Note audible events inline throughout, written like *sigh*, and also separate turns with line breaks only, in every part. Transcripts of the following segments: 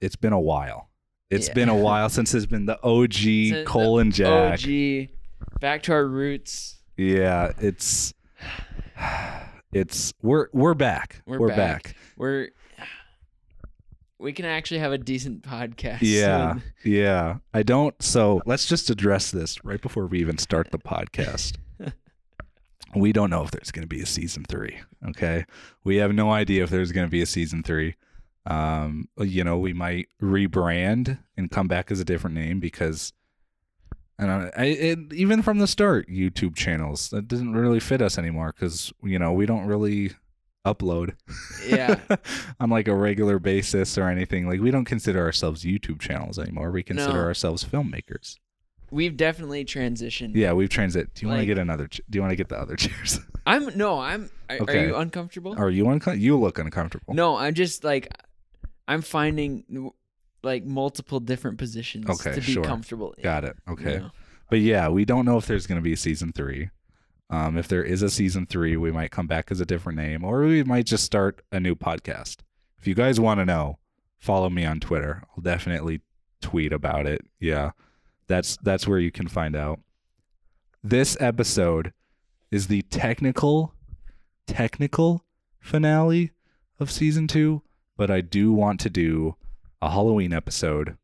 it's been a while. It's
Yeah.
been a while since there's been the OG
*laughs* The-
colon jack.
OG, back to our roots.
Yeah, it's *sighs* it's we're we're back.
We're
back.
back. We're we can actually have a decent podcast.
Yeah.
soon.
Yeah. I don't so let's just address this right before we even start the podcast. we don't know if there's gonna be a season three. Okay. We have no idea if there's gonna be a season three. Um, you know, we might rebrand and come back as a different name because I don't know. I, it, even from the start, YouTube channels that doesn't really fit us anymore because you know we don't really upload
Yeah.
*laughs* on like a regular basis or anything. Like we don't consider ourselves YouTube channels anymore. We consider
No.
ourselves filmmakers.
We've definitely transitioned.
Yeah, we've transit. Do you want to
Like-
get another? ch- Do you want to get the other *laughs*
*laughs*
chairs?
I'm no, I'm are,
Okay.
are you uncomfortable?
Are you uncomfortable? You look uncomfortable.
No, I'm just like I'm finding like multiple different positions
Okay,
to be
sure.
comfortable in.
Got it.
you
Okay.
know?
But yeah, we don't know if there's going to be season three. Um, if there is a season three, we might come back as a different name, or we might just start a new podcast. If you guys want to know, follow me on Twitter. I'll definitely tweet about it. Yeah, that's that's where you can find out. This episode is the technical, technical finale of season two, but I do want to do a Halloween episode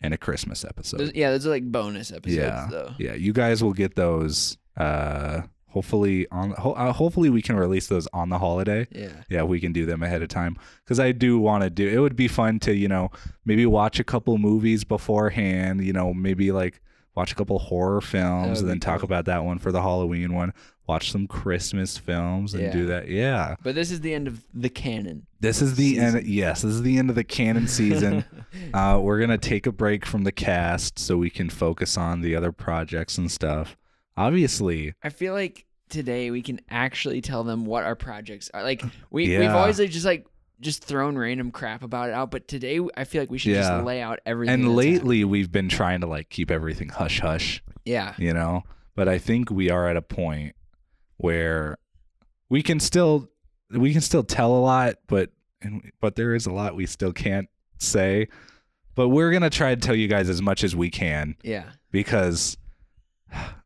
and a Christmas episode.
Those- yeah, those are like bonus episodes though.
Yeah, you guys will get those. Uh, hopefully on. Ho- uh, hopefully we can release those on the holiday.
Yeah.
Yeah, we can do them ahead of time because I do want to do. It would be fun to you know maybe watch a couple movies beforehand. You know maybe like watch a couple horror films
would
and then
be
talk
cool.
about that one for the Halloween one. Watch some Christmas films and
Yeah.
do that. Yeah,
But this is the end of the canon.
this is the end.
Season.
Yes, this is the end of the canon
*laughs*
season. Uh, we're gonna take a break from the cast so we can focus on the other projects and stuff. Obviously,
I feel like today we can actually tell them what our projects are. Like we we've
Uh, Yeah.
always like, just like just thrown random crap about it out, but today I feel like we should
Yeah.
just lay out everything.
and
that's happened.
lately we've been trying to like keep everything hush hush,
yeah,
you know. But I think we are at a point where we can still we can still tell a lot, but and but there is a lot we still can't say. But we're gonna try to tell you guys as much as we can
yeah,
because *sighs*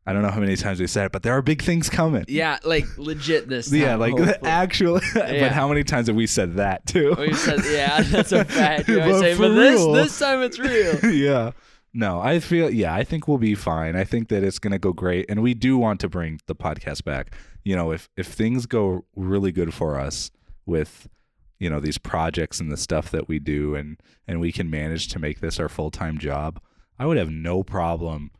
I don't know how many times we said it, but there are big things coming.
yeah. Like legit this.
Yeah,
time,
like the *laughs*
hopefully.
actual.
Yeah.
But how many times have we said that too?
We've said,
*laughs*
yeah, that's a fact. We always
But
say,
for
but this
real.
this time
*laughs*
it's real.
yeah. No, I feel yeah, I think we'll be fine. I think that it's gonna go great, and we do want to bring the podcast back. You know, if if things go really good for us with you know these projects and the stuff that we do, and and we can manage to make this our full time job, I would have no problem.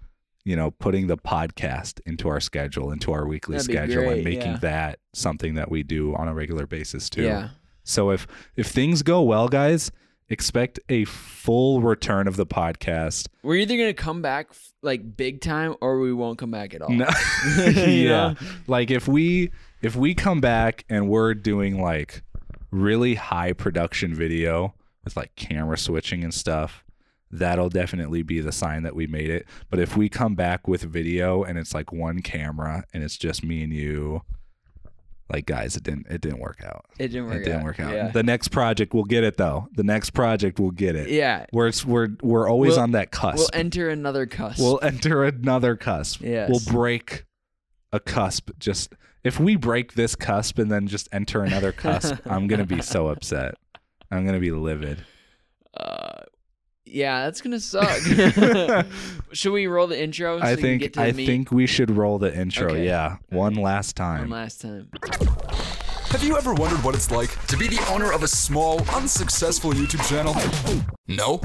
You know, putting the podcast into our schedule, into our weekly
That'd be
schedule, and
great,
making
yeah.
that something that we do on a regular basis too.
Yeah,
So if if things go well, guys, expect a full return of the podcast. *laughs*
we're either gonna come back f- like big time, or we won't come back at all.
No.
*laughs* You
yeah.
know?
Like if we if we come back and we're doing like really high production video with like camera switching and stuff, that'll definitely be the sign that we made it. But if we come back with video and it's like one camera and it's just me and you, like guys, it didn't it didn't work out.
it didn't work.
It didn't work out.
Yeah,
The next project we'll get it though. The next project we'll get it.
yeah.
We're we're we're always
We'll-
on that cusp.
We'll
We'll,
enter another cusp.
enter another cusp.
Yes.
We'll break a cusp. Just if we break this cusp and then just enter
*laughs*
another cusp, I'm gonna be so upset. I'm gonna be livid.
uh, yeah, that's gonna
*laughs*
suck. Should we roll the intro? So
I
we can get
think
to the
I
meat
think we should roll the intro.
Okay.
Yeah, one last
one
time.
last time.
Have you ever wondered what it's like to be the owner of a small, unsuccessful YouTube channel? No?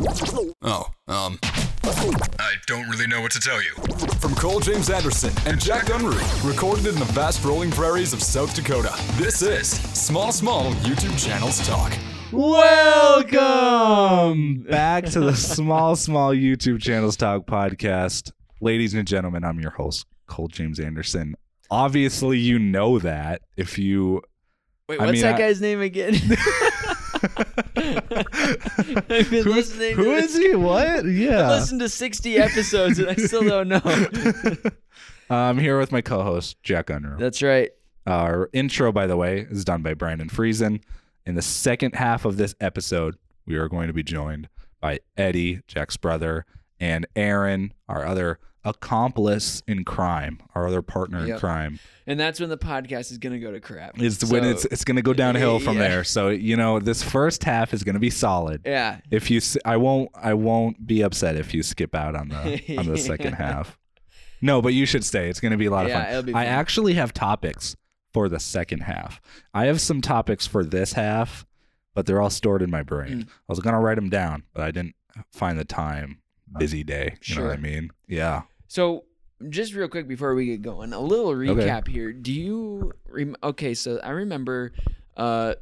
Oh, um. I don't really know what to tell you. From Cole James Anderson and Jack Unruh, recorded in the vast rolling prairies of South Dakota. This is Small Small YouTube Channels Talk.
*laughs*
Welcome back to the Small Small YouTube Channels Talk podcast. Ladies and gentlemen, I'm your host, Cole James Anderson. Obviously, you know that if
*laughs*
you
Wait,
I
what's
mean,
that
I-
guy's
*laughs*
name again? I've been listening.
who
to
is
this-
he?
*laughs*
What? Yeah.
Listen to 60 episodes and I still
*laughs*
don't know.
I'm here with my co-host, Jack Unruh.
That's right.
Our intro, by the way, is done by Brandon Friesen. In the second half of this episode, we are going to be joined by Eddie, Jack's brother, and Aaron, our other accomplice in crime, our other partner in
Yep.
crime.
and that's when the podcast is gonna go to crap.
It's when
So,
it's it's going to go downhill from
Yeah.
there. So you know this first half is going to be solid.
yeah,
If you, s- I won't, I won't be upset if you skip out on the on the second
*laughs* Yeah.
half. No, but you should stay. It's going to be a lot
Yeah,
of fun.
it'll be
I
fun.
actually have topics for the second half. I have some topics for this half, but they're all stored in my
Mm.
brain. I was going to write them down, but I didn't find the time. Busy day. You know what I
Sure.
mean? Yeah.
So, just real quick before we get going, a little recap here. Do you rem- okay? So I remember, uh,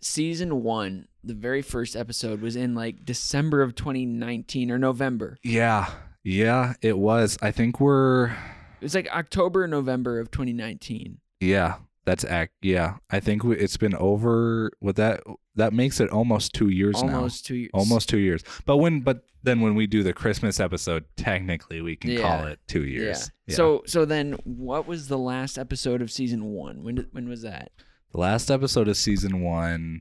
season one, the very first episode was in like December of 2019 or November.
Yeah. Yeah. It was. I think we're.
It was like October, November of 2019.
Yeah. That's act. Yeah. I think we, it's been over. What that that makes it almost two years now.
Almost two years.
almost two years but when but then when we do the christmas episode technically we can call
Yeah.
it two
Yeah.
years
So so then, what was the last episode of season one? When did, when was that?
the last episode of season one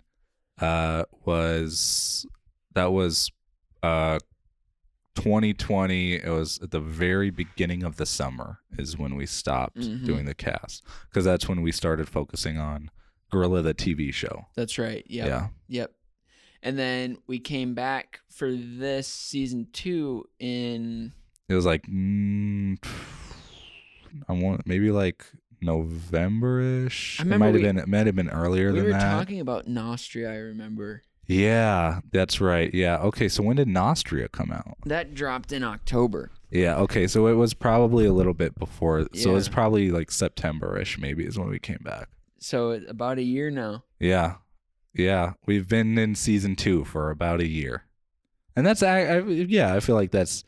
uh was that was uh 2020 it was at the very beginning of the summer is when we stopped
Mhm.
doing the cast because that's when we started focusing on gorilla the tv show
That's right. Yep.
yeah
Yep. And then we came back for this season two in
it was like mm, I want maybe like November-ish.
I
It
remember
might have
we-
been it might have been earlier
we
than
were
that.
talking about Nostria, I remember.
yeah, that's right. Yeah. Okay, so when did Nostria come out?
That dropped in October.
Yeah, okay. So it was probably a little bit before. So it was
Yeah.
probably like September-ish maybe is when we came back.
So it- about a year now.
Yeah. Yeah, we've been in season 2 for about a year. And that's I, I yeah, I feel like that's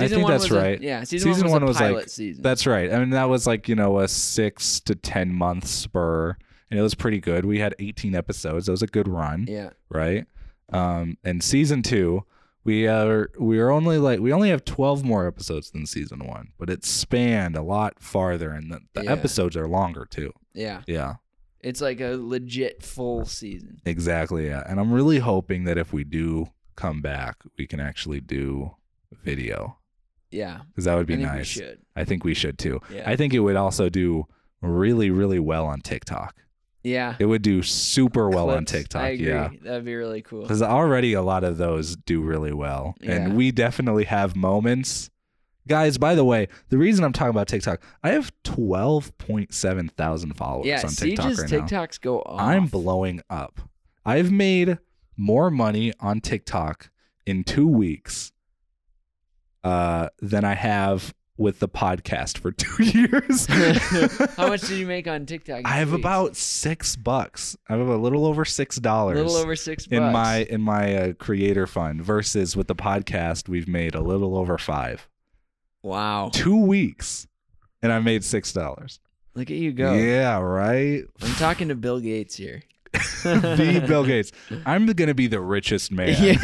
I think that's
was a-
right.
yeah, season,
Season
one
one
was,
was
a
like-
pilot season.
That's right. I mean, that was like, you know, a six to 10 month spur, and it was pretty good. We had 18 episodes. That was a good run,
yeah.
right? Um, and season two, we are we are only like we only have 12 more episodes than season one, but it spanned a lot farther, and the, the
Yeah.
episodes are longer too.
Yeah.
Yeah,
It's like a legit full season.
exactly. Yeah, and I'm really hoping that if we do come back, we can actually do video
Yeah.
because that would be
I think we
nice.
should.
I think we should too.
Yeah.
I think it would also do really, really well on TikTok.
yeah.
It would do super well on
Clips.
TikTok.
I agree.
Yeah.
That'd be really cool.
Because already a lot of those do really well.
Yeah.
And we definitely have moments. Guys, by the way, the reason I'm talking about TikTok, I have 12.7 thousand followers
Yeah,
on TikTok
Siege's
right now.
TikToks go off.
I'm blowing up. I've made more money on TikTok in two weeks uh, than I have with the podcast for *laughs* two years.
*laughs* *laughs* How
*laughs*
much did you make on TikTok? in
I
two
have
weeks?
about six bucks. I have a little over six
a
dollars
little over six bucks.
in my in my uh, creator fund versus with the podcast we've made a little over five.
wow.
Two weeks, and I made six dollars.
Look at you go.
Yeah, right.
I'm talking to Bill Gates here.
*laughs*
*laughs*
the Bill Gates. I'm gonna be the richest man.
Yeah.
*laughs*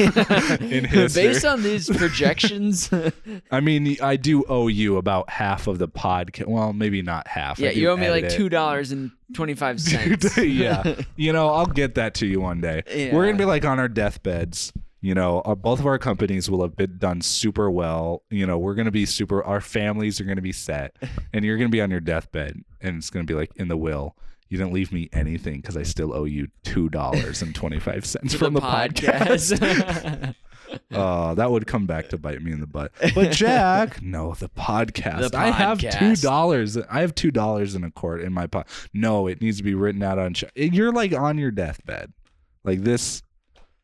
in history.
*laughs* Based
*laughs*
on these projections, *laughs*
I mean, I do owe you about half of the podcast. Well, maybe not half. I
yeah,
do
you owe me
edit
like
it.
two dollars and twenty five
*laughs*
cents.
yeah.
*laughs*
You know, I'll get that to you one day. We're
Yeah.
gonna be like on our deathbeds. You know, our, both of our companies will have been done super well. You know, we're gonna be super. Our families are gonna be
*laughs*
set, and you're gonna be on your deathbed, and it's gonna be like in the will. You didn't leave me anything because I still owe you two dollars and twenty five cents
For
from the, podcast.
podcast. *laughs*
Oh, that would come back to bite me in the butt.
*laughs*
But Jack, no, the podcast.
The
I have two
podcast.
dollars. I have two dollars in a court in my pot. No, it needs to be written out on. check. You're like on your deathbed, like this,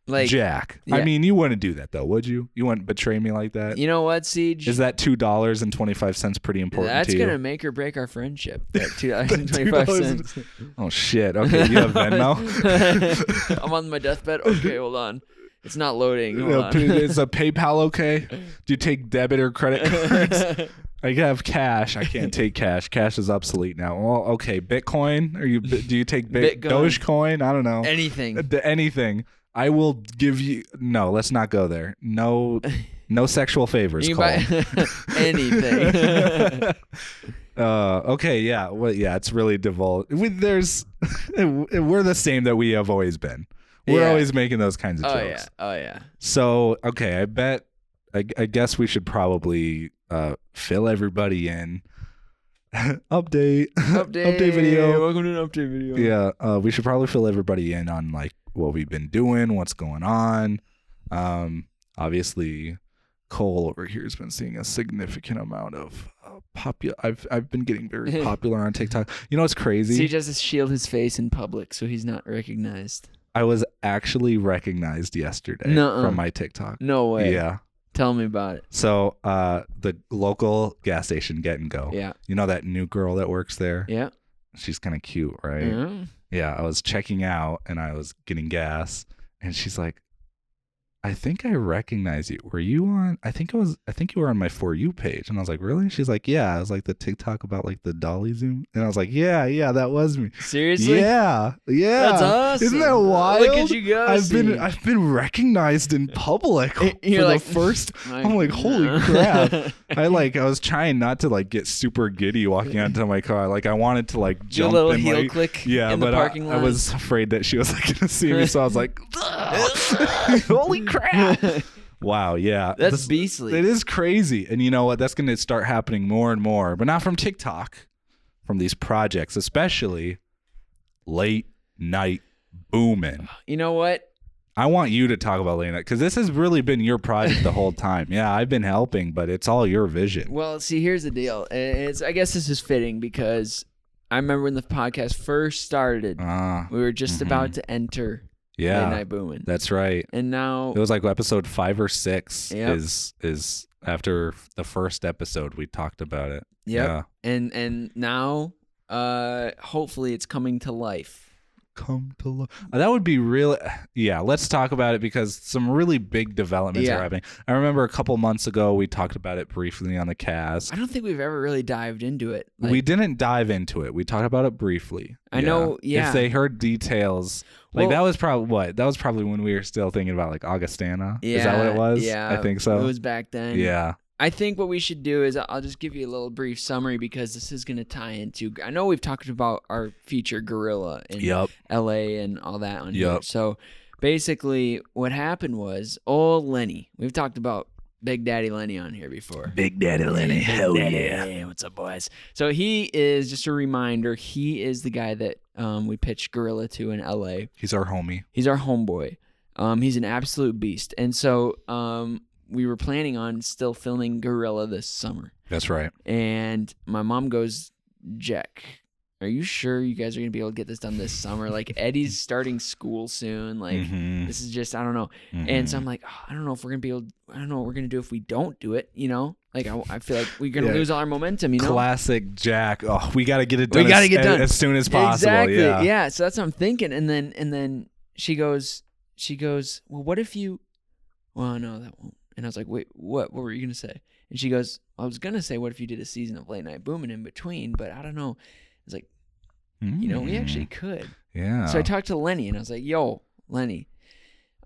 like,
Jack.
yeah.
I mean, you wouldn't do that though, would you? You wouldn't betray me like that. Is
you know what, Siege?
that two dollars and twenty five cents pretty important
That's
to you?
gonna make or break
*laughs*
our friendship. That two dollars and twenty five cents.
Oh shit! Okay, you have
*laughs*
Venmo.
I'm on my deathbed. Okay, hold on. It's not loading. Hold
Uh,
on. *laughs*
Is a PayPal okay? Do you take debit or credit cards? I have cash. I can't take cash. Cash is obsolete now. Well, okay, Bitcoin. Are you? Do you take Bit-
Bitcoin.
Dogecoin? I don't know.
Anything.
D- anything. I will give you. No, let's not go there. No, no sexual favors.
You
Cole.
can *laughs* buy
*laughs*
anything.
uh, okay, yeah, *laughs* well, yeah. It's really divulged. We, there's, we're the same that we have always been. We're
Yeah.
always making those kinds of
Oh
jokes.
yeah. Oh yeah.
So okay, I bet. I, I guess we should probably uh, fill everybody in. *laughs* *laughs* update, *laughs* video.
Welcome to an update video.
Yeah, uh, we should probably fill everybody in on like what we've been doing, what's going on. Um, obviously, Cole over here has been seeing a significant amount of uh, popular. I've I've been getting
*laughs*
very popular on TikTok. You know what's crazy?
CJ has to shield his face in public so he's not recognized.
I was actually recognized yesterday
Nuh-uh.
from my TikTok.
No way.
Yeah.
Tell me about it.
So uh, the local gas station Get and Go.
Yeah.
You know that new girl that works there?
Yeah. Mm-hmm.
She's kind of cute, right?
Yeah.
yeah, I was checking out and I was getting gas, and she's like, "I think I recognize you. Were you on? I think I was. I think you were on my for you page." And I was like, "Really?" She's like, "Yeah." I was like, "The TikTok about like the dolly zoom," and I was like, "Yeah, yeah, that was me.
Seriously?
Yeah, yeah,
That's awesome.
Isn't that wild?
Look at you go.
I've been
CJ.
I've been recognized in public
And
for
*laughs* you're *laughs* like,
the first. I'm like, holy
*laughs*
crap! I like I was trying not to like get super giddy walking out to my car. Like I wanted to like
Your
jump
little
and
heel
like
click
yeah,
in
but
the
I-
parking
I,
lot.
was afraid that she was like going to see me, so I was
*laughs*
like, *laughs* "Holy crap!" Wow, yeah,
That's
This-
beastly.
It is crazy, and you know what? That's going to start happening more and more, but not from TikTok, from these projects, especially late night booming.
you know what?
I want you to talk about late night because this has really been your project the whole time. Yeah, I've been helping, but it's all your vision.
Well, see, here's the deal. And It's I guess this is fitting because I remember when the podcast first started,
Ah,
we were just about to enter
yeah,
Late Night Boomin'.
that's right.
and now
It was like episode five or six
Yep.
is is after the first episode we talked about it.
Yep.
Yeah.
and and now uh hopefully it's coming to life.
Come to life. That would be real. Yeah, let's talk about it because some really big developments
Yeah.
are happening. I remember a couple months ago we talked about it briefly on the cast.
I don't think we've ever really dived into it. Like,
we didn't dive into it. We talked about it briefly.
I know, yeah.
If they heard details, like
Well-
that was probably what that was probably when we were still thinking about like Augustana. Is that what it
yeah,
was?
Yeah,
I think so.
It was back then.
yeah.
I think what we should do is I'll just give you a little brief summary because this is going to tie into. I know we've talked about our future gorilla in
Yep.
L.A. and all that on here.
Yep.
So basically, what happened was old Lenny. We've talked about Big Daddy Lenny on here before.
Big Daddy Lenny. Hell
Hey, what's up, boys? So he is just a reminder. He is the guy that um, we pitched Gorilla to in L.A.
He's our homie.
He's our homeboy. Um, he's an absolute beast. And so um, we were planning on still filming Gorilla this summer.
That's right.
And my mom goes, Jack, are you sure you guys are going to be able to get this done this summer? Like, Eddie's starting school soon. Like,
Mhm.
this is just, I don't know.
Mhm.
And so I'm like, "Oh, I don't know if we're going to be able, I don't know what we're going to do if we don't do it, you know? Like, I, I feel like we're going to
Yeah.
lose all our momentum, you know?
classic Jack. Oh, we got to get it
We
done.
gotta
as,
get
as-
done.
as soon as possible.
Exactly.
Yeah.
So that's what I'm thinking. And then and then she goes, she goes, well, what if you? Well, no, that won't. And I was like, wait, what? What were you gonna say? And she goes, I was gonna say, what if you did a season of late night booming in between? But I don't know. I was like, you know, we
Mm.
actually could.
Yeah.
So I talked to Lenny, and I was like, yo, Lenny.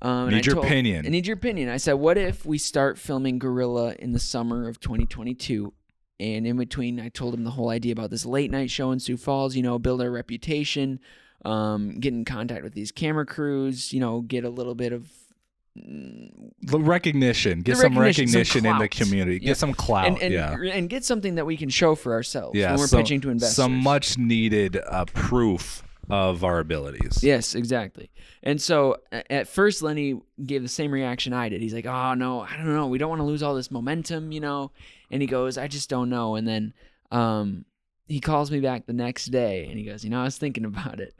Um, and
Need
I
your
told-
opinion.
I need your opinion. I said, what if we start filming Gorilla in the summer of 2022? And in between, I told him the whole idea about this late night show in Sioux Falls, you know, build our reputation, um, get in contact with these camera crews, you know, get a little bit of.
the recognition. Get
The
some
recognition, some
recognition in the
clout.
community.
Yeah.
Get some clout.
and, and,
yeah.
and get something that we can show for ourselves
Yeah.
when we're
some-
pitching to investors.
Some much needed uh, proof of our abilities.
Yes, exactly. And so a- at first, Lenny gave the same reaction I did. He's like, "Oh no, I don't know. We don't want to lose all this momentum, you know." And he goes, "I just don't know." And then um, he calls me back the next day, and he goes, "You know, I was thinking about it.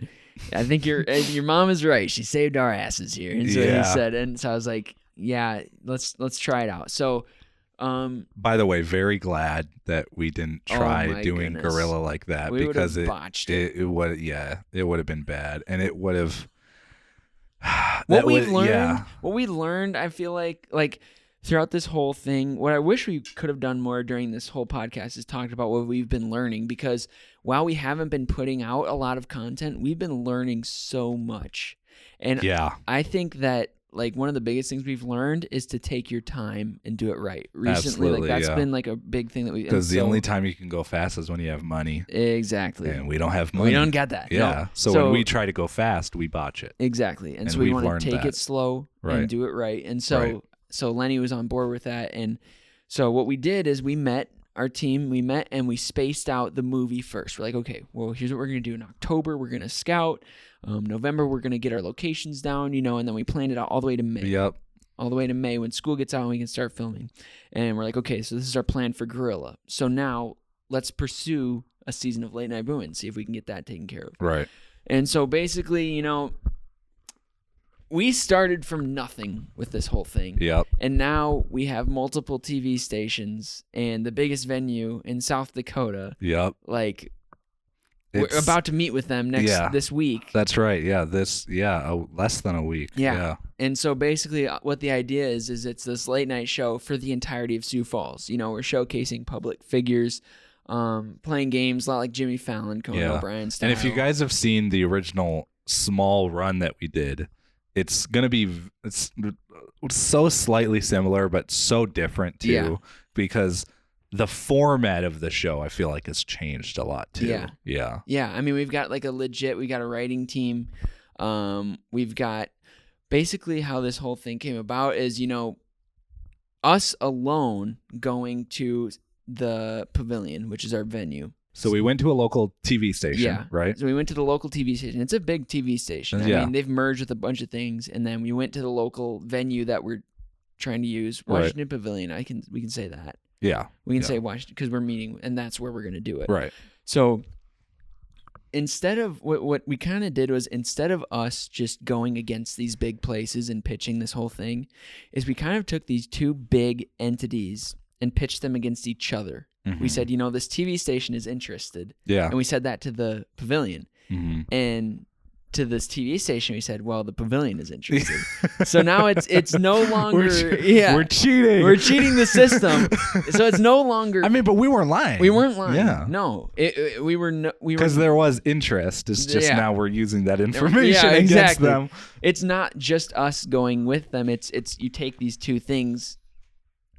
I think your uh, your mom is right. She saved our asses here." And so
Yeah.
he said, and so I was like, "Yeah, let's let's try it out." So, um,
By the way, very glad that we didn't
Oh
try
my
doing
goodness.
gorilla like that
We would've
Uh, because it
botched
it, it would yeah it would have been bad and it would have. *sighs*
what
that
we
would-
learned
yeah.
what we learned i feel like like throughout this whole thing what i wish we could have done more during this whole podcast is talked about what we've been learning because while we haven't been putting out a lot of content we've been learning so much and
yeah.
i think that like one of the biggest things we've learned is to take your time and do it right. Recently,
Absolutely,
like that's
yeah.
been like a big thing that we. and
Because the
so-
only time you can go fast is when you have money,
exactly
and we don't have money.
we don't get that. no.
Yeah. So, when we try to go fast, we botch it.
Exactly. And,
And
so we
we've
want
learned
to take
that.
it slow
Right.
and do it right. And so
Right.
so Lenny was on board with that and so what we did is we met our team, we met and we spaced out the movie first. We're like, okay, well, here's what we're going to do in October. We're going to scout. Um, November, we're going to get our locations down, you know, and then we planned it out all the way to May.
Yep.
All the way to May when school gets out and we can start filming. And we're like, okay, so this is our plan for Gorilla. So now let's pursue a season of Late Night Bruin, see if we can get that taken care of.
Right.
And so basically, you know, we started from nothing with this whole thing.
Yep.
And now we have multiple TV stations and the biggest venue in South Dakota.
Yep.
Like we're
It's-
about to meet with them next
Yeah.
this week.
That's right. Yeah. This. Yeah. Oh, less than a week.
Yeah. And so basically uh, what the idea is is it's this late night show for the entirety of Sioux Falls. You know, we're showcasing public figures um, playing games a lot like Jimmy Fallon, Conan
Yeah.
O'Brien style.
And if you guys have seen the original small run that we did, it's gonna be v- it's so slightly similar, but so different too,
Yeah.
because the format of the show I feel like has changed a lot too.
Yeah.
Yeah.
Yeah, I mean we've got like a legit we got a writing team. Um we've got basically how this whole thing came about is, you know, us alone going to the pavilion, which is our venue.
So we went to a local TV station,
Yeah.
right?
So we went to the local TV station. It's a big TV station. I
Yeah.
mean, they've merged with a bunch of things and then we went to the local venue that we're trying to use,
Right.
Washington Pavilion. I can we can say that.
Yeah.
We can
Yeah.
say Washington because we're meeting and that's where we're going to do it.
Right.
So instead of what what we kind of did was instead of us just going against these big places and pitching this whole thing, is we kind of took these two big entities and pitched them against each other. We
Mhm.
said, you know, this TV station is interested,
Yeah.
and we said that to the pavilion,
Mhm.
and to this TV station, we said, well, the pavilion
*laughs*
is interested. so now it's it's no longer
che-
yeah
we're cheating.
we're cheating the system. so it's no longer.
I mean, but we weren't lying.
we weren't lying.
Yeah.
No, it, it- we were no, we were
Because there was interest. It's just
Yeah.
now we're using that
were-
information
yeah,
against
exactly.
them.
it's not just us going with them. It's it's you take these two things,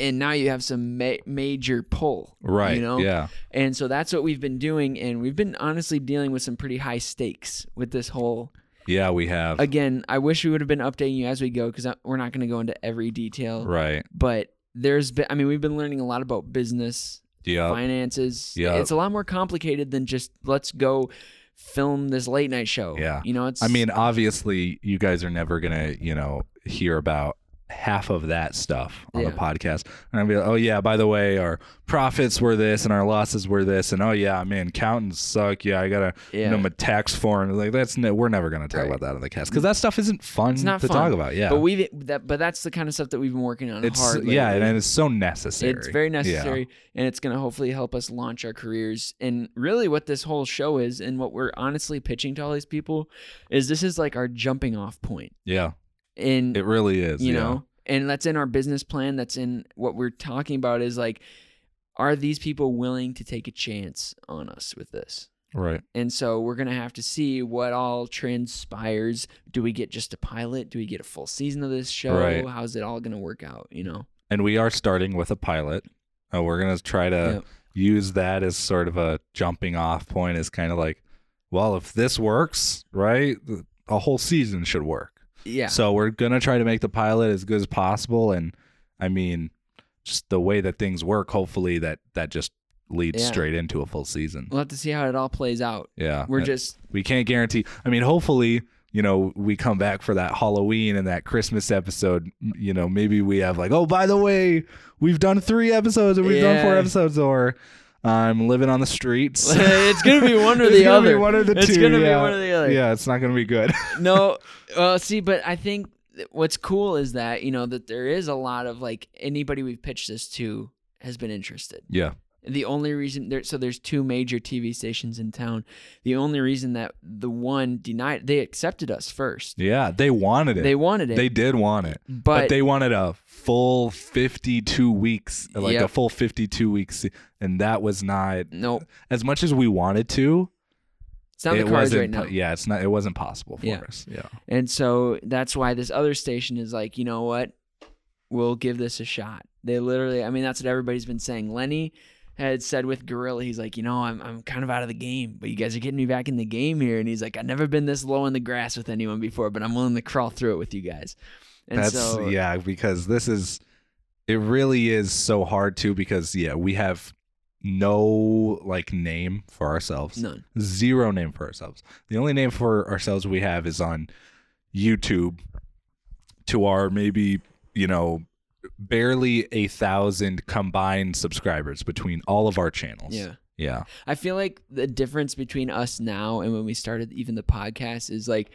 and now you have some ma- major pull,
Right.
You know,
Yeah.
And so that's what we've been doing, and we've been honestly dealing with some pretty high stakes with this whole.
Yeah, we have.
Again, I wish we would have been updating you as we go because we're not going to go into every detail,
Right.
but there's been. I mean, we've been learning a lot about business,
Yeah.
finances.
Yeah.
it's a lot more complicated than just let's go film this late night show.
Yeah.
you know, it's.
I mean, obviously, you guys are never gonna, you know, hear about half of that stuff on the
Yeah.
podcast. And I'd be like, oh yeah, by the way, our profits were this and our losses were this, and oh yeah, man, accountants suck. Yeah, I gotta
Yeah.
know my tax form. Like that's no, we're never gonna talk
Right.
about that on the cast because that stuff isn't fun
It's not
to
fun,
talk about. Yeah,
But we've that, but that's the kind of stuff that we've been working on
it's
hard.
yeah,
lately.
and it's so necessary.
it's very
Yeah.
necessary, and it's going to hopefully help us launch our careers. And really, what this whole show is, and what we're honestly pitching to all these people, is this is like our jumping off point.
Yeah,
And
it really is.
you
yeah.
know, and that's in our business plan. That's in what we're talking about. Is like, are these people willing to take a chance on us with this?
right?
And so we're going to have to see what all transpires. Do we get just a pilot? Do we get a full season of this show?
Right.
How's it all going to work out? You know?
And we are starting with a pilot. Uh, we're gonna try to.
Yep.
use that as sort of a jumping off point is kind of like well if this works right th- a whole season should work
Yeah.
so we're gonna try to make the pilot as good as possible and i mean just the way that things work hopefully that that just leads
Yeah.
straight into a full season
we'll have to see how it all plays out.
yeah
We're
Uh,
just,
*laughs*
*laughs*
we can't guarantee i mean hopefully you know we come back for that halloween and that christmas episode m- you know maybe we have like oh by the way we've done three episodes or we've done four
Yeah.
episodes or i'm living on the
*laughs*
streets *laughs*
it's going to be one or
It's
the
gonna
other.
Be one or the
it's
two.
gonna
yeah.
be one or the other.
Yeah, it's not gonna be good. *laughs*
no, well, see, but I think th- what's cool is that, you know, that there is a lot of like anybody we've pitched this to has been interested.
yeah.
The only reason there, so there's two major TV stations in town. The only reason that the one denied, they accepted us first.
Yeah. They wanted it.
They wanted it, Mm-hmm.
They did want it.
but,
But, they wanted a full fifty two weeks. Like a
Yep.
full fifty two weeks and that was not
no,
as much as we wanted to,
It's not in
It
the cards
wasn't
right now.
po- Yeah, it's not. It wasn't possible for
Yeah.
us. Yeah.
And so that's why this other station is like, you know what? We'll give this a shot. They literally, I mean, that's what everybody's been saying. Lenny had said with Gorilla, he's like, you know, I'm, I'm kind of out of the game, but you guys are getting me back in the game here. And he's like, I've never been this low in the grass with anyone before, but I'm willing to crawl through it with you guys. And
That's
so,
yeah, because this is it really is so hard too because yeah, we have no like name for ourselves.
none.
Zero name for ourselves. The only name for ourselves we have is on YouTube to our maybe, you know, barely a thousand combined subscribers between all of our channels.
Yeah.
Yeah.
I feel like the difference between us now and when we started even the podcast is like,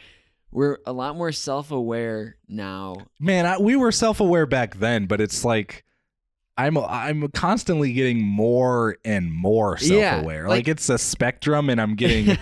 we're a lot more self aware now
*laughs* man I, we were self-aware back then but it's like i'm i'm constantly getting more and more
Yeah,
self-aware like,
like-
it's a spectrum and i'm
*laughs*
getting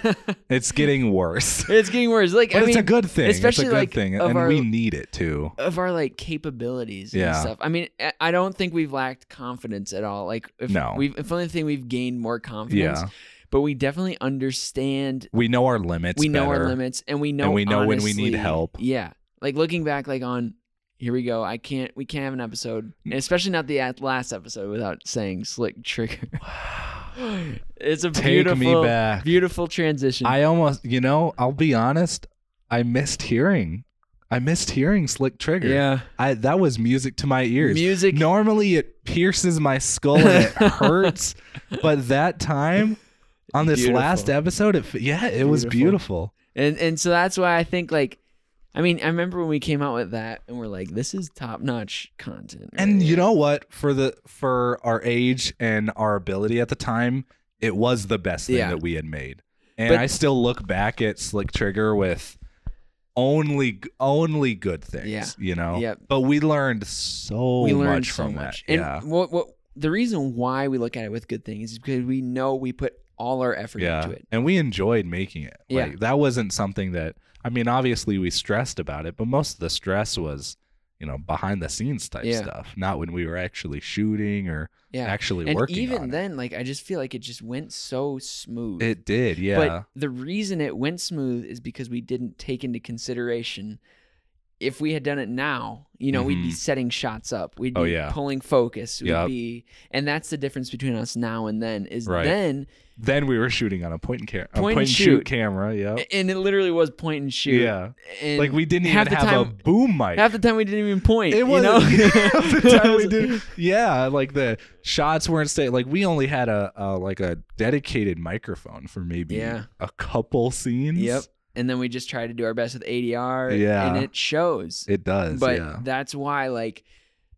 it's getting worse
It's getting worse. Like
but
I
it's
mean,
a good thing
especially,
it's a good
like,
thing
of
and
our-
we need it too
of our like capabilities and
Yeah.
stuff. I mean, I- I don't think we've lacked confidence at all. Like if
No.
we've if anything, we've gained more confidence.
yeah
But we definitely understand.
we know our limits
we know
better.
our limits, and we know
we know when we need
honestly-
help.
Yeah, like looking back, like on here we go. I can't. We can't have an episode,
Mm.
and especially not the at- last episode, without saying
*sighs*
slick trigger. *laughs* it's a
Take me
beautiful,
back.
beautiful transition.
i almost you know i'll be honest i missed hearing i missed hearing slick trigger
yeah,
I that was music to my ears.
Music-
Normally it pierces my skull and it
*laughs*
hurts, but that time on this
Beautiful.
last episode, it f- yeah, it was beautiful.
And and so that's why I think like I mean, I remember when we came out with that and we're like, this is top notch content. right?
And you know what? For the for our age and our ability at the time, it was the best thing
Yeah.
that we had made. And
But-
I still look back at Slick Trigger with only only good things.
Yeah.
You know?
Yep.
But we learned so
we learned
much
so
from
much.
that.
And
yeah.
what what the reason why we look at it with good things is because we know we put all our effort
yeah.
into it.
And we enjoyed making it.
Yeah.
Like that wasn't something that I mean, obviously we stressed about it, but most of the stress was, you know, behind the scenes type
Yeah.
stuff, not when we were actually shooting or
Yeah.
actually
and
working.
even
on
then, like I just feel like it just went so smooth.
it. it did, yeah.
But the reason it went smooth is because we didn't take into consideration if we had done it now, you know, we'd be
Mhm.
setting shots up. We'd be
Oh, yeah.
pulling focus. We'd
Yep.
be and that's the difference between us now and then is
Right.
then
then we were shooting on a point and camera,
Point and
shoot.
shoot.
camera, yeah.
and it literally was point and shoot.
Yeah.
And
Like we didn't
half
even have
the
a
time,
boom mic.
half the time we didn't even point.
it
you
was *laughs*
know? *laughs*
half the time we
It
did.
was-
Yeah, like the shots weren't staying. Like we only had a, a like a dedicated microphone for maybe
Yeah.
a couple scenes.
Yep. And then we just tried to do our best with ADR.
Yeah.
And it shows.
It does.
but
yeah.
that's why like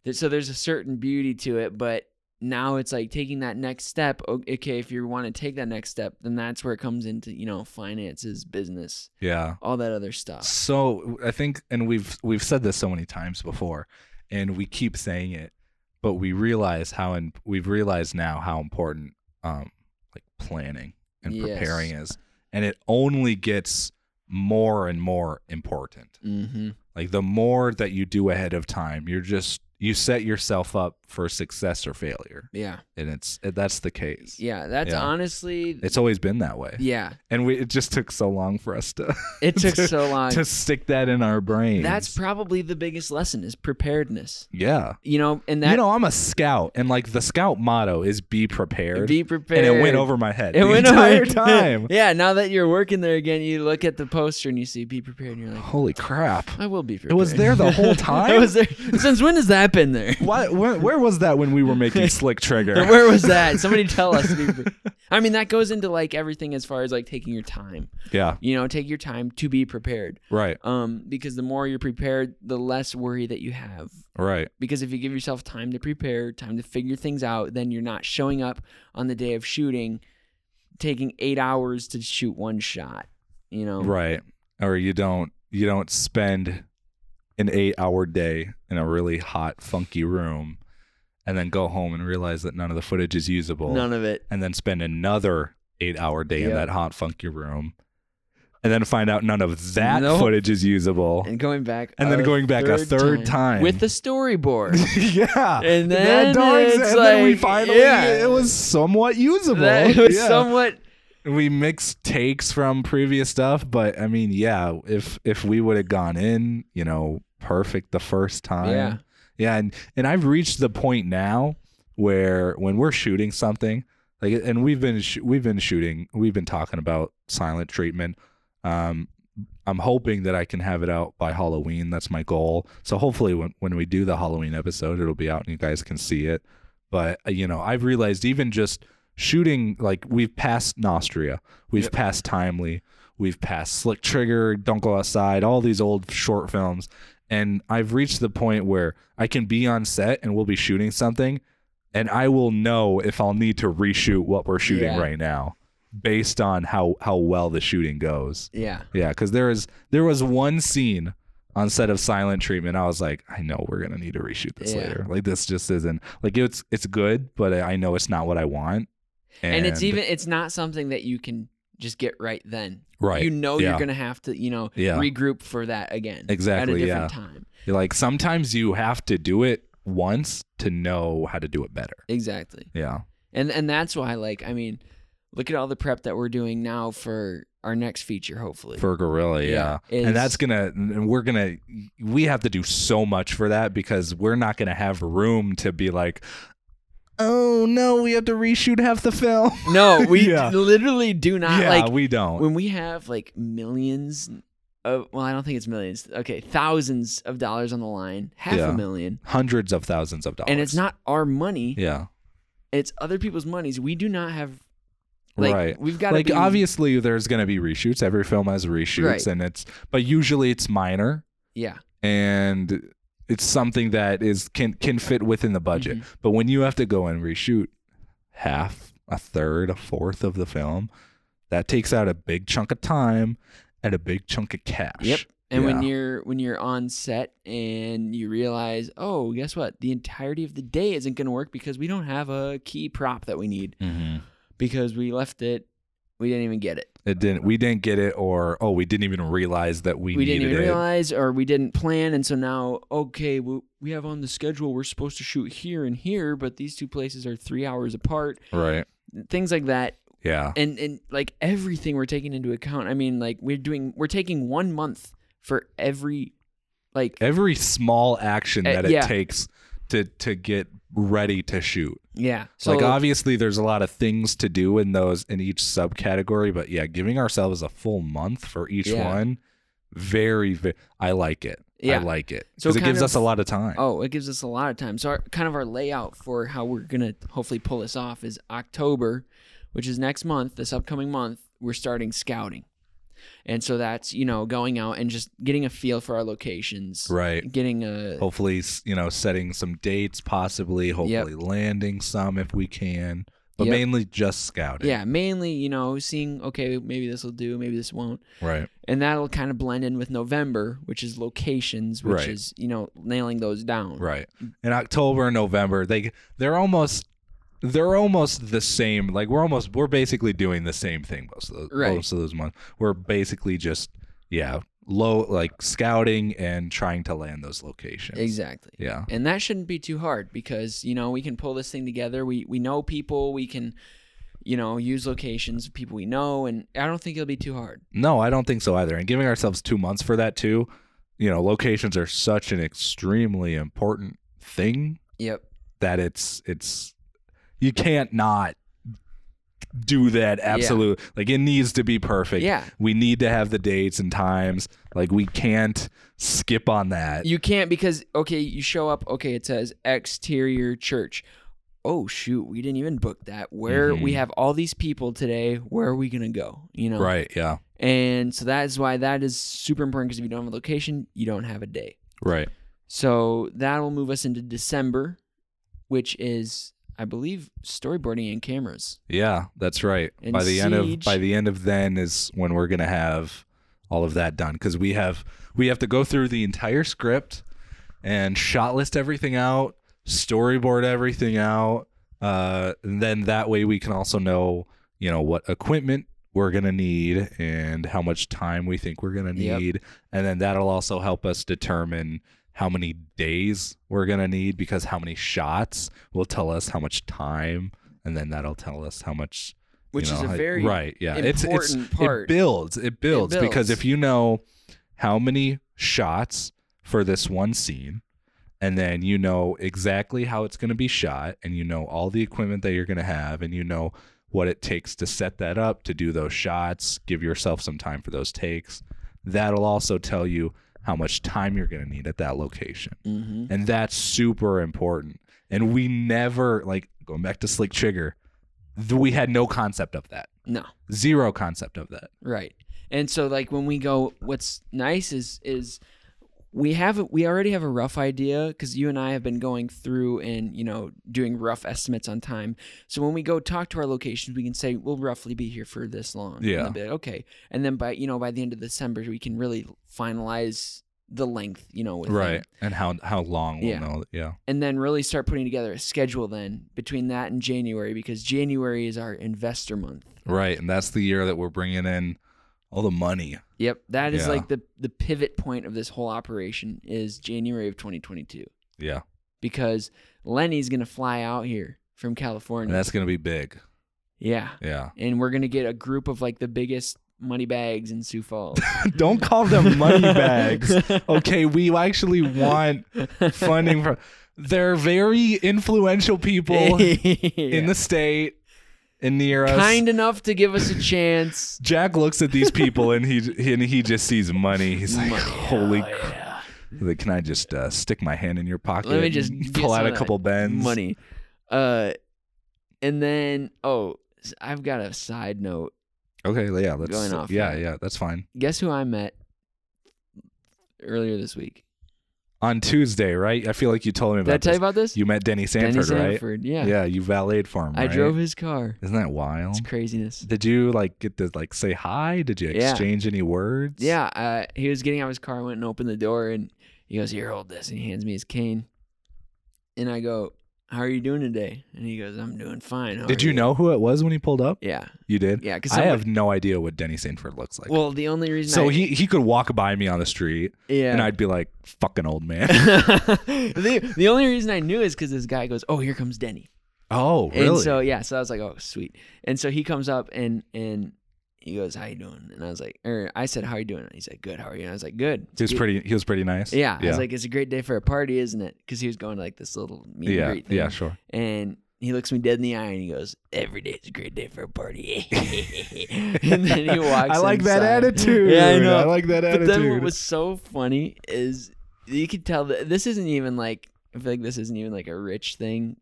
th- so there's a certain beauty to it but now it's like taking that next step O- okay if you want to take that next step then that's where it comes into you know finances business
yeah.
all that other stuff
So I think and we've we've said this so many times before and we keep saying it, but we realize how and we've realized now how important um like planning and
Yes.
preparing is. And it only gets more and more important.
mm-hmm.
Like the more that you do ahead of time, you're just you set yourself up for success or failure.
yeah
And it's eh, that's the case.
yeah that's
Yeah.
honestly
It's always been that way.
yeah
And we it just took so long for us to
it took
To- *laughs*
so long
to stick that in our brains.
that's probably the biggest lesson is preparedness
yeah.
you know and that
you know, I'm a scout, and like the scout motto is "Be prepared."
be prepared
And it went over my head.
it
the
went
entire
over *laughs*
time.
yeah now that you're working there again you look at the poster and you see be prepared and you're like
Holy crap!
I will be prepared.
It was there the
*laughs*
whole time.
it was there. Since when has that
*laughs*
been there?
Why, where, where was that when we were
*laughs*
making Slick
And
Trigger?
Where was that? Somebody tell us. To be pre- I mean, that goes into like everything as far as like taking your time.
yeah,
You know, take your time to be prepared.
right,
Um, because the more you're prepared, the less worry that you have.
right,
Because if you give yourself time to prepare, time to figure things out, then you're not showing up on the day of shooting, taking eight hours to shoot one shot. You know,
right. Or you don't you don't spend an eight hour day in a really hot, funky room, and then go home and realize that none of the footage is usable.
none of it.
and then spend another eight hour day in
Yep.
that hot funky room and then find out none of that
Nope.
footage is usable
And going back,
And then
a
going back a third time.
with
*laughs*
the storyboard.
*laughs* yeah
And
That
then
don't
it's
and then we
like,
finally
yeah.
it was somewhat usable
That was
Yeah.
somewhat
we mixed takes from previous stuff, but I mean, yeah, if if we would have gone in, you know, perfect the first time.
Yeah.
Yeah, and and I've reached the point now where when we're shooting something, like and we've been sh- we've been shooting, we've been talking about silent treatment. Um I'm hoping that I can have it out by Halloween. That's my goal. So hopefully when when we do the Halloween episode, it'll be out and you guys can see it. But uh, you know, I've realized even just shooting like we've passed Nostria, we've passed Timely, we've passed Slick Trigger, Don't Go Outside, all these old short films, and I've reached the point where I can be on set and we'll be shooting something, and I will know if I'll need to reshoot what we're shooting
Yeah.
right now based on how how well the shooting goes.
Yeah.
Yeah, because there is there was one scene on set of Silent Treatment. I was like, I know we're gonna need to reshoot this
Yeah.
later. Like this just isn't like it's it's good, but I know it's not what I want.
And, it's even it's not something that you can just get right then.
right.
You know
yeah.
you're gonna have to, you know,
Yeah.
regroup for that again. At
Exactly,
a different
yeah.
time.
like sometimes you have to do it once to know how to do it better.
Exactly.
Yeah.
And and that's why like I mean, look at all the prep that we're doing now for our next feature, hopefully.
For Gorilla, yeah.
Yeah, is-
And that's gonna and we're gonna we have to do so much for that because we're not gonna have room to be like, Oh no, we have to reshoot half the film.
*laughs* no,
*laughs*
we
Yeah.
literally do not
yeah,
like
we don't.
when we have like millions of well, I don't think it's millions. Okay, thousands of dollars on the line, half
Yeah.
a million.
hundreds of thousands of dollars.
And it's not our money,
Yeah.
it's other people's monies. We do not have like
right.
we've got
Like
be,
obviously there's going to be reshoots. Every film has reshoots
Right.
and it's but usually it's minor
yeah.
and it's something that is can can fit within the budget.
Mm-hmm.
But when you have to go and reshoot half, a third, a fourth of the film, that takes out a big chunk of time and a big chunk of cash.
Yep. And when
Yeah.
you're when you're on set and you realize, oh, guess what? The entirety of the day isn't going to work because we don't have a key prop that we need
Mhm.
because we left it. We didn't even get it.
It didn't we didn't get it or oh we didn't even realize that we,
We, didn't
needed
even
it.
realize, or we didn't plan, and so now, okay, we, we have on the schedule we're supposed to shoot here and here, but these two places are three hours apart.
Right.
Things like that,
Yeah.
and and like everything we're taking into account. I mean, like we're doing, we're taking one month for every, like
every small action
Uh,
that it
yeah.
takes to to get ready to shoot.
yeah. So
like obviously there's a lot of things to do in those in each subcategory, but yeah, giving ourselves a full month for each
Yeah.
one very, ve- I like it. I
Yeah.
like it
So
because it
kind
gives us a
of-
lot of time.
Oh, it gives us a lot of time. So, our, kind of our layout for how we're going to hopefully pull this off is October, which is next month, this upcoming month, we're starting scouting. And so that's, you know, going out and just getting a feel for our locations.
Right.
Getting a.
Hopefully, s- you know, setting some dates, possibly, hopefully landing some if we can, but
Yep.
mainly just scouting.
Yeah, mainly, you know, seeing, okay, maybe this will do, maybe this won't.
Right.
And that'll kind of blend in with November, which is locations, which
Right.
is, you know, nailing those down.
Right. In October and November, they they're almost they're almost the same. Like we're almost we're basically doing the same thing most of those
Right.
most of those months. We're basically just yeah, low like scouting and trying to land those locations.
Exactly.
Yeah.
and that shouldn't be too hard because you know we can pull this thing together we we know people we can you know use locations of people we know and i don't think it'll be too hard
No, I don't think so either. And giving ourselves 2 months for that too. You know, locations are such an extremely important thing
yep
that it's it's you can't not do that absolute like it needs to be perfect
Yeah.
we need to have the dates and times like we can't skip on that
you can't because okay you show up okay it says exterior church oh shoot we didn't even book that where we
Mm-hmm.
have all these people today where are we gonna go you know
right yeah
and so that is why that is super important because if you don't have a location you don't have a day
right
So that will move us into December, which is, I believe, storyboarding and cameras.
yeah that's right
And
by the end of
Siege.
by the end of then is when we're gonna have all of that done because we have we have to go through the entire script and shot list everything out storyboard everything out uh and then that way we can also know you know what equipment we're going to need and how much time we think we're going to
Yep.
need and then that'll also help us determine how many days we're going to need because how many shots will tell us how much time and then that'll tell us how much
which
you
is
know,
a
like-
very
right yeah it's it's
important part.
it builds it builds because
builds.
if you know how many shots for this one scene and then you know exactly how it's going to be shot and you know all the equipment that you're going to have and you know what it takes to set that up to do those shots give yourself some time for those takes that'll also tell you how much time you're going to need at that location
Mhm.
and that's super important and we never like going back to slick trigger th- we had no concept of that
No,
zero concept of that.
right. And so like when we go, what's nice is is we have we already have a rough idea because you and I have been going through and you know doing rough estimates on time. So when we go talk to our locations, we can say we'll roughly be here for this long. And they'll
Yeah.
be like, okay, and then by you know by the end of December, we can really finalize the length. You know, with them.
And how how long we'll
Yeah.
know. Yeah.
and then really start putting together a schedule then between that and January because January is our investor month.
Right. And that's the year that we're bringing in all the money.
Yep, that is
Yeah.
like the the pivot point of this whole operation is January of 2022
Yeah.
because Lenny's going to fly out here from California.
And that's going to be big.
yeah.
Yeah.
And we're going to get a group of like the biggest money bags in
*laughs*
Sioux Falls.
*laughs* Don't call them *laughs* money
*laughs*
bags. Okay, we actually want funding from they're very influential
*laughs*
people in the state and near us.
kind enough to give us a
*laughs*
chance.
Jack looks at these people and he
*laughs*
and he just sees money. He's like, "Holy,
Oh,
cr-
yeah.
like, can I just uh, stick my hand in your pocket?
Let me just
and
get
pull
some
out a
of that
couple bends.
money. Uh, and then oh, s- I've got a side note.
Okay, yeah, let's.
Going off
yeah,
that.
yeah, that's fine.
Guess who I met earlier this week?
On Tuesday, right? I feel like you told me
Did I
about
tell you
this.
about this?
you met Denny Sanford,
Danny
right?
Sanford. Yeah.
Yeah, you valeted for him.
I
right? Oh.
drove his car.
Isn't that wild?
It's craziness.
Did you like get to like say hi? Did you
Yeah.
exchange any words?
Yeah. Uh, he was getting out of his car. I went and opened the door, and he goes, "Here, hold this." And he hands me his cane. And I go, "How are you doing today?" And he goes, "I'm doing fine." How
Did
are
you know who it was when he pulled up?
Yeah.
You did.
Yeah. Because
I have no idea what Denny Sanford looks like.
Well, the only reason.
so
I,
he he could walk by me on the street
Yeah.
and I'd be like, "Fucking old man." *laughs*
*laughs* the, the only reason I knew is because this guy goes, "Oh, here comes Denny."
oh, really?
And so yeah, so I was like, "Oh, sweet." And so he comes up and and he goes, "How you doing?" And I was like, or I said, "How you doing?" And he's like, "Good. How are you?" And I was like, "Good."
he was
It's-
pretty. He was pretty nice.
Yeah, I
Yeah.
was like, "It's a great day for a party, isn't it?" Because he was going to like this little meet and
yeah.
greet thing.
Yeah. Sure.
And he looks me dead in the eye and he goes, "Every day is a great day for a party." *laughs* *laughs* and then he
*laughs*
walks.
I like that
inside.
attitude.
Yeah, I know.
I like that
But
attitude.
then what was so funny is you could tell that this isn't even like I feel like this isn't even like a rich thing.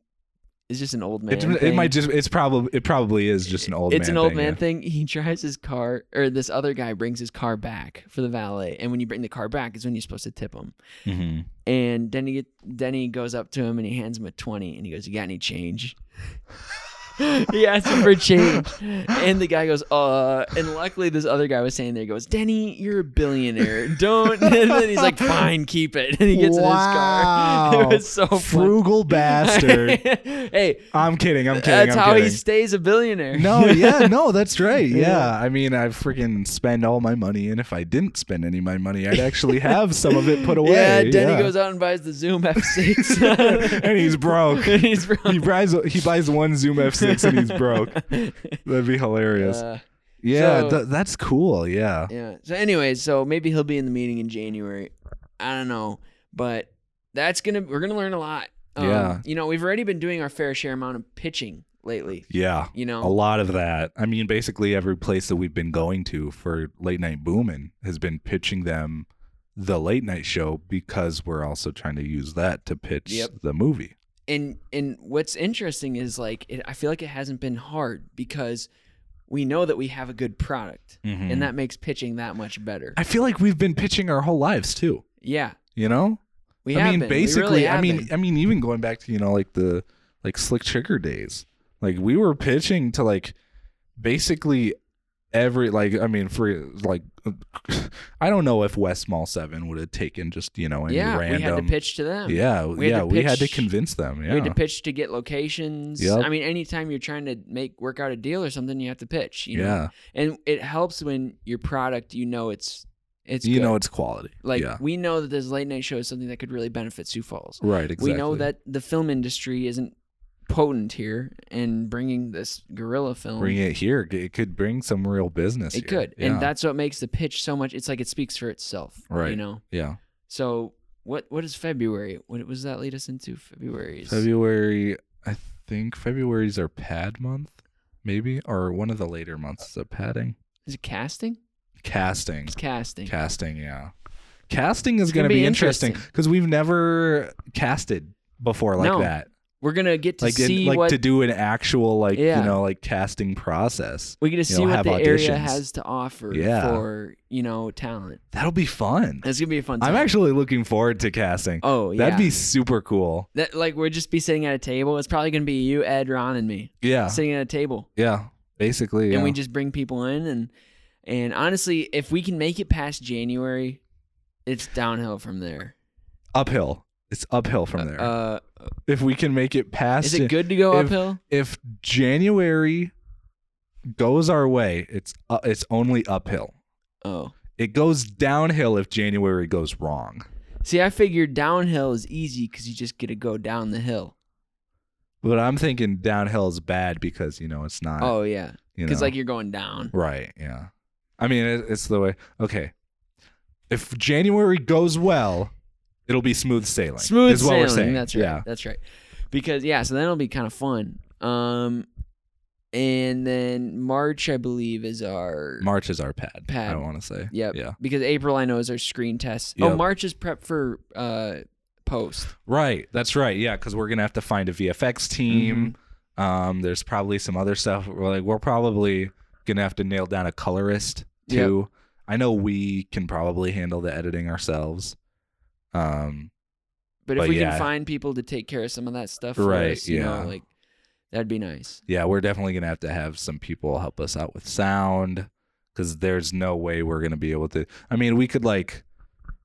It's just an old man.
It, it
thing.
might just it's probably it probably is just an old
It's
man
an old
thing,
man
yeah.
thing. He drives his car, or this other guy brings his car back for the valet. And when you bring the car back, is when you're supposed to tip him.
Mhm.
And Denny get, Denny goes up to him and he hands him a twenty, and he goes, "You got any change?" *laughs* he asks him for change, and the guy goes, "Uh." And luckily, this other guy was saying there, he goes, "Denny, you're a billionaire. Don't." *laughs* And then he's like, "Fine, keep it." And he gets in
Wow.
his car. *laughs* It was so funny. *laughs*
Frugal bastard.
hey,
I'm kidding. I'm kidding.
that's
I'm
how he
kidding.
*laughs* stays a billionaire. *laughs*
no, yeah, no, that's right. Yeah.
Yeah.
I mean, I freaking spend all my money, and if I didn't spend any of my money, I'd actually have some of it put away.
*laughs* Yeah, Denny
yeah.
goes out and buys
*laughs*
the Zoom *laughs* F6.
and he's broke.
And he's broke. *laughs*
He buys he buys one Zoom F6 and he's broke. *laughs* That'd be hilarious.
Uh,
yeah,
so-
th- that's cool. Yeah,
yeah. So, anyways, so maybe he'll be in the meeting in January. I don't know, but that's gonna we're gonna learn a lot. Um,
Yeah.
You know, we've already been doing our fair share amount of pitching lately.
yeah.
You know.
a lot of that. I mean, basically every place that we've been going to for late night booming has been pitching them the late night show because we're also trying to use that to pitch
Yep.
the movie.
and and what's interesting is like it, I feel like it hasn't been hard because we know that we have a good product, and that makes pitching that much better.
Mm-hmm. I feel like we've been pitching our whole lives too.
yeah.
You know,
We
I
have
mean,
been. We really
basically, I
have
mean,
been.
I mean, even going back to you know like the like slick trigger days, like we were pitching to like basically every like I mean for like *laughs* I don't know if West Mall Seven would have taken just you know any
yeah,
random
we had to pitch to them.
Yeah,
We had
yeah,
to
we had to
pitch-
convince them. Yeah,
We had to pitch to get locations.
Yep.
I mean, anytime you're trying to make work out a deal or something, you have to pitch. You know?
yeah,
and it helps when your product, you know, it's it's
you
good.
know it's quality.
like
yeah,
we know that this late night show is something that could really benefit Sioux Falls.
right. Exactly.
We know that the film industry isn't potent here and bringing this gorilla film.
Bring it here. It could bring some real business.
it
here.
could,
Yeah.
and that's what makes the pitch so much. It's like it speaks for itself, You
Right.
know.
yeah.
So what what is February? What was that lead us into? February's
February. I think February's our pad month, maybe, or one of the later months. Is it padding?
is it casting?
Casting.
It's casting.
Casting. Yeah. Casting is
It's gonna
going to be,
be
interesting
interesting.
because we've never casted before like
No.
that.
We're gonna get to
Like, in-
see
like
what
to do an actual like
Yeah.
you know like casting process.
we get to see
know,
what
have
the area
auditions.
has to offer
Yeah.
for you know talent.
That'll be fun.
It's gonna be a fun. Time.
I'm actually looking forward to casting.
Oh yeah.
That'd be super cool.
that like we'll just be sitting at a table. It's probably gonna be you, Ed, Ron, and me
Yeah.
sitting at a table,
yeah. Basically.
and
Uh-huh.
we
yeah.
just bring people in and and honestly, if we can make it past January, it's downhill from there.
uphill. It's uphill from there.
Uh,
if we can make it past
is it good to go
if-
uphill?
if January goes our way, it's uh, it's only uphill.
Oh,
It goes downhill if January goes wrong.
see, I figured downhill is easy because you just get to go down the hill.
But I'm thinking downhill is bad because you know it's not.
Oh yeah,
you
because
know.
like you're going down.
right, yeah. I mean, it, it's the way. Okay, if January goes well, it'll be smooth sailing.
Smooth
is
sailing.
what we're saying.
That's right.
Yeah,
That's right. Because yeah, so that'll be kind of fun. Um, and then March, I believe, is our
March is our pad.
Pad.
I don't want to say.
Yep.
Yeah.
Because April, I know, is our screen test. Oh,
Yep.
March is prep for uh post.
Right. That's right. Yeah, because we're gonna have to find a VFX team.
Mm-hmm.
Um, there's probably some other stuff. We're like, we're probably gonna have to nail down a colorist
Yep.
too. I know we can probably handle the editing ourselves. Um,
But if
But
we
yeah.
can find people to take care of some of that stuff, for
Right,
us, you
yeah.
know, like that'd be nice.
yeah, we're definitely gonna have to have some people help us out with sound because there's no way we're gonna be able to. I mean, we could like,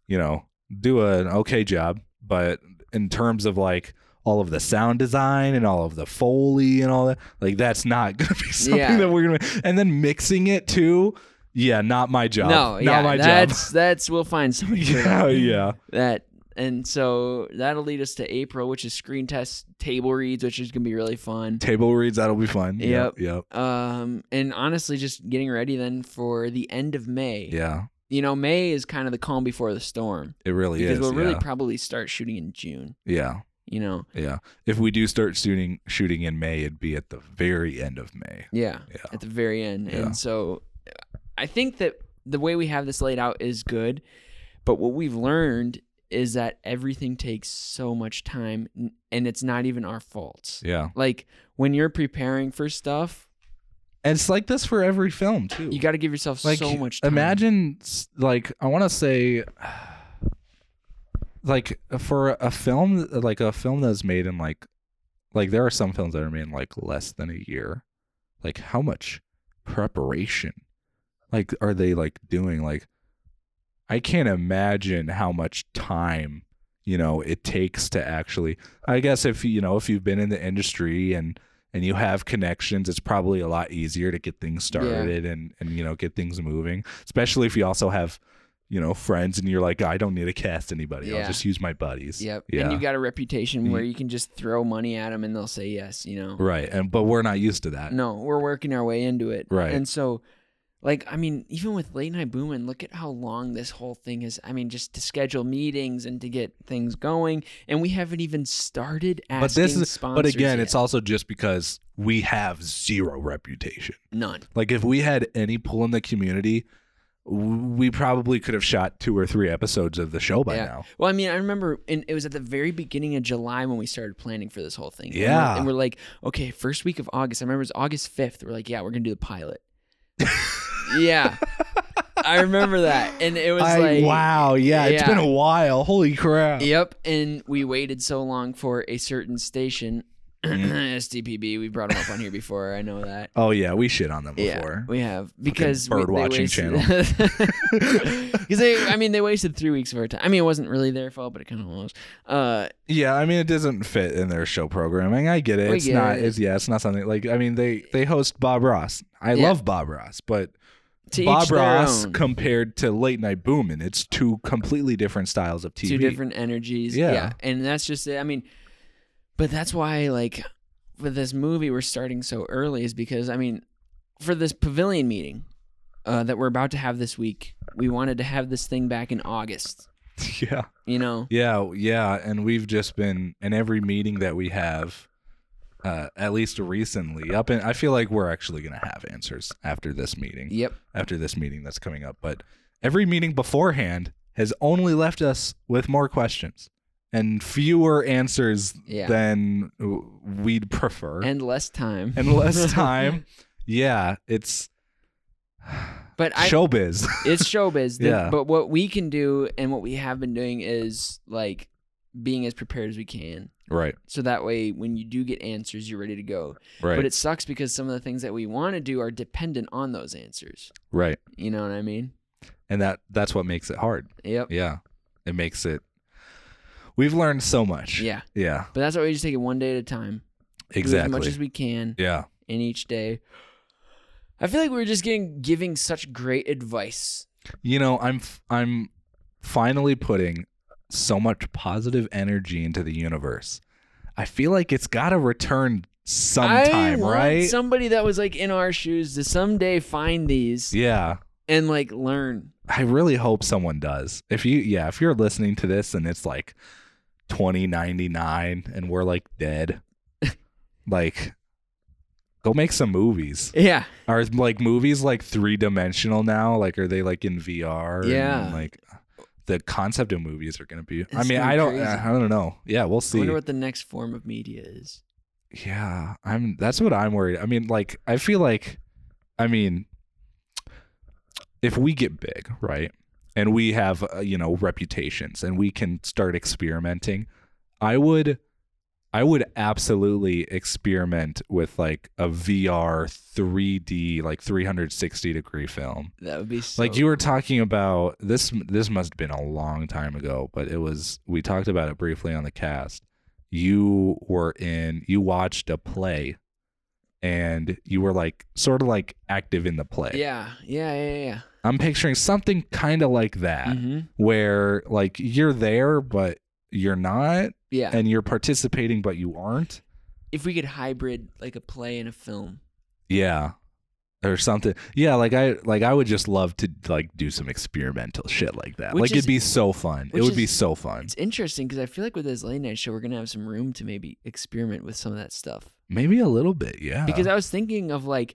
you know, do an okay job, but in terms of like all of the sound design and all of the foley and all that, like that's not *laughs* gonna be something
Yeah.
that we're gonna. And then mixing it too, yeah, not my job.
No,
not
yeah,
my
that's
*laughs* job.
that's we'll find
*laughs*
somebody. for
yeah,
that.
yeah,
That and so that'll lead us to April, which is screen test table reads, which is gonna be really fun.
table reads that'll be fun.
Yep.
yep,
Um, and honestly, just getting ready then for the end of May.
yeah.
You know, May is kind of the calm before the storm
It really
because
is.
we'll really
yeah.
probably start shooting in June.
yeah.
You know,
Yeah. If we do start shooting shooting in May, it'd be at the very end of May.
Yeah.
Yeah.
At the very end.
Yeah.
And so I think that the way we have this laid out is good, but what we've learned is that everything takes so much time n- and it's not even our fault.
Yeah.
Like when you're preparing for stuff,
And it's like this for every film too.
you got to give yourself
like
so much time.
Imagine s- like I want to say like for a film like a film that's made in like like there are some films that are made in like less than a year. Like how much preparation like are they like doing like I can't imagine how much time you know it takes to actually I guess if you know if you've been in the industry and and you have connections it's probably a lot easier to get things
Yeah.
started and and you know get things moving especially if you also have you know friends and you're like I don't need to cast anybody I'll
Yeah.
just use my buddies
Yep.
yeah
And you got a reputation
You-
where you can just throw money at them and they'll say yes, you know.
right and but we're not used to that
No, we're working our way into it.
Right.
And so, like, I mean, even with late night booming, look at how long this whole thing is. I mean, just to schedule meetings and to get things going, and we haven't even started asking
but this is
sponsors.
but again
yet.
it's also just because we have zero reputation
none.
Like if we had any pull in the community, w- we probably could have shot two or three episodes of the show by
Yeah.
now.
Well, I mean, I remember in, it was at the very beginning of July when we started planning for this whole thing. And we're-
Yeah.
And we're, like, okay, first week of August. I remember it was August 5th. We're like, yeah, we're going to do
*laughs*
the pilot. yeah. I remember that. And it was like,
wow, yeah, it's
yeah.
been a while. Holy crap!
Yep, and we waited so long for a certain station, *clears throat*
Mm.
SDPB. We brought them up on here before. I know that.
Oh yeah, we shit on them
Yeah,
before.
we have because we-
bird
they
watching
wasted-
channel.
*laughs*
*laughs*
Because they, I mean, they wasted three weeks of our time. I mean, it wasn't really their fault, but it kind of was. Uh,
yeah, I mean it doesn't fit in their show programming. I get it.
We
it's
get
not.
it.
It's yeah, it's not something like. I mean they they host Bob Ross. I
Yeah.
love Bob Ross, but
to each
Bob
their
Ross
own.
compared to Late Night Boomin', it's two completely different styles of TV.
two different energies.
Yeah.
and that's just it. I mean, but that's why like for this movie we're starting so early is because I mean, for this pavilion meeting uh, that we're about to have this week, we wanted to have this thing back in August.
*laughs* yeah.
You know,
Yeah, yeah, and we've just been in every meeting that we have, uh, at least recently. Up in, I feel like we're actually gonna have answers after this meeting.
yep,
After this meeting that's coming up, but every meeting beforehand has only left us with more questions and fewer answers
Yeah.
than w- we'd prefer
and less time,
*laughs* and
*laughs*
less time. yeah, it's
but I *laughs*
showbiz.
it's showbiz. The-
Yeah.
But what we can do and what we have been doing is like being as prepared as we can.
right,
So that way, when you do get answers, you're ready to go.
right,
But it sucks because some of the things that we want to do are dependent on those answers.
right,
You know what I mean?
and that that's what makes it hard.
Yep.
Yeah. It makes it We've learned so much.
Yeah.
Yeah.
But that's why we just take it one day at a time. Do as
Exactly.
much as we can
yeah.
in each day. I feel like we were just getting giving such great advice.
You know, I'm f- I'm finally putting so much positive energy into the universe. I feel like it's got to return
I
sometime,
want
right?
Somebody that was like in our shoes to someday find these
yeah.
and like learn.
I really hope someone does. If you yeah, if you're listening to this and it's like 2099 and we're like
*laughs*
dead, like go make some movies.
Yeah.
Are like movies like three dimensional now? Like are they like in VR? and,
Yeah.
like the concept of movies are gonna be. I
It's
mean,
gonna
I
be
don't.
crazy.
I don't know. Yeah, we'll
I
see.
wonder what the next form of media is.
yeah, I'm. That's what I'm worried. I mean, like I feel like, I mean, if we get big, right, and we have uh, you know reputations, and we can start experimenting, I would. I would absolutely experiment with like a VR 3D like 360 degree film
That would be so
like you were talking about this this must have been a long time ago but it was we talked about it briefly on the cast you were in you watched a play and you were like sort of like active in the play
Yeah. Yeah. Yeah. Yeah.
i'm picturing something kind of like that
Yeah. hmm
where like you're there but you're not
yeah.
and you're participating but you aren't
if we could hybrid like a play and a film.
yeah or something yeah like i like i would just love to like do some experimental shit like that
Which
like
is-
it'd be so fun it
which
would be
is-
so fun
It's interesting because I feel like with this late night show, we're gonna have some room to maybe experiment with some of that stuff.
Maybe a little bit, yeah.
Because I was thinking of like,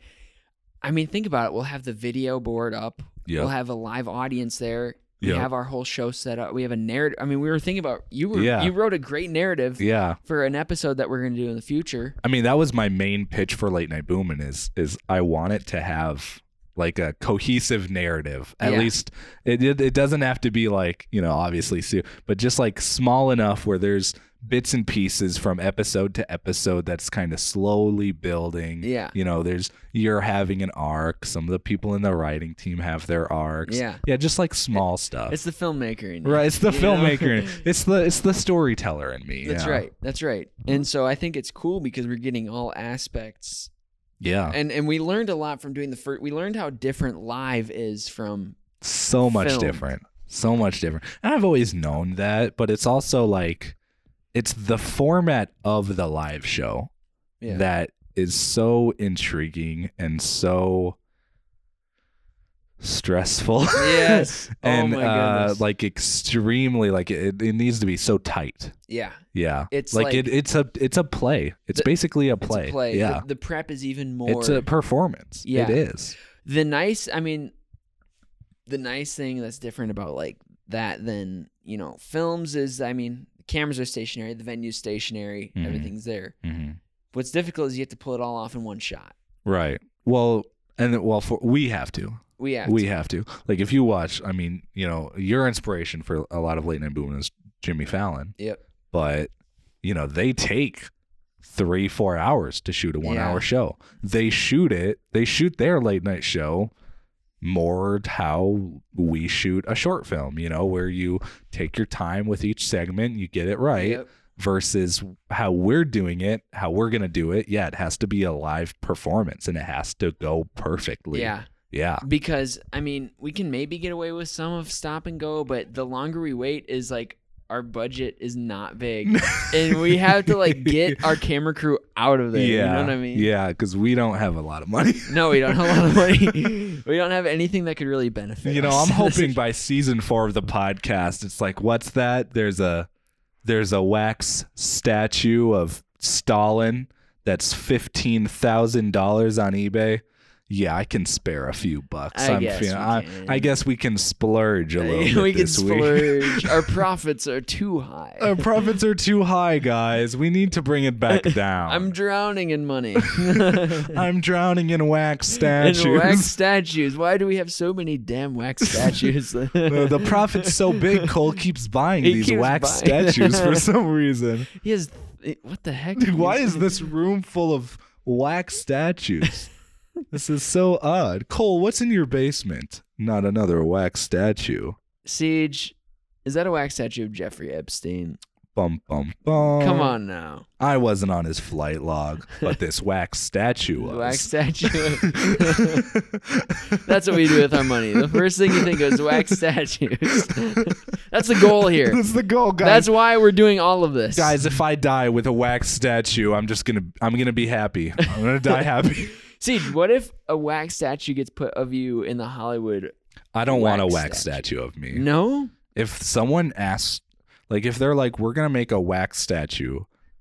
I mean, think about it. We'll have the video board up.
yeah,
We'll have a live audience there.
Yeah.
We have our whole show set up. We have a narrative. I mean, we were thinking about you were
Yeah.
you wrote a great narrative
yeah.
for an episode that we're gonna do in the future.
I mean, that was my main pitch for Late Night Boomin' is is I want it to have like a cohesive narrative. At
Yeah.
least it, it it doesn't have to be like you know obviously, su- but just like small enough where there's bits and pieces from episode to episode that's kind of slowly building.
Yeah.
you know, there's you're having an arc. Some of the people in the writing team have their arcs.
Yeah.
yeah, just like small stuff.
It's the filmmaker in you.
Uh, Right, it's the
you know?
filmmaker. in- It's the it's the storyteller in me.
*laughs* That's
yeah.
right. That's right. And so I think it's cool because we're getting all aspects
Yeah.
and and we learned a lot from doing the first. We learned how different live is from
so much
filmed.
different so much different and i've always known that but it's also like it's the format of the live show
yeah.
that is so intriguing and so stressful
Yes.
*laughs* and
oh my
uh,
goodness.
like extremely like it, it needs to be so tight
yeah,
yeah
It's like-
it, it's a it's a play it's
The-
basically a
it's
play
a play.
yeah
The, the prep is even more.
it's a performance
Yeah.
it is
the nice. I mean, the nice thing that's different about like that than you know films is I mean the cameras are stationary, the venue's stationary,
Mhm.
everything's there.
mm-hmm.
What's difficult is you have to pull it all off in one shot.
right well and well for we have to
We have.
we
to.
have to. Like if you watch, I mean, you know, your inspiration for a lot of late night booming is Jimmy Fallon,
Yep.
but you know they take three four hours to shoot a one
Yeah.
hour show. They shoot it. They shoot their late night show more how we shoot a short film. You know, where you take your time with each segment, you get it right
Yep.
versus how we're doing it, how we're going to do it. Yeah, it has to be a live performance and it has to go perfectly.
Yeah.
Yeah.
because I mean, we can maybe get away with some of stop and go, but the longer we wait is like our budget is
*laughs*
not big, and we have to like get our camera crew out of there.
yeah.
You know what I mean?
Yeah, because we don't have a lot of money. *laughs*
No, we don't have a lot of money. we don't have anything that could really benefit.
you
*laughs*
know,
us.
I'm hoping by season four of the podcast, it's like, what's that? There's a there's a wax statue of Stalin that's fifteen thousand dollars on eBay. Yeah, I can spare a few bucks.
I
am
guess we
I,
can.
I guess we can
*laughs*
splurge a little bit
we can
this week. *laughs*
splurge. our profits are too high.
Our profits are too high, guys. We need to bring it back down.
*laughs* I'm drowning in
*laughs*
money. *laughs*
I'm drowning in wax statues.
And wax statues. Why do we have so many damn wax
*laughs*
statues?
the, the profit's so big, Cole keeps buying
He
these
keeps
wax
buying-
statues
*laughs*
for some reason.
he has. eh, What the heck?
*laughs* Dude, why is
*laughs*
this room full of wax statues? this is so odd. Cole, what's in your basement? Not another wax statue.
siege? Is that a wax statue of Jeffrey Epstein?
Bum bum bum.
Come on now,
I wasn't on his flight log, but
*laughs*
this wax statue was.
wax statue.
*laughs*
That's what we do with our money. The first thing you think of is wax statues. *laughs* That's the goal *laughs*
*laughs*
here.
That's the goal, guys.
That's why we're doing all of this.
Guys, if I die with a wax statue, I'm just gonna I'm gonna be happy. I'm gonna *laughs* die happy.
Siege, what if a wax statue gets put of you in the Hollywood?
I don't want a
Wax
wax
statue.
statue of me.
No?
if someone asks like if they're like we're gonna make a wax statue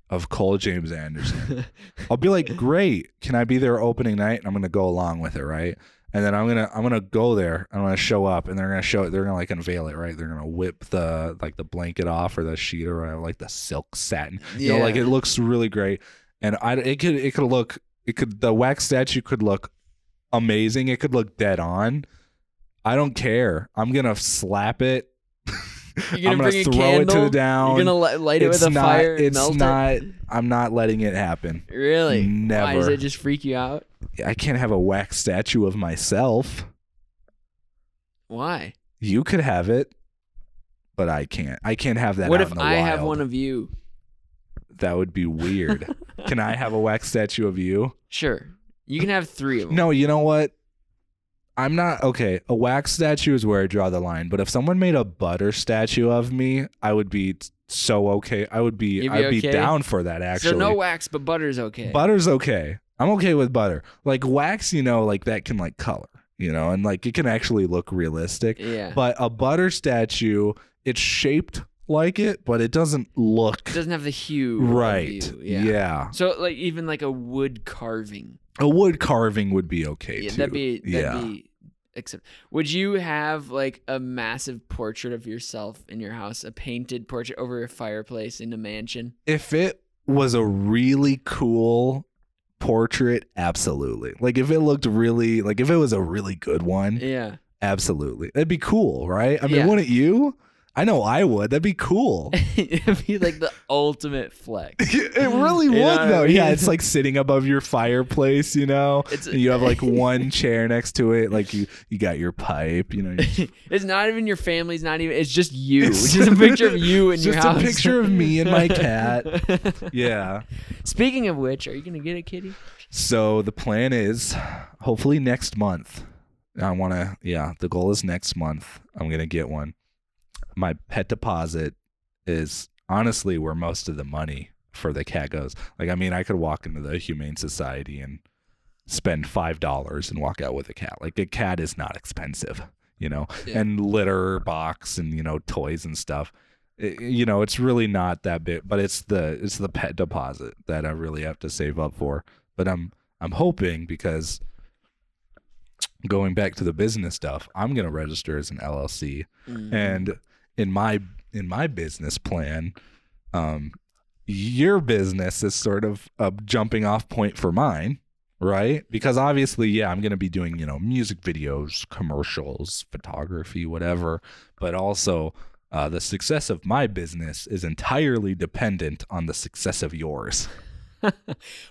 of cole james
*laughs*
anderson i'll be like great can i be there opening night and i'm gonna go along with it right and then i'm gonna i'm gonna go there i'm gonna show up and they're gonna show it they're gonna like unveil it right they're gonna whip the like the blanket off or the sheet or whatever, like the silk satin you know like
Yeah.
it looks really great and i it could it could look it could the wax statue could look amazing it could look dead on i don't care i'm gonna slap it
You're
I'm gonna
bring
throw
a
it to
candle?
the down.
You're gonna li- light it
it's
with a
not.
fire. and
it's
melt it?
not. I'm not letting it happen.
Really? Why does
Never.
it just freak you out?
I can't have a wax statue of myself.
Why?
You could have it, but I can't. I can't have that.
What
out
if
in the
I have
wild.
one of you?
That would be
*laughs*
weird. can I have a wax statue of you?
Sure. You can have three of
*laughs*
them.
No. You know what? I'm not okay. A wax statue is where I draw the line. But if someone made a butter statue of me, I would be t- so okay. I would be.
You'd be
I'd be
okay?
down for that. Actually,
So no wax, but butter's okay.
Butter's okay. I'm okay with butter. Like wax, you know, like that can like color, you know, and like it can actually look realistic.
yeah.
But a butter statue, it's shaped like it, but it doesn't look
it doesn't have the hue. of
right.
you,
Yeah.
Yeah. So like even like a wood carving.
A wood carving would be okay
Yeah,
too.
that'd be that'd
yeah.
be except would you have like a massive portrait of yourself in your house, a painted portrait over a fireplace in a mansion?
if it was a really cool portrait, absolutely. Like if it looked really like if it was a really good one,
Yeah. *laughs*
absolutely. That'd be cool, right? I mean,
Yeah.
wouldn't you? I know I would. That'd be cool.
*laughs*
*laughs*
It'd be like the ultimate flex. *laughs*
it really
You
would
know what I
though. Yeah,
mean?
it's like sitting above your fireplace, you know.
It's
And you have
*laughs*
like one chair next to it, like you you got your pipe,
*laughs*
you know. you-
It's not even your family's not even it's just you.
It's-
It's just a
*laughs*
picture of you in
it's
your
just a
house.
picture of me and my cat.
*laughs*
Yeah.
Speaking of which, are you gonna get a kitty?
So the plan is hopefully next month. I want to yeah, the goal is next month I'm going to get one. My pet deposit is honestly where most of the money for the cat goes. Like I mean, I could walk into the humane society and spend $5 and walk out with a cat. Like a cat is not expensive, you know.
Yeah.
And litter box and you know toys and stuff. It- you know, it's really not that big, but it's the it's the pet deposit that I really have to save up for. But I'm I'm hoping because going back to the business stuff, I'm going to register as an LLC
Mm.
and in my in my business plan um your business is sort of a jumping off point for mine right because obviously yeah i'm going to be doing you know music videos commercials photography whatever but also uh, the success of my business is entirely dependent on the success of yours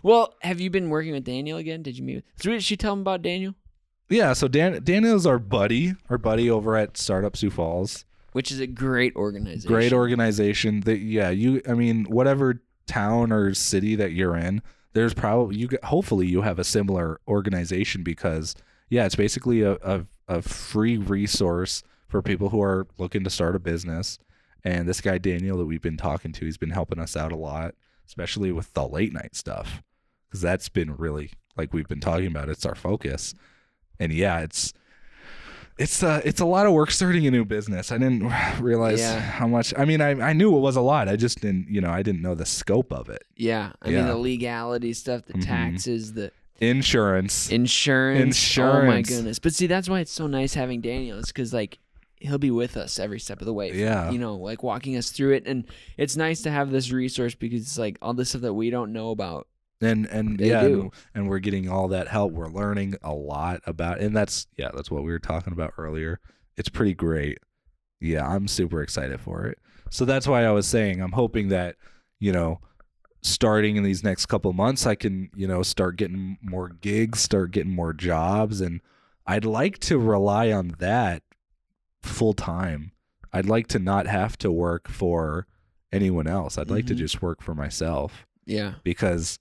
Well, have you been working with Daniel again? Did you meet? So Did she tell him about Daniel?
yeah so dan daniel's our buddy our buddy over at startup sioux falls
Which is a great organization.
great organization that yeah you i mean whatever town or city that you're in there's probably you get- hopefully you have a similar organization because yeah it's basically a, a, a free resource for people who are looking to start a business And this guy Daniel that we've been talking to, he's been helping us out a lot, especially with the late night stuff, because that's been really like we've been talking about. It's our focus, and yeah, it's it's uh it's a lot of work starting a new business. I didn't *sighs* realize
Yeah.
how much. I mean, I I knew it was a lot. I just didn't you know I didn't know the scope of it.
Yeah. I mean
Yeah.
the legality stuff, the
Mhm.
taxes, the
Insurance.
insurance. Oh my
Insurance.
goodness. But see, that's why it's so nice having Daniel. It's because like he'll be with us every step of the way.
Yeah.
You know, like walking us through it, and it's nice to have this resource because it's like all the stuff that we don't know about.
and and
They
yeah,
do.
and, and we're getting all that help. We're learning a lot about, and that's yeah, that's what we were talking about earlier. It's pretty great. Yeah, I'm super excited for it. So that's why I was saying I'm hoping that you know, starting in these next couple months, I can you know start getting more gigs, start getting more jobs, and I'd like to rely on that full time. I'd like to not have to work for anyone else. I'd like to
Mhm.
just work for myself
Yeah.
because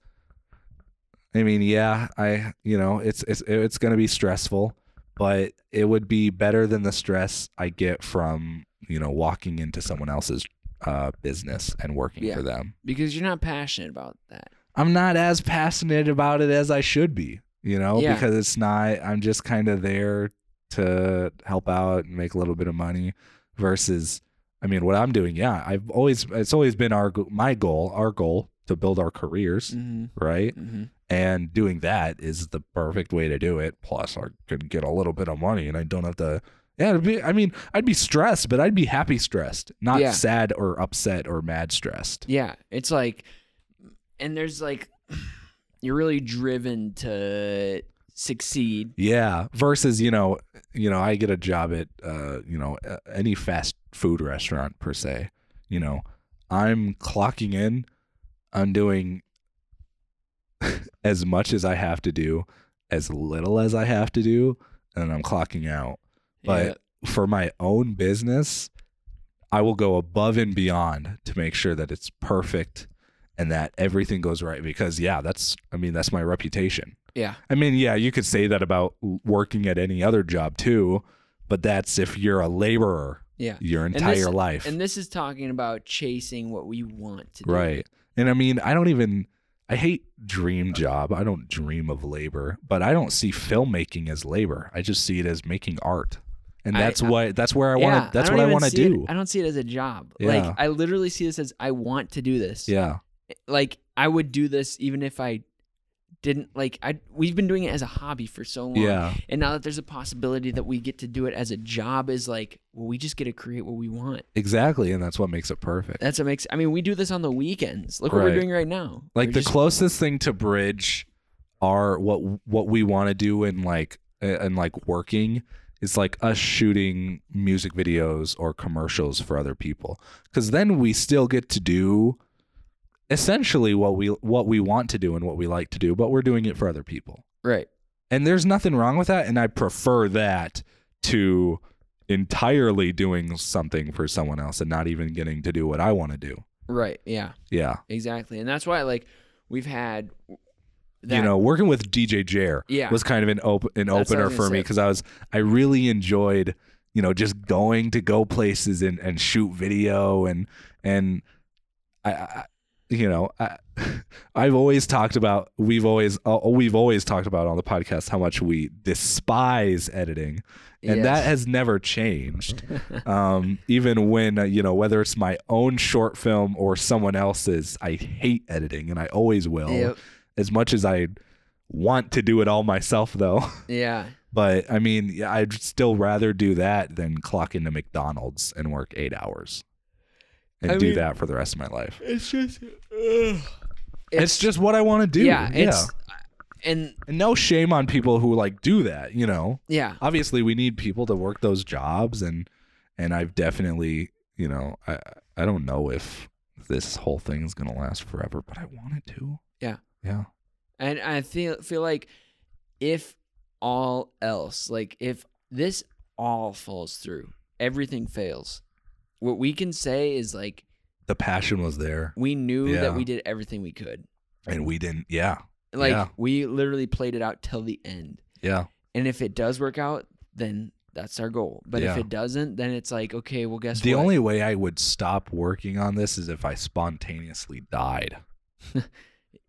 I mean, yeah, I you know, it's it's it's going to be stressful, but it would be better than the stress I get from, you know, walking into someone else's uh business and working
Yeah.
for them.
Because you're not passionate about that.
I'm not as passionate about it as I should be, you know,
Yeah.
because it's not I'm just kind of there to help out and make a little bit of money versus I mean, what I'm doing, yeah, I've always it's always been our go- my goal, our goal to build our careers,
Mm-hmm.
right?
Mm-hmm.
and doing that is the perfect way to do it plus i could get a little bit of money and i don't have to yeah it'd be, i mean i'd be stressed but i'd be happy stressed not
Yeah.
sad or upset or mad stressed
Yeah, it's like, and there's like, you're really driven to succeed.
yeah versus you know you know i get a job at uh you know a- any fast food restaurant per se you know i'm clocking in i'm doing *laughs* as much as i have to do as little as i have to do and i'm clocking out But-
Yeah.
for my own business, I will go above and beyond to make sure that it's perfect and that everything goes right. Because, yeah, that's, I mean, that's my reputation.
yeah,
I mean, yeah, you could say that about working at any other job too, but that's if you're a laborer
yeah,
your
this-
entire life.
And this is talking about chasing what we want to do.
Right. And I mean, I don't even I hate dream job. I don't dream of labor, but I don't see filmmaking as labor. I just see it as making art. And
I-
that's what that's where I
yeah,
want to that's
don't
what I
even
want to
see it-
do.
I don't see it as a job.
Yeah.
Like I literally see this as I want to do this.
Yeah.
Like I would do this even if I didn't like I we've been doing it as a hobby for so long.
Yeah.
And now that there's a possibility that we get to do it as a job is like, well, we just get to create what we want.
Exactly, and that's what makes it perfect.
That's what makes. I mean, we do this on the weekends. Look what
Right.
we're doing right now.
like
We're
the
just-
closest thing to bridge are what what we want to do in like and like working is like us shooting music videos or commercials for other people cuz then we still get to do essentially what we what we want to do and what we like to do but we're doing it for other people
right.
and there's nothing wrong with that and i prefer that to entirely doing something for someone else and not even getting to do what i want to do
Right. Yeah.
yeah
Exactly. And that's why like we've had that.
you know, working with DJ Jer
Yeah.
was kind of an op- an
That's what I
opener
was
for
gonna
me
say.
because I was I really enjoyed you know just going to go places and, and shoot video and and I, I you know I *laughs* I've always talked about we've always uh, we've always talked about on the podcast how much we despise editing and
Yes.
that has never changed um, even when uh, you know whether it's my own short film or someone else's I hate editing and I always will
Yep.
as much as I want to do it all myself though. *laughs*
Yeah.
But I mean, yeah, I'd still rather do that than clock into McDonald's and work eight hours and
I
do
mean-
that for the rest of my life.
It's just.
It's, just what I want to do.
yeah. It's. And
And no shame on people who like do that, you know.
yeah.
Obviously, we need people to work those jobs and and I've definitely, you know, I I don't know if this whole thing is going to last forever, but I want it to.
Yeah.
Yeah.
And I feel feel like if all else, like if this all falls through, everything fails. What we can say is like
The passion was there
we knew
Yeah.
that we did everything we could.
and we didn't. Yeah.
Like
Yeah.
we literally played it out till the end.
Yeah.
And if it does work out, then That's our goal. But if
Yeah.
it doesn't, then it's like, okay, well, guess
The
what?
only way I would stop working on this is if I spontaneously died.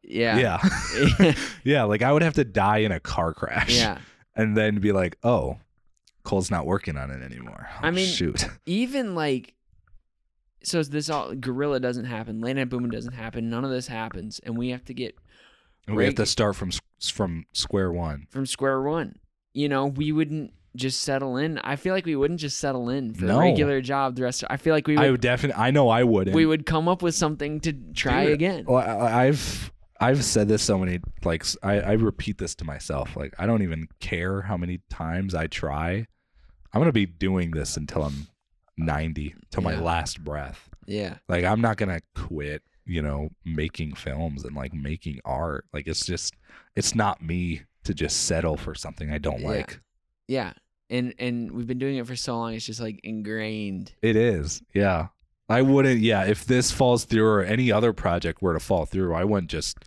yeah,
Yeah. *laughs*
*laughs* yeah,
yeah. Like I would have to die in a car crash. And then be like, oh, Cole's not working on it anymore.
I
Oh,
mean-
shoot. *laughs*
Even like, so is this all gorilla doesn't happen, Land at Boom doesn't happen, none of this happens, and we have to get
We have
Reg-
to start from s- from square one.
from square one. You know, we wouldn't just settle in. I feel like we wouldn't just settle in for
No.
a regular job. The rest, I feel like we
I
would,
would definitely. I know I wouldn't.
we would come up with something to try
Dude,
again.
Well, I, I've I've said this so many like s- I, I repeat this to myself. Like I don't even care how many times I try. I'm gonna be doing this until I'm 90, till my
Yeah.
last breath.
Yeah,
Like I'm not gonna quit. You know, making films and like making art. Like it's just it's not me to just settle for something I don't
Yeah.
like.
yeah, and and we've been doing it for so long. It's just like ingrained.
It is. Yeah. I wouldn't, yeah, if this falls through or any other project were to fall through, I wouldn't just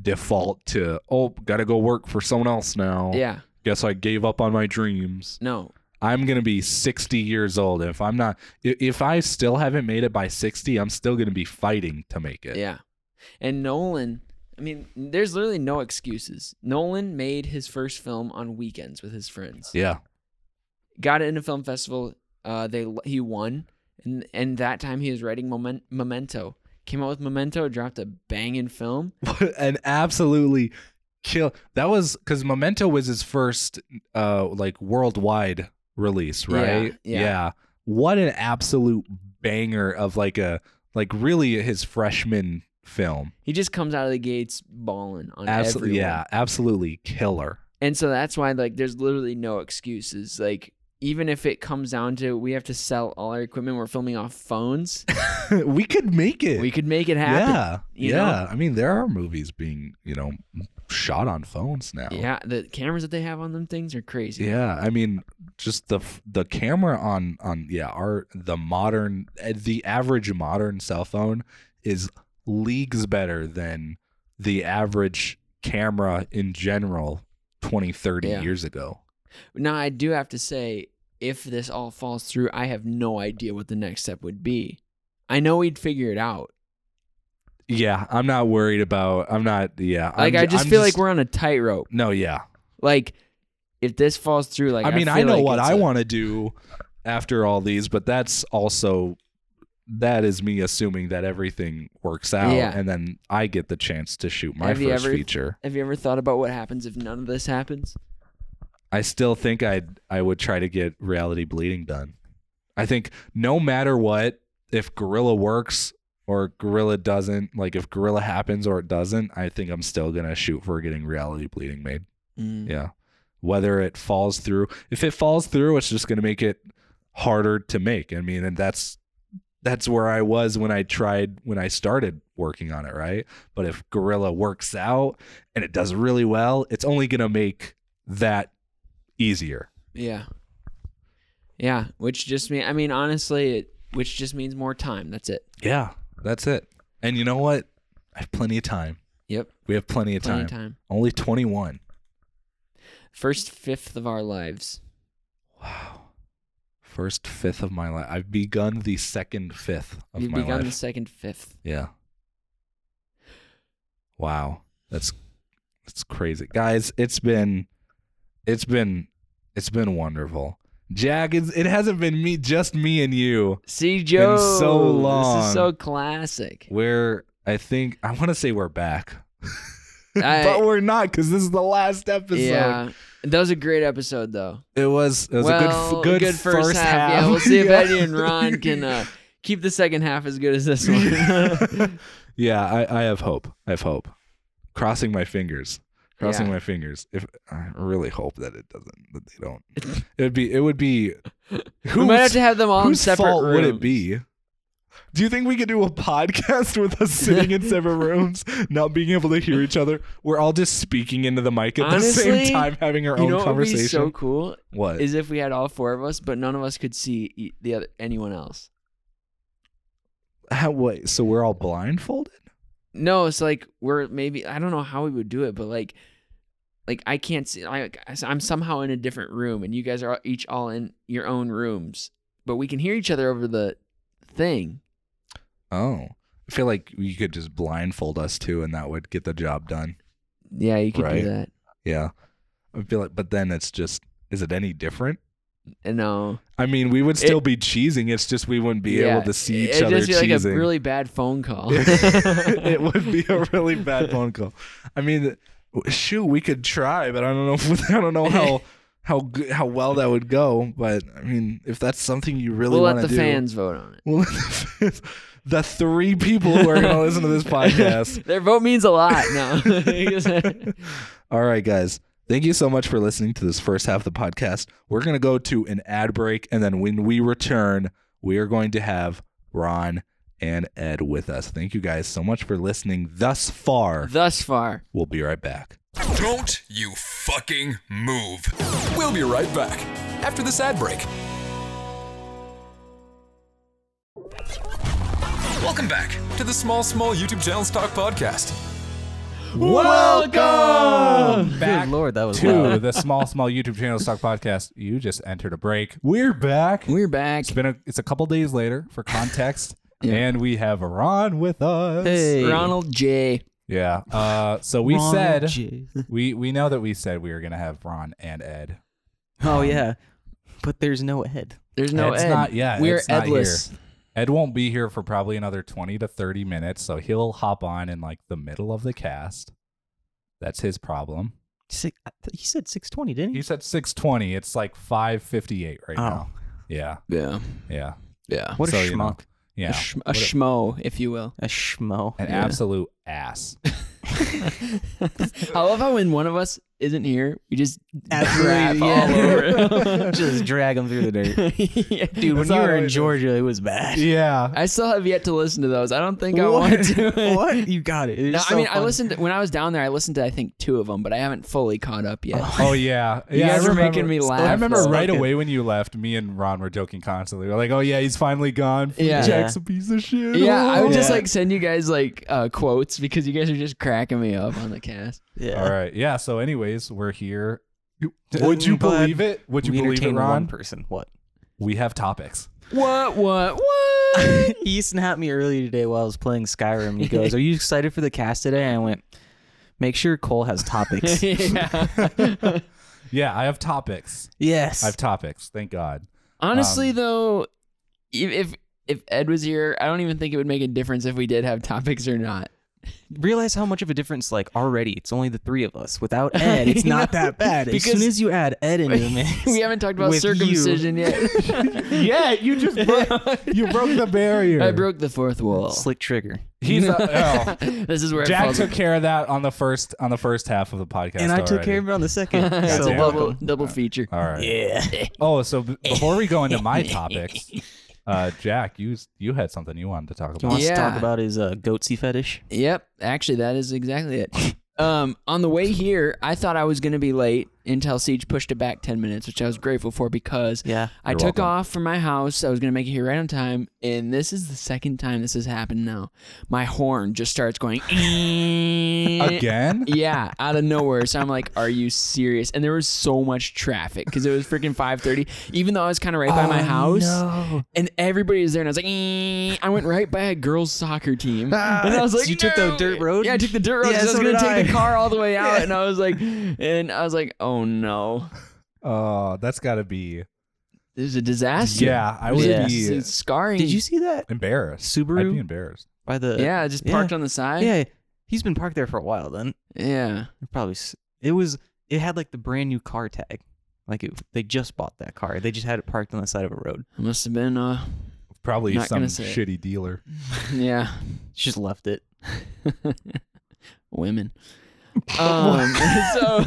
default to, oh, got to go work for someone else now.
Yeah,
Guess I gave up on my dreams.
no,
I'm going to be 60 years old. If I'm not, i- if I still haven't made it by 60, I'm still going to be fighting to make it.
Yeah. And Nolan, I mean, there's literally no excuses. Nolan made his first film on weekends with his friends.
Yeah.
Got it in a film festival. Uh, they he won, and and that time he was writing Moment, Memento. Came out with Memento, dropped a banging film.
*laughs* and absolutely kill. That was because Memento was his first, uh, like worldwide release,
Yeah,
right?
yeah.
What an absolute banger of like a like really his freshman film.
He just comes out of the gates balling on
Absolutely,
everyone.
yeah, absolutely killer. *laughs*
And so that's why like there's literally no excuses. Like even if it comes down to we have to sell all our equipment, we're filming
*laughs*
off phones.
we could make it.
we could make it happen.
yeah,
you
yeah.
know?
I mean, there are movies being you know shot on phones now.
Yeah, the cameras that they have on them things are crazy.
Yeah, I mean, just the f- the camera on on yeah, our the modern eh, the average modern cell phone is leagues better than the average camera in general 20 30
Yeah.
years ago.
Now I do have to say, if this all falls through, I have no idea what the next step would be. I know we'd figure it out.
Yeah, I'm not worried about I'm not yeah,
Like
I'm,
i just
I'm
feel like we're on a tightrope.
No, yeah.
Like if this falls through, like
I mean, I,
feel
know
like
what
it's
I
a-
want to do after all these, but that's also that is me assuming that everything works out,
Yeah.
and then I get the chance to shoot my
Have you
first
ever-
feature.
Have you ever thought about what happens if none of this happens?
I still think I would I would try to get reality bleeding done. I think no matter what, if Gorilla works or Gorilla doesn't, like if Gorilla happens or it doesn't, I think I'm still gonna shoot for getting reality bleeding made.
Mm.
Yeah. Whether it falls through, if it falls through, it's just going to make it harder to make. I mean, and that's that's where I was when I tried when I started working on it, right? But if Gorilla works out and it does really well, it's only going to make that easier.
Yeah. Yeah, which just mean I mean honestly, it which just means more time. That's it.
Yeah, that's it. And you know what? I have plenty of time.
Yep.
We have plenty of time.
Plenty of time.
Only 21.
First fifth of our lives.
Wow. First fifth of my life. I've begun the second fifth of
We've
my
begun
life.
the second fifth.
Yeah. Wow. That's that's crazy. Guys, it's been it's been it's been wonderful. Jack, it's, it hasn't been me just me and you.
See, Joe. This
long.
is so classic.
We're I think I want to say we're back. *laughs*
I-
but we're not cuz this is the last episode.
Yeah, that was a great episode, though.
It was it was
well,
a good f- good, first, half.
Yeah, we'll see
*laughs*
if Eddie and Ron can uh, keep the second half as good as this one.
yeah, I, I have hope. I have hope. Crossing my fingers. Crossing
Yeah.
my fingers. If I really hope that it doesn't, that they
*laughs*
don't. It would be. It would be.
*laughs* we
Who's,
might have to have them all in
whose
separate
fault would it
rooms.
be? Do you think we could do a podcast *laughs* with us sitting in
*laughs*
separate rooms, not being able to hear each other? We're all just speaking into the mic at the
Honestly,
same time, having our
You
own
know what would be
conversation.
so cool
what?
is if we had all four of us, but none of us could see e- the other anyone else.
How, wait, so we're all blindfolded?
No, it's like we're maybe I don't know how we would do it, but like like I can't see. I, I'm somehow in a different room, and you guys are each all in your own rooms, but we can hear each other over the thing.
Oh, I feel like you could just blindfold us too, and that would get the job done.
Yeah, you could
Right.
do that.
Yeah, I feel like, but then it's just, is it any different?
And no,
I mean, we would still be cheesing. It's just we wouldn't be
Yeah,
able to see each
it'd
other
just be like
cheesing.
a really bad phone
*laughs*
call. *laughs*
it would be a really bad phone call. I mean, shoot, we could try, but I don't know. *laughs* If, I don't know how how good, how well that would go. But I mean, if that's something you really
we'll
want
let
to
the
do,
fans vote on it.
we'll let the fans- the three people who are going to listen to
*laughs*
this podcast.
Their vote means a lot. No. *laughs*
All right, guys. Thank you so much for listening to this first half of the podcast. We're going to go to an ad break, and then when we return, we are going to have Ron and Ed with us. Thank you guys so much for listening thus far.
Thus far.
We'll be right back.
Don't you fucking move. We'll be right back after this ad break. Welcome back to the Small Small YouTube Channel Stock Podcast.
Welcome
Good lord, that was
to
loud.
the small small YouTube channel stock podcast. You just entered a break. We're back.
We're back.
It's been a, it's a couple days later for
*laughs*
context, and we have Ron with us.
Hey.
Ronald J.
Yeah. Uh, so we
Ron
said
J.
*laughs* we we know that we said we were gonna have Ron and Ed.
Oh yeah, but there's no head.
There's no
Ed's
Ed.
not- yeah,
We're
Ed's not here.
Edless.
Ed won't be here for probably another twenty to thirty minutes, so he'll hop on in like the middle of the cast. That's his problem.
Six, I th- he said six twenty, didn't
He
he?
said six twenty. It's like five fifty eight right
Oh.
now. Yeah.
Yeah.
Yeah.
Yeah.
What a
so,
schmuck,
you know. Yeah.
A, sh- a schmo, if you will.
a schmo.
An
Yeah.
absolute ass.
I love how when one of us isn't here, we just crap
Absolutely,
all *laughs*
yeah.
over.
Just drag him through the dirt, *laughs*
Yeah.
*laughs*
dude. When
That's
you
not
were
how I
in
do.
Georgia, it was bad.
Yeah.
I still have yet to listen to those. I don't think I want
*laughs*
to.
what? You got it.
No, I mean, I listened when I was down there. I listened to I think two of them, but I haven't fully caught up yet.
Oh yeah, yeah.
guys
I
were
remember-
making me laugh,
I remember
though.
right
Fucking-
away when you left, me and Ron were joking constantly. We're like, "Oh yeah, he's finally gone.
Yeah.
Jack's a piece of shit."
*laughs* Yeah, I would just
Yeah.
like send you guys like uh, quotes because you guys are just cracking me up on the cast.
Yeah.
All right. Yeah. So, anyways, we're here. Uh,
Would you But believe
it? Would
we entertain one person. What?
We have topics.
What? What? What?
*laughs* he snapped me earlier today while I was playing Skyrim. He *laughs* goes, "Are you excited for the cast today?" And I went, "Make sure Cole has *laughs*
*laughs*
topics."
yeah.
Yeah, I have topics.
yes.
I have topics. Thank God.
Honestly,
Um,
though, if if- if Ed was here, I don't even think it would make a difference if we did have topics or not.
realize how much of a difference like already it's only the three of us *laughs* without ed it's not that bad as
Because-
soon as you add ed *laughs* into the mix
We haven't talked about
With you.
circumcision yet.
Yeah, you
*laughs*
just broke, *laughs* you broke the barrier.
I broke the fourth wall.
slick trigger
He's
*laughs*
a, oh.
This is where it
Jack
falls
took care of that on the first on the first half of the podcast.
and i took
already.
care of it on the *laughs* second so
damn.
double,
welcome
double feature.
All right.
yeah
Oh, so b- before we go into my topics, uh, Jack, you s- you had something you wanted to talk
he
about.
wants to
Yeah.
talk about his uh, goatsy fetish
Yep, actually, that is exactly it. um, on the way here, I thought I was going to be late until Siege pushed it back 10 minutes, which I was grateful for because
yeah
I
You're
took
welcome.
off from my house. I was going to make it here right on time. And this is the second time this has happened now. My horn just starts going. *laughs*
Again?
Yeah, out of nowhere. So I'm like, "Are you serious?" And there was so much traffic because it was freaking 5:30. Even though I was kind of right by
Oh,
my house, and everybody was there, and I was like, "Eh." I went right by a girls' soccer team, and I was like,
Ah, you took the
"No."
dirt road?
Yeah, I took the dirt road.
Yeah,
'cause I was
so
gonna
did
take the
I.
car all the
*laughs*
way out, and I was like, and I was like, "Oh no,
Oh, that's got to be.
this is a disaster."
Yeah, I
It was
would
a
Yeah.
be
dis- scarring.
did you see that
embarrassed. I'd
Subaru?
be embarrassed.
by the
Yeah, just parked on the side.
yeah he's been parked there for a while then
yeah.
It probably s- it was it had like the brand new car tag like it, they just bought that car they just had it parked on the side of a road
It must have been uh, *laughs*
Probably
Not
some
gonna say it.
shitty dealer.
yeah, *laughs*
just left it *laughs*
women. Um, *laughs* so.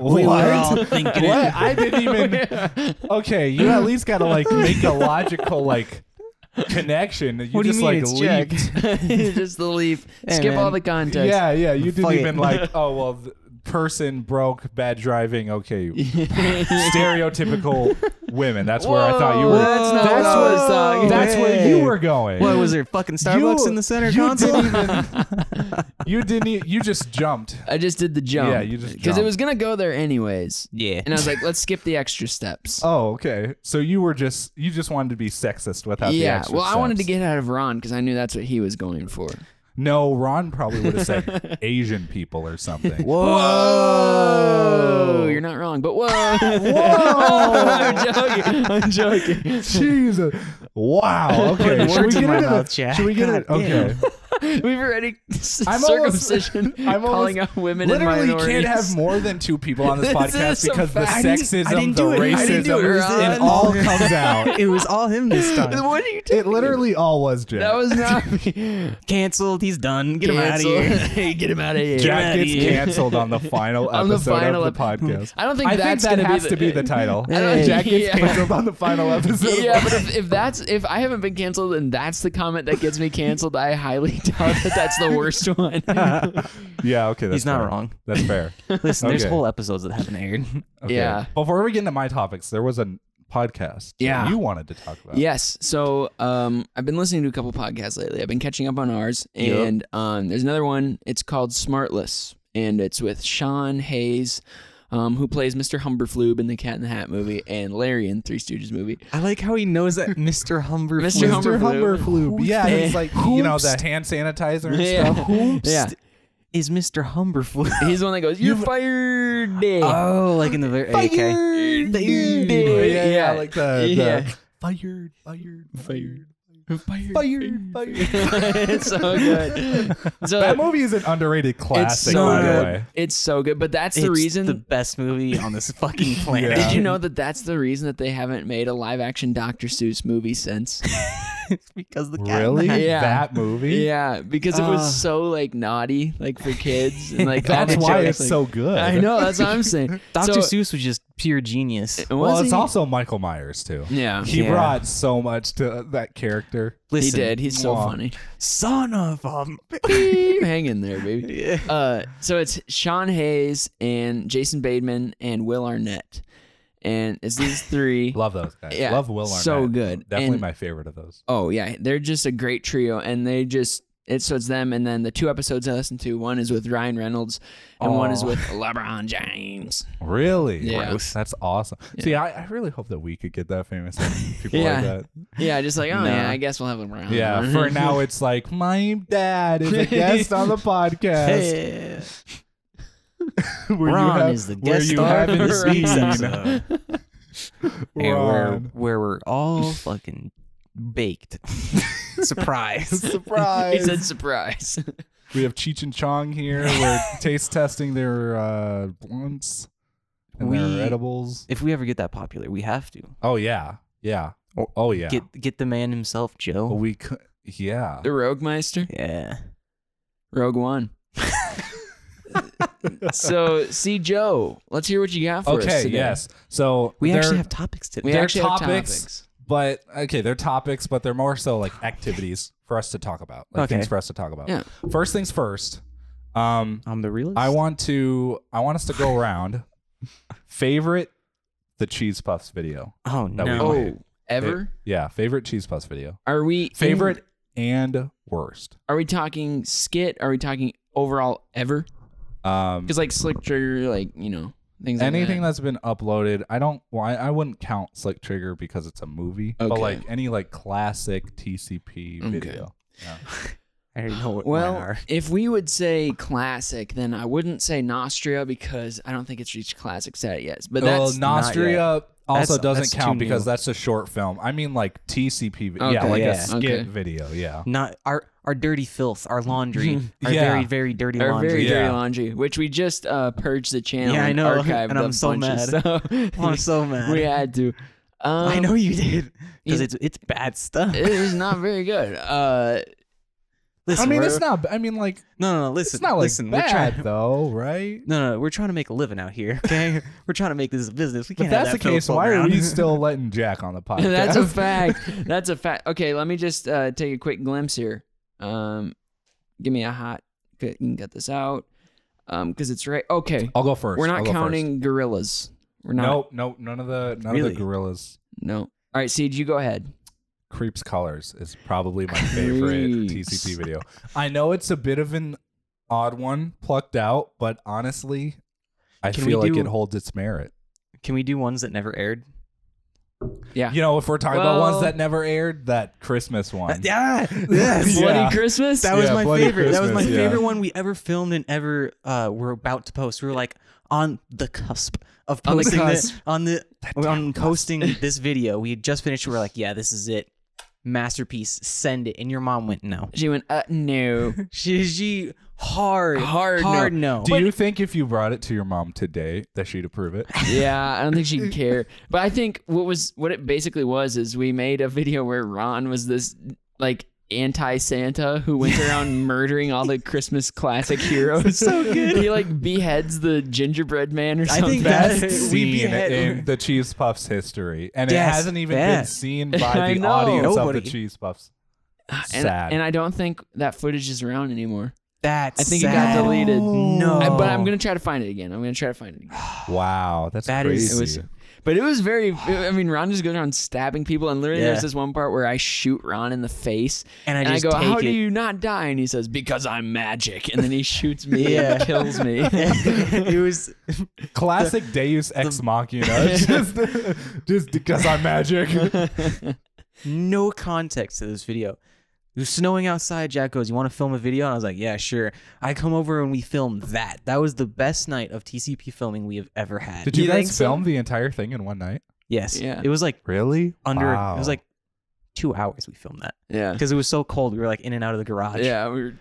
what?
thinking
What? I didn't even. Okay, you at least got to like make a logical like connection. You
what do you
just like
mean it's
leaped.
*laughs*
*laughs*
Jack?
just the leaf.
Hey,
Skip all
man.
the context.
Yeah, yeah. You didn't
Fuck it.
even like. Oh well, the person broke, bad driving. Okay, *laughs* stereotypical women. That's where I thought you were.
Whoa, that's not
that's
what I was
where-
talking
That's where
Hey.
you were going.
What was there fucking Starbucks
You-
in the center
you
*laughs*
console?
didn't even- You didn't. e- You just jumped.
*laughs* I just did the jump.
Yeah, you just
it
jumped.
was gonna go there anyways,
Yeah.
and I was like, let's skip the
*laughs*
extra steps.
Oh, okay. So you were just you just wanted to be sexist without the
yeah.
extra
Well, I wanted to
steps.
get out of Ron because I knew that's what he was going for.
No, Ron probably would have
*laughs*
said Asian people or something.
Whoa! You're not wrong, but whoa! *laughs* whoa! I'm joking. I'm
*laughs*
joking.
Jesus. Wow. Okay. Should we
words in
get
my
into
mouth,
the,
Jack.
Should we get
God
it? Okay.
We've already
I'm almost-
circumcision
*laughs* I'm
calling
almost-
out women and
Literally, you
minorities.
can't have more than two people on this
*laughs* This is
podcast
some
because the
fact. I
sexism,
I didn't
the
do it.
racism,
I didn't do it.
it,
Ron.
all comes
*laughs*
out.
*laughs* It was all him this time.
What are you doing?
It literally all was Jack.
That was
*laughs*
not me.
Canceled. He's done. Get him out of
Cancel.
here.
*laughs* hey, get him out of here.
Jack
outta
gets
here.
canceled on the final
*laughs* On the Hmm.
episode
final
of the
ep-
podcast. *laughs*
I don't think
I think
that's
that
gonna
has
be
to
the-
be
*laughs*
the
*laughs*
title.
I don't-
Jack gets
Yeah.
canceled on the
*laughs*
final episode.
Yeah, but if, if that's if I haven't been canceled and that's the comment that gets me canceled, I highly *laughs* doubt that that's the *laughs* worst one.
Yeah, okay. That's
He's not
fair.
wrong.
That's fair.
*laughs* Listen, there's
Okay.
whole episodes that haven't aired.
Okay.
*laughs* Yeah.
Before we get into my topics, there was a n- podcast that
Yeah.
you wanted to talk about.
yes, so um, I've been listening to a couple podcasts lately. I've been catching up on ours, and um, there's another one. It's called Smartless, and it's with Sean Hayes. Um, who plays Mr. Humberflube in the Cat in the Hat movie and Larry in Three Stooges movie?
I like how he knows *laughs* that Mr. Humber.
Mr.
flew-
Mr.
Humberflube.
Humberflube. Yeah,
the-
he's like, you know, the hand sanitizer and
*laughs* Yeah. *laughs*
stuff. Whoomst.
Yeah,
is Mr. Humberflube.
he's the one that goes, "You're fired."
oh, like in the very okay.
Fired.
Yeah,
Yeah,
yeah.
like the, the
Yeah.
fired, fired, fired,
*laughs* Fired.
fired, fired.
it's so *laughs* good. So
that movie is an underrated classic,
so
by the
good.
way.
It's so good, but that's the
It's
reason.
the best movie on this fucking planet.
*laughs* Yeah.
Did you know that that's the reason that they haven't made a live action Dr. Seuss movie since?
It's because the cat
Really?
Yeah.
That movie?
yeah, because it
Ah.
was so like naughty, like for kids, and
*laughs*
like all
That's
the
why
jokes,
it's
like-
so good.
I know that's what I'm saying. So-
Dr. Seuss was just pure genius.
Was
Well, it's
he?
also Michael Myers, too.
yeah. He,
He
Yeah.
brought so much to that character.
*laughs* Listen,
did. He's so
Mwah.
funny.
Son of a. *laughs*
Hang in there, baby.
Yeah.
Uh, so it's Sean Hayes and Jason Bateman and Will Arnett, and it's these three.
*laughs*
Love those guys.
Yeah,
Love Will Arnett.
so good.
Definitely
And-
my favorite of those.
Oh yeah, they're just a great trio, and they just it's so it's them, and then the two episodes I listened to, one is with Ryan Reynolds, and one is
Aw.
with
*laughs*
LeBron James.
Really?
Yeah. Gross.
That's awesome. See, I, I really hope that we could get that famous.
*laughs*
and People
Yeah.
like that.
Yeah, just like oh yeah,
Nah.
I guess we'll have LeBron.
Yeah.
*laughs*
*laughs*
For now, it's like my dad is a guest on the podcast. *laughs*
Yeah.
where you
Ron
have-
is the
where
guest
you
star
haven't
of this week's
seen
*laughs* episode. And
*laughs*
where,
Ron.
where we're
*laughs*
all fucking baked. *laughs* Surprise.
he
Surprise!
said surprise. *laughs*
we have Cheech and Chong here.
*laughs*
We're taste testing their uh, blunts and
We-
their edibles.
if we ever get that popular, we have to.
Oh yeah, yeah. Oh yeah. Oh.
Get get the man himself, Joe.
Well, we could. Yeah.
the Rogue Meister,
yeah.
Rogue One. *laughs* so see Joe, let's hear what you got for us
Okay.
today.
Yes. So
We actually
they're-
have topics today.
we
Their
actually have
topics-
topics.
but okay, they're topics, but they're more so like activities for us to talk about, like
Okay.
things for us to talk about.
Yeah.
First things first. Um,
I'm the realist.
I want to. I want us to go
*laughs*
around. favorite, the cheese puffs video.
Oh
that we
no.
want.
Oh, ever?
Yeah, favorite cheese puffs video.
Are we in-
Favorite and worst.
are we talking skit? Are we talking overall ever?
Um,
Because like Slick Trigger, like you know things.
anything
like
that's been uploaded, I don't. Well, I, I wouldn't count Slick Trigger because it's a movie, but
Okay.
like any like classic TCP
Okay.
video.
I already know what
that.
*laughs*
Well, if we would say classic, then I wouldn't say Nostria because I don't think it's reached classic set yet. But
well,
that's
Nostria also
That's-
doesn't
that's too
count because
new.
that's a short film. I mean, like TCP, yeah,
Okay,
like
yeah.
a skit
Okay.
video, yeah.
not our our dirty filth,
*laughs*
our laundry, our
Yeah.
very very dirty
our
laundry.
very
Yeah.
dirty laundry, which we just uh, purged the channel.
Yeah, I
and
know, *laughs*
archived
and I'm
a
so
bunch of
mad.
stuff.
*laughs* I'm so
*laughs*
mad.
we had to. Um,
I know you did
you-
because it's it's bad stuff.
It is not very
*laughs*
good. Uh, *laughs*
listen,
I mean,
we're-
it's not. I mean, like
No, no, no. Listen,
it's not like
listen.
bad
We're trying.
though, right?
*laughs* No, no, we're trying to make a living out here. Okay, *laughs* we're trying to make this a business. We
If
can't. have
that's the
that filth
case,
floating
why are we
*laughs*
around.
still letting Jack on the podcast?
That's
*laughs*
a fact. That's a fact. Okay, let me just uh, take a quick glimpse here. Um, give me a hot. You can cut this out. Um, because it's right. Okay,
I'll go 1st
we're not counting gorillas. We're not.
Nope, nope. None of the none
Really?
of the gorillas.
No. All right, Siege, you go ahead.
*laughs*
Creeps colors is probably my favorite
Creeps.
TCP video. I know it's a bit of an odd one plucked out, but honestly, I
Can we
feel like
do-
it holds its merit.
*laughs* Can we do ones that never aired? Uh,
Yeah.
You know, if we're talking about
Well-
ones that never aired, that Christmas one.
*laughs* Yeah. *laughs* Yes.
Bloody
Yeah.
Christmas.
That was
Yeah,
my
Bloody
favorite. that was my
Christmas, yeah.
favorite one we ever filmed and ever uh, were about to post. We were like on the cusp of
On the
posting the-
cusp.
on the on, posting this video. We had just finished. We were like, yeah, this is it, masterpiece. Send it. And your mom went no.
she went, uh, no.
*laughs* She she hard
Hard no.
hard no.
Do you think if you brought it to your mom today that she'd approve
*laughs*
it?
yeah, I don't think she'd care. But I think what was what it basically was is we made a video where Ron was this like anti Santa who went around murdering all the Christmas
*laughs*
classic heroes. so good. he like beheads the gingerbread man or
I
something.
think
Best
*laughs*
that's
scene
we behead-
in the Cheese Puffs history, and it
Yes,
hasn't even been
that. *laughs*
seen
I
by the
know.
audience
Nobody. Uh,
of the Cheese Puffs.
and,
Sad.
and I don't think that footage is around anymore.
That's
I think it
sad.
got deleted.
No.
I- but I'm gonna try to find it again. I'm gonna try to find it again.
wow, that's
That
crazy.
is-
It was, but it was very. I mean, Ron just goes around stabbing people, and literally,
Yeah.
there's this one part where I shoot Ron in the face,
And I
and
just
I go,
take
"How do
it."
you not die?" And he says, "Because I'm magic," and then
*laughs*
he shoots me and
Yeah.
kills
*laughs*
me. *laughs*
*laughs* it was
classic Deus Ex Machina. *laughs* just, just because I'm *laughs* magic.
no context to this video. It was snowing outside. Jack goes, "You want to film a video?" And I was like, "Yeah, sure." I come over and we filmed that. That was the best night of TCP filming we have ever had.
Did you,
You think
guys
so?
film the entire thing in one night?
yes.
Yeah.
It was like
Really?
under. It was like two hours. We filmed that
yeah,
because it was so cold. We were like in and out of the garage.
yeah, we were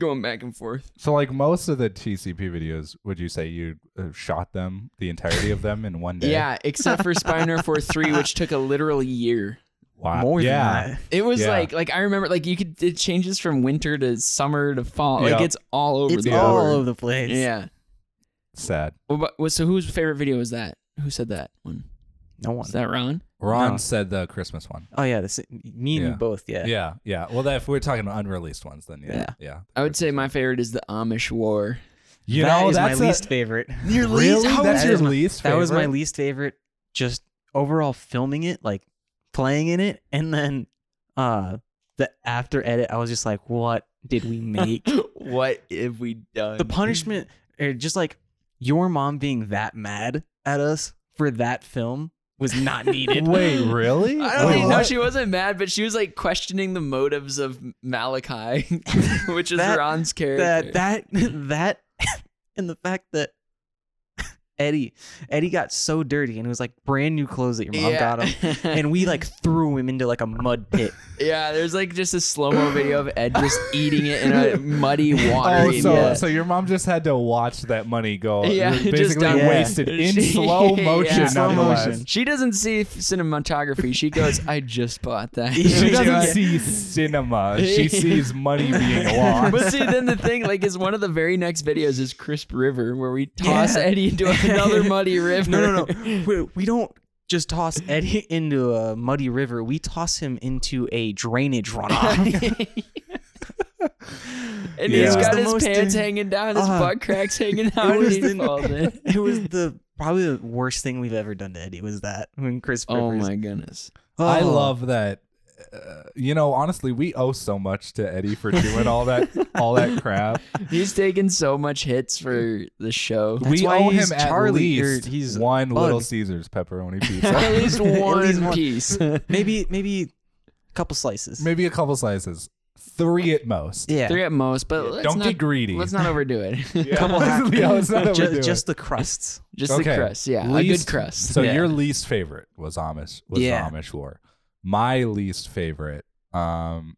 going back and forth.
so. Like most of the TCP videos, would you say you uh, shot them the entirety of them in
*laughs*
one day?
Yeah, except for Spiner Four Three, which took a literal year.
Wow.
More
Uh, yeah.
than that.
It was
Yeah.
like, like I remember, like you could. It changes from winter to summer to fall. Like
Yeah.
it's all over
It's
the
all
board.
over the place.
Yeah.
Sad.
What about, what, so whose favorite video was that? Who said that one?
No one.
Is that Ron?
Ron
No.
said the Christmas one.
oh yeah. This, me and
Yeah.
you both. Yeah.
Yeah, yeah. Well, that, if we're talking about unreleased ones, then yeah, yeah.
I would say my favorite is the Amish
*laughs*
War.
You
That
know,
is
that's
my
a-
least favorite.
Your really? least? How
That
is your
is my-
least
That was my
favorite?
least favorite. Just overall filming it, like playing in it, and then uh the after edit, I was just like, what did
*laughs*
we make?
what have we done?
the punishment or just like your mom being that mad at us for that film was
*laughs*
not needed.
Wait, really?
I don't
Wait,
even know.
what?
She wasn't mad, but she was like questioning the motives of Malachi, *laughs* which is
That-
Ron's character.
*laughs*
that that that and the fact that Eddie Eddie got so dirty and it was like brand new clothes that your mom got him.
*laughs*
And
*laughs*
we like threw him into like a mud pit.
yeah, there's like just a slow mo video of Ed just eating it in
*laughs*
a muddy water.
Oh, so,
yeah.
so your mom just had to watch that money go
Yeah, just
basically
down-
Yeah.
wasted in
She-
slow motion.
yeah.
Slow
nonetheless.
motion.
she doesn't see f- cinematography. She goes, "I just bought that."
She doesn't
*laughs* Yeah.
see cinema. She sees money being lost.
*laughs* But see, then the thing, like, is one of the very next videos is Crisp River, where we toss
Yeah.
Eddie into another muddy river.
*laughs*
*laughs*
No,
*laughs*
no, no. We, we don't just toss Eddie *laughs* into a muddy river. We toss him into a drainage
*laughs*
*laughs*
runoff. *laughs*
And
Yeah.
he's
It was
got
the
his
most-
pants hanging down, his
Uh,
butt cracks *laughs* hanging out, and
was
he
the-
falls *laughs* in.
it was the probably the worst thing we've ever done to Eddie was that when Chris.
Oh
Rivers-
my goodness!
Oh.
I love that. Uh, you know, honestly, we owe so much to Eddie for doing all that, all that crap.
He's taken so much hits for the *laughs* show.
That's
we
why
owe
he's
him at
Charlie, or
least
he's a
one
bug.
Little Caesars pepperoni pizza.
*laughs* At least one
least one.
piece.
*laughs*
*laughs*
Maybe maybe a couple slices.
maybe a couple slices, three at most.
yeah. *laughs*
Three at most, but let's
Don't
not,
get greedy.
Let's not overdo *laughs*
*laughs*
it.
couple half. yeah, let's not
*laughs* Ju-
overdo it.
just the crusts.
Just
Okay.
the crust, yeah, a good
Least-
crust.
So
Yeah.
your least favorite was Amish was the
Yeah.
Amish War. My least favorite um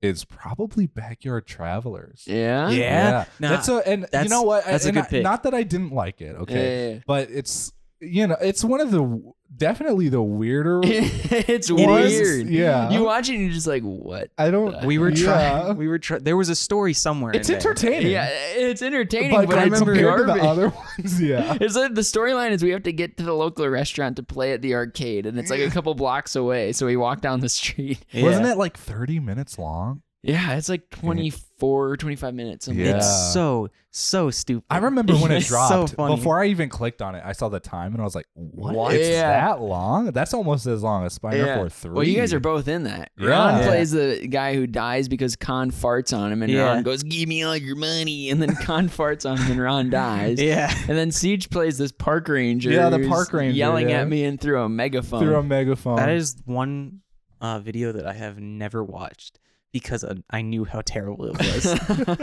is probably Backyard Travelers.
*laughs* yeah,
Nah,
that's a and you
that's-
know what? I-
that's a
and
good
I-
pick.
Not that I didn't like it, okay,
Yeah, yeah, yeah.
but it's you know it's one of the definitely the
*laughs*
weirder
*laughs* it's
ones.
weird.
Yeah,
You watch it and you're just like, what?
I don't.
We were
yeah.
trying. *laughs* We were try- There was a story somewhere.
*laughs* It's
in there.
entertaining.
Yeah, it's entertaining,
but,
but, I remember
compared to the
garbage.
other *laughs* ones, yeah.
It's like the storyline is we have to get to the local restaurant to play at the arcade, and it's like a couple blocks away. So we walk down the street. *laughs*
Yeah.
Wasn't it like 30 minutes long?
Yeah, it's like 24, 25 minutes. I'm like,
Yeah.
It's so so stupid.
I remember when it
*laughs* It's so
dropped.
funny.
Before I even clicked on it, I saw the time and I was like, "What?
What?
It's
Yeah.
that long? That's almost as long as Spider
Yeah.
Four Three.
Well, you guys are both in that.
Yeah.
Ron
Yeah.
plays the guy who dies because Khan farts on him, and
Yeah.
Ron goes, "Give me all your money," and
*laughs*
then Khan farts on him, and Ron dies.
Yeah.
And then Siege plays this park ranger.
Yeah, the
who's
park ranger,
yelling
yeah.
at me and through a megaphone.
through a
*laughs*
megaphone.
Um,
That is one uh, video that I have never watched because uh, I knew how terrible
*laughs*
it was.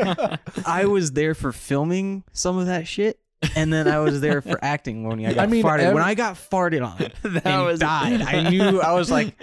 I was there for filming some of that shit, and then I was there for acting when I got
I mean,
farted.
ev-
when I got farted on
*laughs* That
and
was- *laughs*
died, I knew I was like,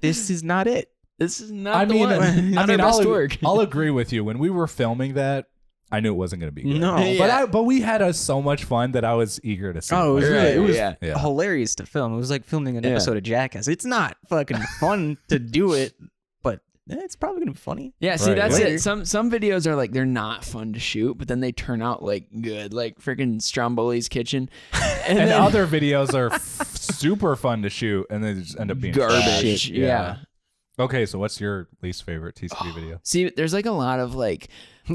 "This is not it."
this is not
I
the
mean,
one.
I mean,
Not our
I'll,
best
ag-
work.
*laughs*
I'll agree with you. When we were filming that, I knew it wasn't going to be good.
No.
but
Yeah.
I, but we had uh, so much fun that I was eager to see.
Oh, it was
more.
really- it was
yeah.
Yeah.
hilarious to film. It was like filming an
Yeah.
episode of Jackass. It's not fucking fun to do it, but eh, it's probably gonna be funny.
Yeah, see
Right.
that's
Later.
it. Some some videos are like they're not fun to shoot, but then they turn out like good, like freaking
*laughs*
Stromboli's kitchen, and,
and
then
other videos are f- super fun to shoot, and they just end up being trash.
*laughs* garbage.
shit,
yeah.
yeah. Okay, so what's your least favorite
Oh,
TCP video?
See, there's like a lot of like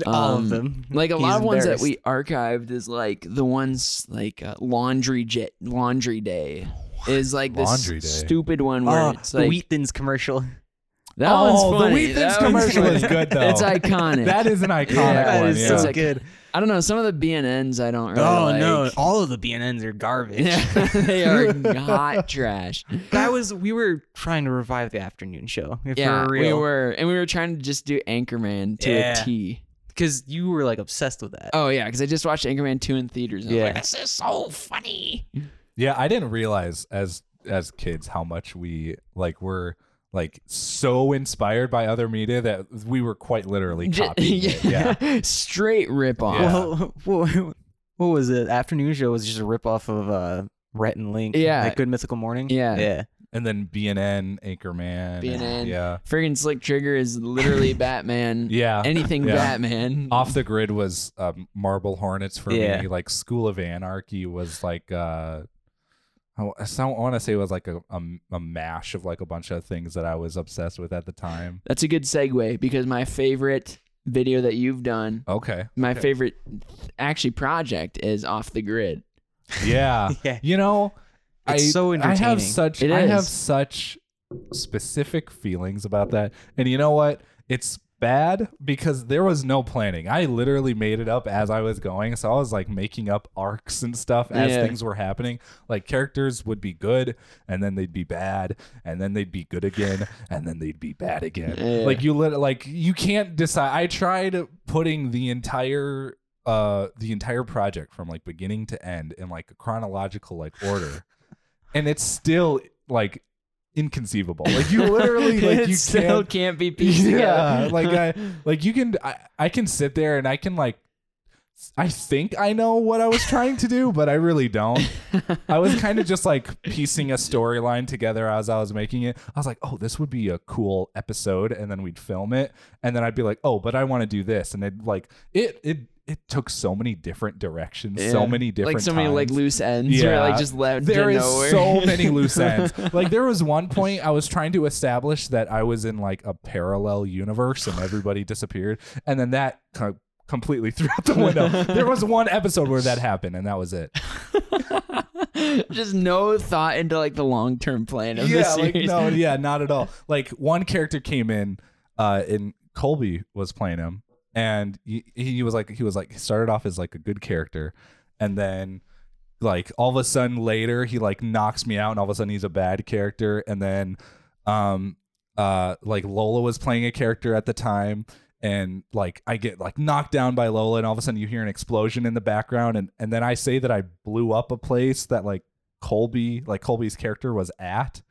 All of
um,
them.
Like a
He's
lot of ones that
embarrassed.
we archived is like the ones like uh, laundry jet laundry day is like this
Laundry Day?
stupid one where
Oh,
it's like
the Wheatins commercial.
that
Uh, Oh,
one's
the
funny.
Wheat
that
Thins commercial
funny.
is
*laughs*
good, though.
It's iconic.
That is
*laughs*
an iconic
Yeah,
that
one.
is
yeah.
so
It's
good.
I don't know. Some of the BNNs I don't really
Oh
like.
no, all of the BNNs are garbage.
Yeah, *laughs*
*laughs*
they are hot trash.
*laughs* that was we were trying to revive the afternoon show. If
Yeah,
we're
we
real.
were, and we were trying to just do Anchorman to
Yeah.
a T.
because you were like obsessed with that.
Oh yeah, because I just watched Anchorman two in theaters. And I was
Yeah.
like, this is so funny.
Yeah, I didn't realize as as kids how much we like were like so inspired by other media that we were quite literally *laughs*
J- *laughs*
copying. it. yeah.
straight rip off.
Yeah.
Well, *laughs* what, what was it? Afternoon show was just a ripoff of uh, Rhett and Link.
Yeah.
like Good Mythical Morning.
Yeah.
yeah.
And then BNN, Anchorman.
BNN.
and- Yeah.
Friggin' Slick Trigger
*laughs*
is literally Batman.
Yeah.
Anything
Yeah.
Batman.
Off the grid was um, Marble Hornets for
Yeah.
me. Like School of Anarchy was like uh I wa- I don't want to say it was like a, a a mash of like a bunch of things that I was obsessed with at the time.
That's a good segue because my favorite video that you've done,
Okay.
my favorite actually project is Off
*laughs*
the Grid.
Yeah.
*laughs* Yeah.
You know,
It's
I,
so
I have
entertaining.
such
It
I have
is.
such specific feelings about that. And you know what? It's bad because there was no planning. I literally made it up as I was going. So I was like making up arcs and stuff as
Yeah.
things were happening. Like characters would be good and then they'd be bad and then they'd be good again and then they'd be bad again.
Yeah.
Like you lit like you can't decide. I tried putting the entire uh the entire project from like beginning to end in like a chronological like order and it's still like inconceivable like you
*laughs*
literally like
it
you
still
can't
can't
*laughs*
be pieced
yeah
together.
like
*laughs*
i like you can I, I can sit there and i can like s- i think i know what i was trying to do but i really don't i was kind of just like piecing a storyline together as i was making it i was like oh this would be a cool episode and then we'd film it and then i'd be like oh but i want to do this and it like it it it took so many different directions so
Yeah.
many different
like so many like
times.
loose ends where like just left
There
to
is
nowhere. *laughs*
so many loose *laughs* ends. Like there was one point I was trying to establish that I was in like a parallel universe and everybody disappeared, and then that co- completely *laughs* threw out the window. there was one episode where that happened, and that was it.
just no thought into like the long term plan of this
like
series.
no,
*laughs*
yeah, not at all. Like one character came in, uh, and Colby was playing him, and he, he was like, he was like, started off as like a good character, and then like all of a sudden later he like knocks me out, and all of a sudden he's a bad character, and then, um, uh, like Lola was playing a character at the time. And like I get like knocked down by Lola, and all of a sudden you hear an explosion in the background, and and then I say that I blew up a place that like Colby, like Colby's character was at.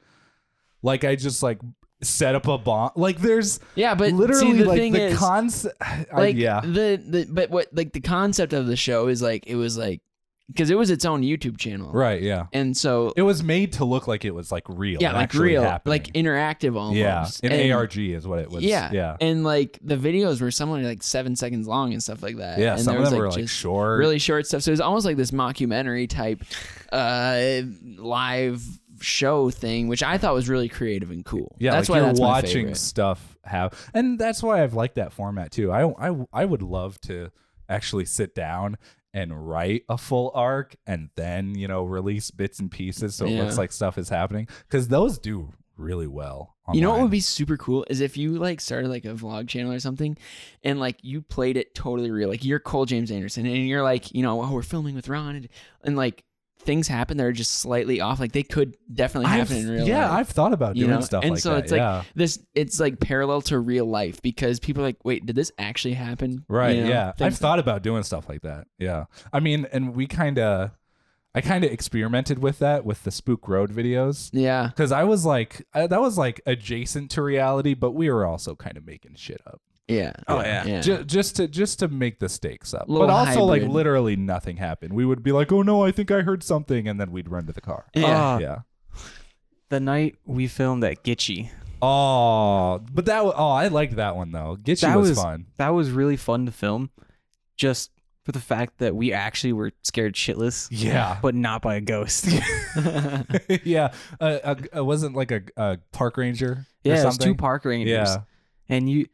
Like I just like set up a bomb. Like there's
Yeah, but
literally
see, the
like
thing
the
is,
*sighs* concept.
like
yeah,
the, the but what like the concept of the show is like it was like because it was its own YouTube channel,
right. Yeah,
And so
it was made to look like it was like real.
yeah,
and
like
actually
real,
happening.
like interactive almost.
yeah, in
And-
ARG is what it was.
yeah,
yeah,
and like the videos were somewhere like seven seconds long and stuff like that.
yeah.
and
Some of
there was,
them were like
just
short.
really short stuff. So it was almost like this mockumentary type, uh, live show thing, which I thought was really creative and cool.
Yeah,
that's
like
why
you're
that's my
watching
favorite.
stuff have, and that's why I've liked that format too. I, I I would love to actually sit down and write a full arc, and then you know release bits and pieces so it
Yeah.
looks like stuff is happening because those do really well.
You know what would
online.
be super cool is if you like started like a vlog channel or something, and like you played it totally real, like you're Cole James Anderson, and you're like, you know, oh, we're filming with Ron, and, and like things happen that are just slightly off, like they could definitely
I've-
happen in real
yeah,
life.
I've thought about
you
doing
know?
stuff
and
like
so
that.
it's like
yeah.
this it's like parallel to real life because people are like wait did this actually happen
Right.
You know,
yeah. I've
things-
thought about doing stuff like that. Yeah. I mean, and we kind of, I kind of experimented with that with the Spook Road videos.
yeah
Cause I was like, I, that was like adjacent to reality, but we were also kind of making shit up.
yeah
Oh, yeah.
yeah
Ju- just to, just to make the stakes up.
Little
but also like
hybrid.
literally nothing happened. We would be like, oh no, I think I heard something. And then we'd run to the car.
yeah
Ah,
yeah.
The night we filmed at Gitchy.
Oh, but that, wa- oh, I liked that one though. Get you
That
was,
was-
fun.
That was really fun to film, just for the fact that we actually were scared shitless,
Yeah.
but not by a ghost.
*laughs*
*laughs*
yeah. Uh, uh, wasn't like a, a park ranger. or
yeah, it was
something?
two park rangers.
Yeah.
And you,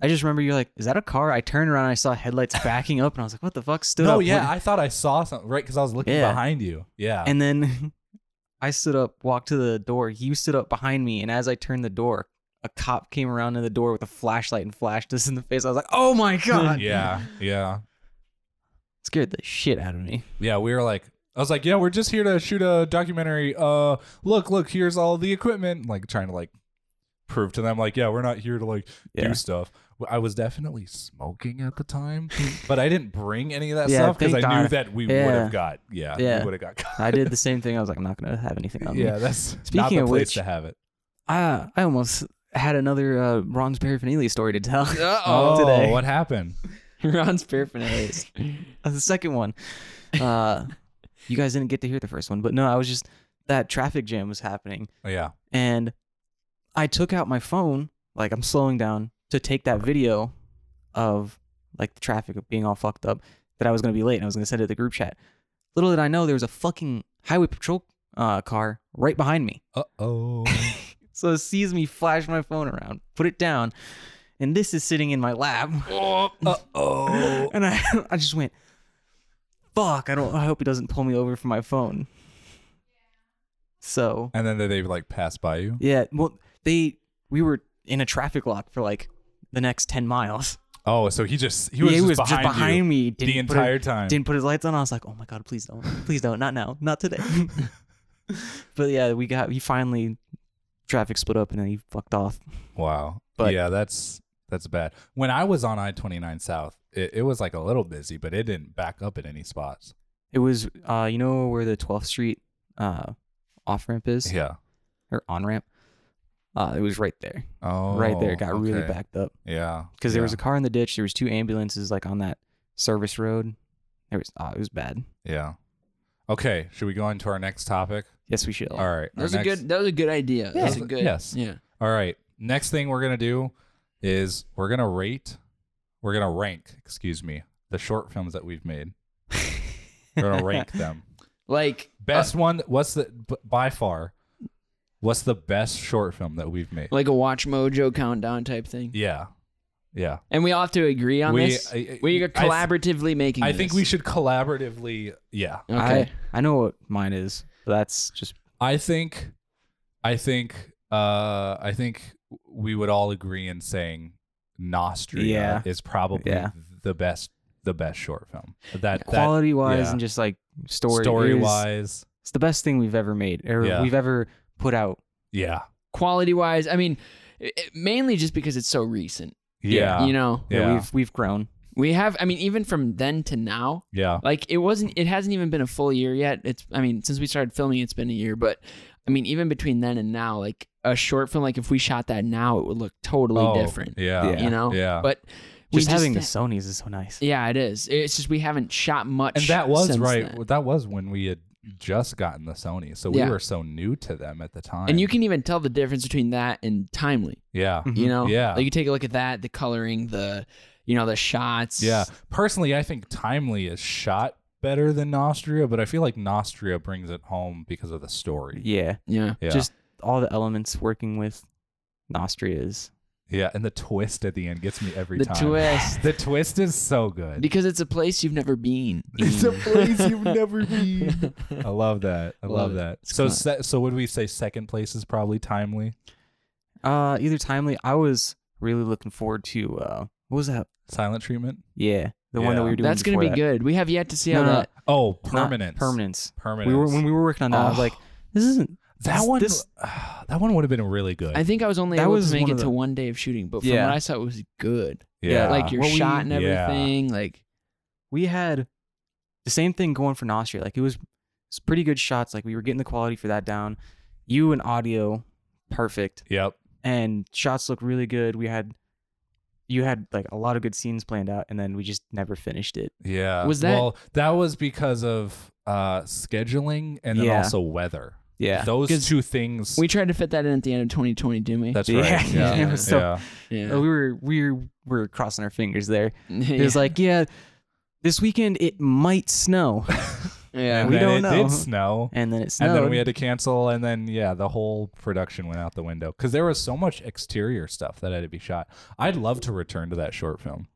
I just remember you're like, "Is that a car?" I turned around, and I saw
*laughs*
headlights backing up, and I was like, "What the fuck?" Stood
No,
up.
yeah,
went-
I thought I saw something right because I was looking
Yeah.
behind you. Yeah,
And then *laughs* I stood up, walked to the door. You stood up behind me, and as I turned the door, a cop came around to the door with a flashlight and flashed us in the face. I was like,
*laughs*
"Oh my god!"
yeah, yeah,
scared the shit out of me.
yeah. We were like, I was like, yeah, we're just here to shoot a documentary. Uh, look, look, here's all the equipment. Like trying to like prove to them, like, yeah, we're not here to like
Yeah.
do stuff. Well, I was definitely smoking at the time, but I didn't bring any of that
*laughs* Yeah,
stuff because I
thank
knew
God.
that we
Yeah.
would have got, yeah,
Yeah.
we would have got.
I did the same thing. I was like, "I'm not gonna have anything on
*laughs* yeah,
me."
that's not
Speaking
the
of
place
which-
to have it.
I, I almost had another uh, Ron's paraphernalia story to tell.
Uh-oh.
oh, today.
Oh, what happened?
*laughs* Ron's
*laughs*
paraphernalia.
Uh, *laughs* the second one. Uh, you guys didn't get to hear the first one, but no, I was just that traffic jam was happening,
Oh, Yeah,
and I took out my phone, like I'm slowing down to take that video of like the traffic being all fucked up that I was gonna be late and I was gonna send it to the group chat. Little did I know there was a fucking highway patrol uh, car right behind me.
uh *laughs* oh,
So it sees me flash my phone around, put it down, and this is sitting in my lap.
uh oh.
*laughs* And I, I just went, fuck, I don't I hope he doesn't pull me over for my phone. So
And then they, they like pass by you.
yeah, well they we were in a traffic lot for like the next ten miles.
Oh, so he just *laughs* he was,
yeah,
just,
he was
behind
just behind
you
me
the
didn't put it-
entire time.
Didn't put his lights on. I was like, oh my god, please don't. Please don't. Not now. Not today. *laughs* but yeah, we got we finally traffic split up and then he fucked off.
Wow.
But-
yeah, that's that's bad. When I was on I twenty nine South, it, it was like a little busy, but it didn't back up at any spots.
It was, uh, you know where the 12th Street uh, off ramp is
Yeah.
or on ramp. Uh, it was right there,
Oh,
right there. It got really
okay.
backed up
Yeah,
because there was
yeah,
a car in the ditch. There was two ambulances like on that service road. There was, uh, it was bad.
yeah. Okay, should we go on to our next topic?
Yes, we should.
All right.
that
our
was a
next-
good that was a good idea that was a
Yeah.
good
Yes.
yeah
All right. Next thing we're gonna do is we're gonna rate, we're gonna rank. Excuse me, the short films that we've made. we're
*laughs*
gonna rank them.
like
Uh,
Best one. What's the b- by far? What's the best short film that we've made?
like a watch mojo countdown type thing
yeah, yeah.
and we all have to agree on
We-
this
I- I-
we are
I th-
collaboratively making
I think
this.
we should collaboratively. Yeah,
okay
I, I know what mine is, but that's just,
I think, I think, uh, I think we would all agree in saying Nostria
Yeah.
is probably
Yeah.
the best, the best short film. That that
quality wise
yeah.
and just like story.
story
is-
wise,
It's the best thing we've ever made or
Yeah.
we've ever put out.
yeah,
quality wise i mean it- it- mainly just because it's so recent
yeah,
you know
Yeah.
Yeah.
we've, we've grown.
we have i mean even from then to now
yeah,
like it wasn't it hasn't even been a full year yet it's i mean since we started filming it's been a year but i mean even between then and now like a short film like if we shot that now it would look totally
Oh,
different
yeah,
Yeah.
you know
yeah.
but we
Just, having the
ha-
Sony's is so nice.
yeah it is it's just we haven't shot much
and that was
since
right.
then.
That was when we had just gotten the Sony, so we
Yeah.
were so new to them at the time.
and you can Mm-hmm. even tell the difference between that and timely
yeah,
Mm-hmm.
you know
Yeah.
like you take a look at that the coloring the you know the shots
yeah. Personally, I think Timely is shot better than Nostria, but I feel like Nostria brings it home because of the story.
Yeah.
Yeah.
Yeah.
Just all the elements working with Nostria is
yeah, and the twist at the end gets me every
The
time.
*sighs*
twist.
The twist is so good.
Because it's a place you've never been.
*laughs* It's a place you've
*laughs*
never been. I love that. I
Love
love,
it.
that.
It's
So,
class.
se- so would we say second place is probably timely?
uh either timely. I was really looking forward to uh what was that?
Silent treatment?
Yeah. The one that we
Yeah.
were doing.
That's gonna be
before that.
good. We have yet to see
No,
how
no,
that.
Oh,
Not
permanence.
Permanence.
Permanence.
We were when we were working on that, I was
Oh.
like, this isn't
that
this-
one.
this-
that one would have been really good.
I think I was only
That
able
was
to make
one
it
of
to
the-
one day of shooting, but from
Yeah.
what I saw, it was good.
yeah,
Like your
What we-
shot and
yeah.
everything. Like
we had the same thing going for Nostria. Like it was, it was pretty good shots. Like we were getting the quality for that down. You and audio, perfect.
Yep.
And shots look really good. We had you had like a lot of good scenes planned out and then we just never finished it.
Yeah.
Was that-
well? That was because of uh scheduling and then
Yeah.
also weather.
Yeah.
Those
'Cause
two things.
we tried to fit that in at the end of 2020, didn't
*sighs*
we?
that's
*laughs* Yeah.
right. Yeah.
Yeah.
So-
yeah.
Uh,
yeah.
We were we were- were crossing our fingers there.
*laughs* yeah.
It was like, yeah, this weekend it
*laughs*
might snow.
*laughs* yeah.
And
we
then
don't
it
know.
uh-huh.
did snow.
And then it
And
snowed.
then we had to cancel, and then yeah, the whole production went out the window because there was so much exterior stuff that had to be shot. I'd love to return to that short film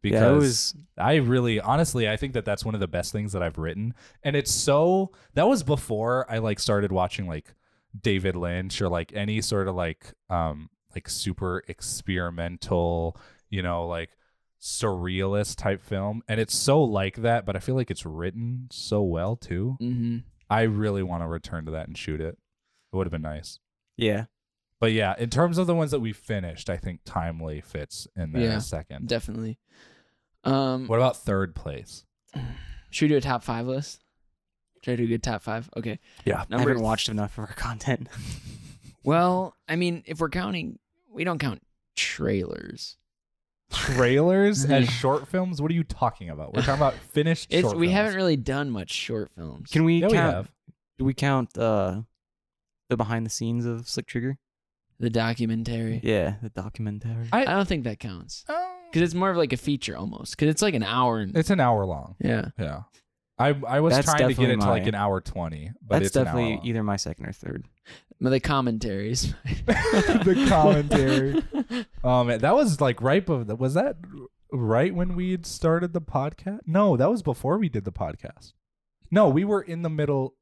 because
yeah, it was
I really, honestly, I think that that's one of the best things that I've written, and it's so that was before I like started watching like David Lynch or like any sort of like um like super experimental, you know, like surrealist type film, and it's so like that, but I feel like it's written so well too.
Mm-hmm.
I really want to return to that and shoot it. It would have been nice.
yeah.
But yeah, in terms of the ones that we finished, I think Timely fits in there
Yeah.
second.
Definitely. Um,
what about third place?
should we do a top five list? Try to do a good top five. Okay.
Yeah.
I
Number
haven't watched enough of our
*laughs*
content.
Well, I mean, if we're counting, we don't count trailers.
Trailers as
Yeah.
short films? What are you talking about? We're talking about finished
It's
short
we
films.
haven't really done much short films.
Can we
Yeah, we
count
have.
do we count uh the behind the scenes of Slick Trigger?
the documentary.
Yeah, the documentary.
I-
I don't think that counts
Oh.
because it's more of like a feature almost because it's like an hour and
It's an hour long.
yeah.
Yeah. I, I was
That's
trying to get
definitely
it to like
my-
an hour 20, but
That's
it's an hour
definitely
long.
either my second or third.
But the commentaries.
*laughs* the commentary. Um, that was like right before. Was that right when we had started the podcast? No, that was before we did the podcast. No, we were in the middle.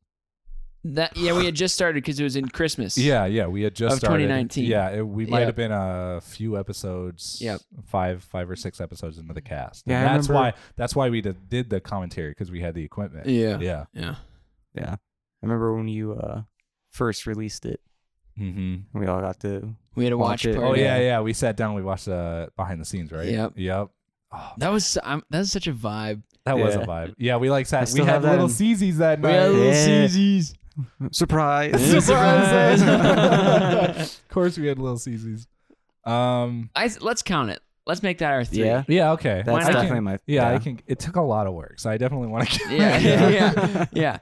*laughs* that yeah, we had just started because it was in Christmas.
Yeah, yeah, we had just
Of
started.
2019.
Yeah, it, we might
Yep.
have been a few episodes.
Yep.
five, five or six episodes into the cast.
Yeah,
And
I
that's
remember-
why. That's why we did, did the commentary because we had the equipment.
Yeah.
yeah.
Yeah.
Yeah. I remember when you uh first released it
Mm-hmm.
and we all got to
We had a
Watch
watch,
it.
party.
Oh yeah,
Yeah.
yeah. We sat down. We watched the behind the scenes, right?
Yep.
Yep. Oh,
That was I'm, that was such a vibe.
that was a
Yeah.
vibe. Yeah, we like sat. We
still
had
have that
little
in-
C's that
We had
night.
*laughs*
little
Yeah.
CZs.
surprise. *laughs*
Surprises. *laughs*
Surprise.
of course, we had little CZs. Um.
I let's count it. Let's make that our three.
Yeah.
Yeah. Okay.
That's
I
definitely
can,
my
yeah, I can. It took a lot of work, so I definitely *laughs* want to.
Yeah. *laughs*
Yeah.
yeah.
*laughs*
Yeah.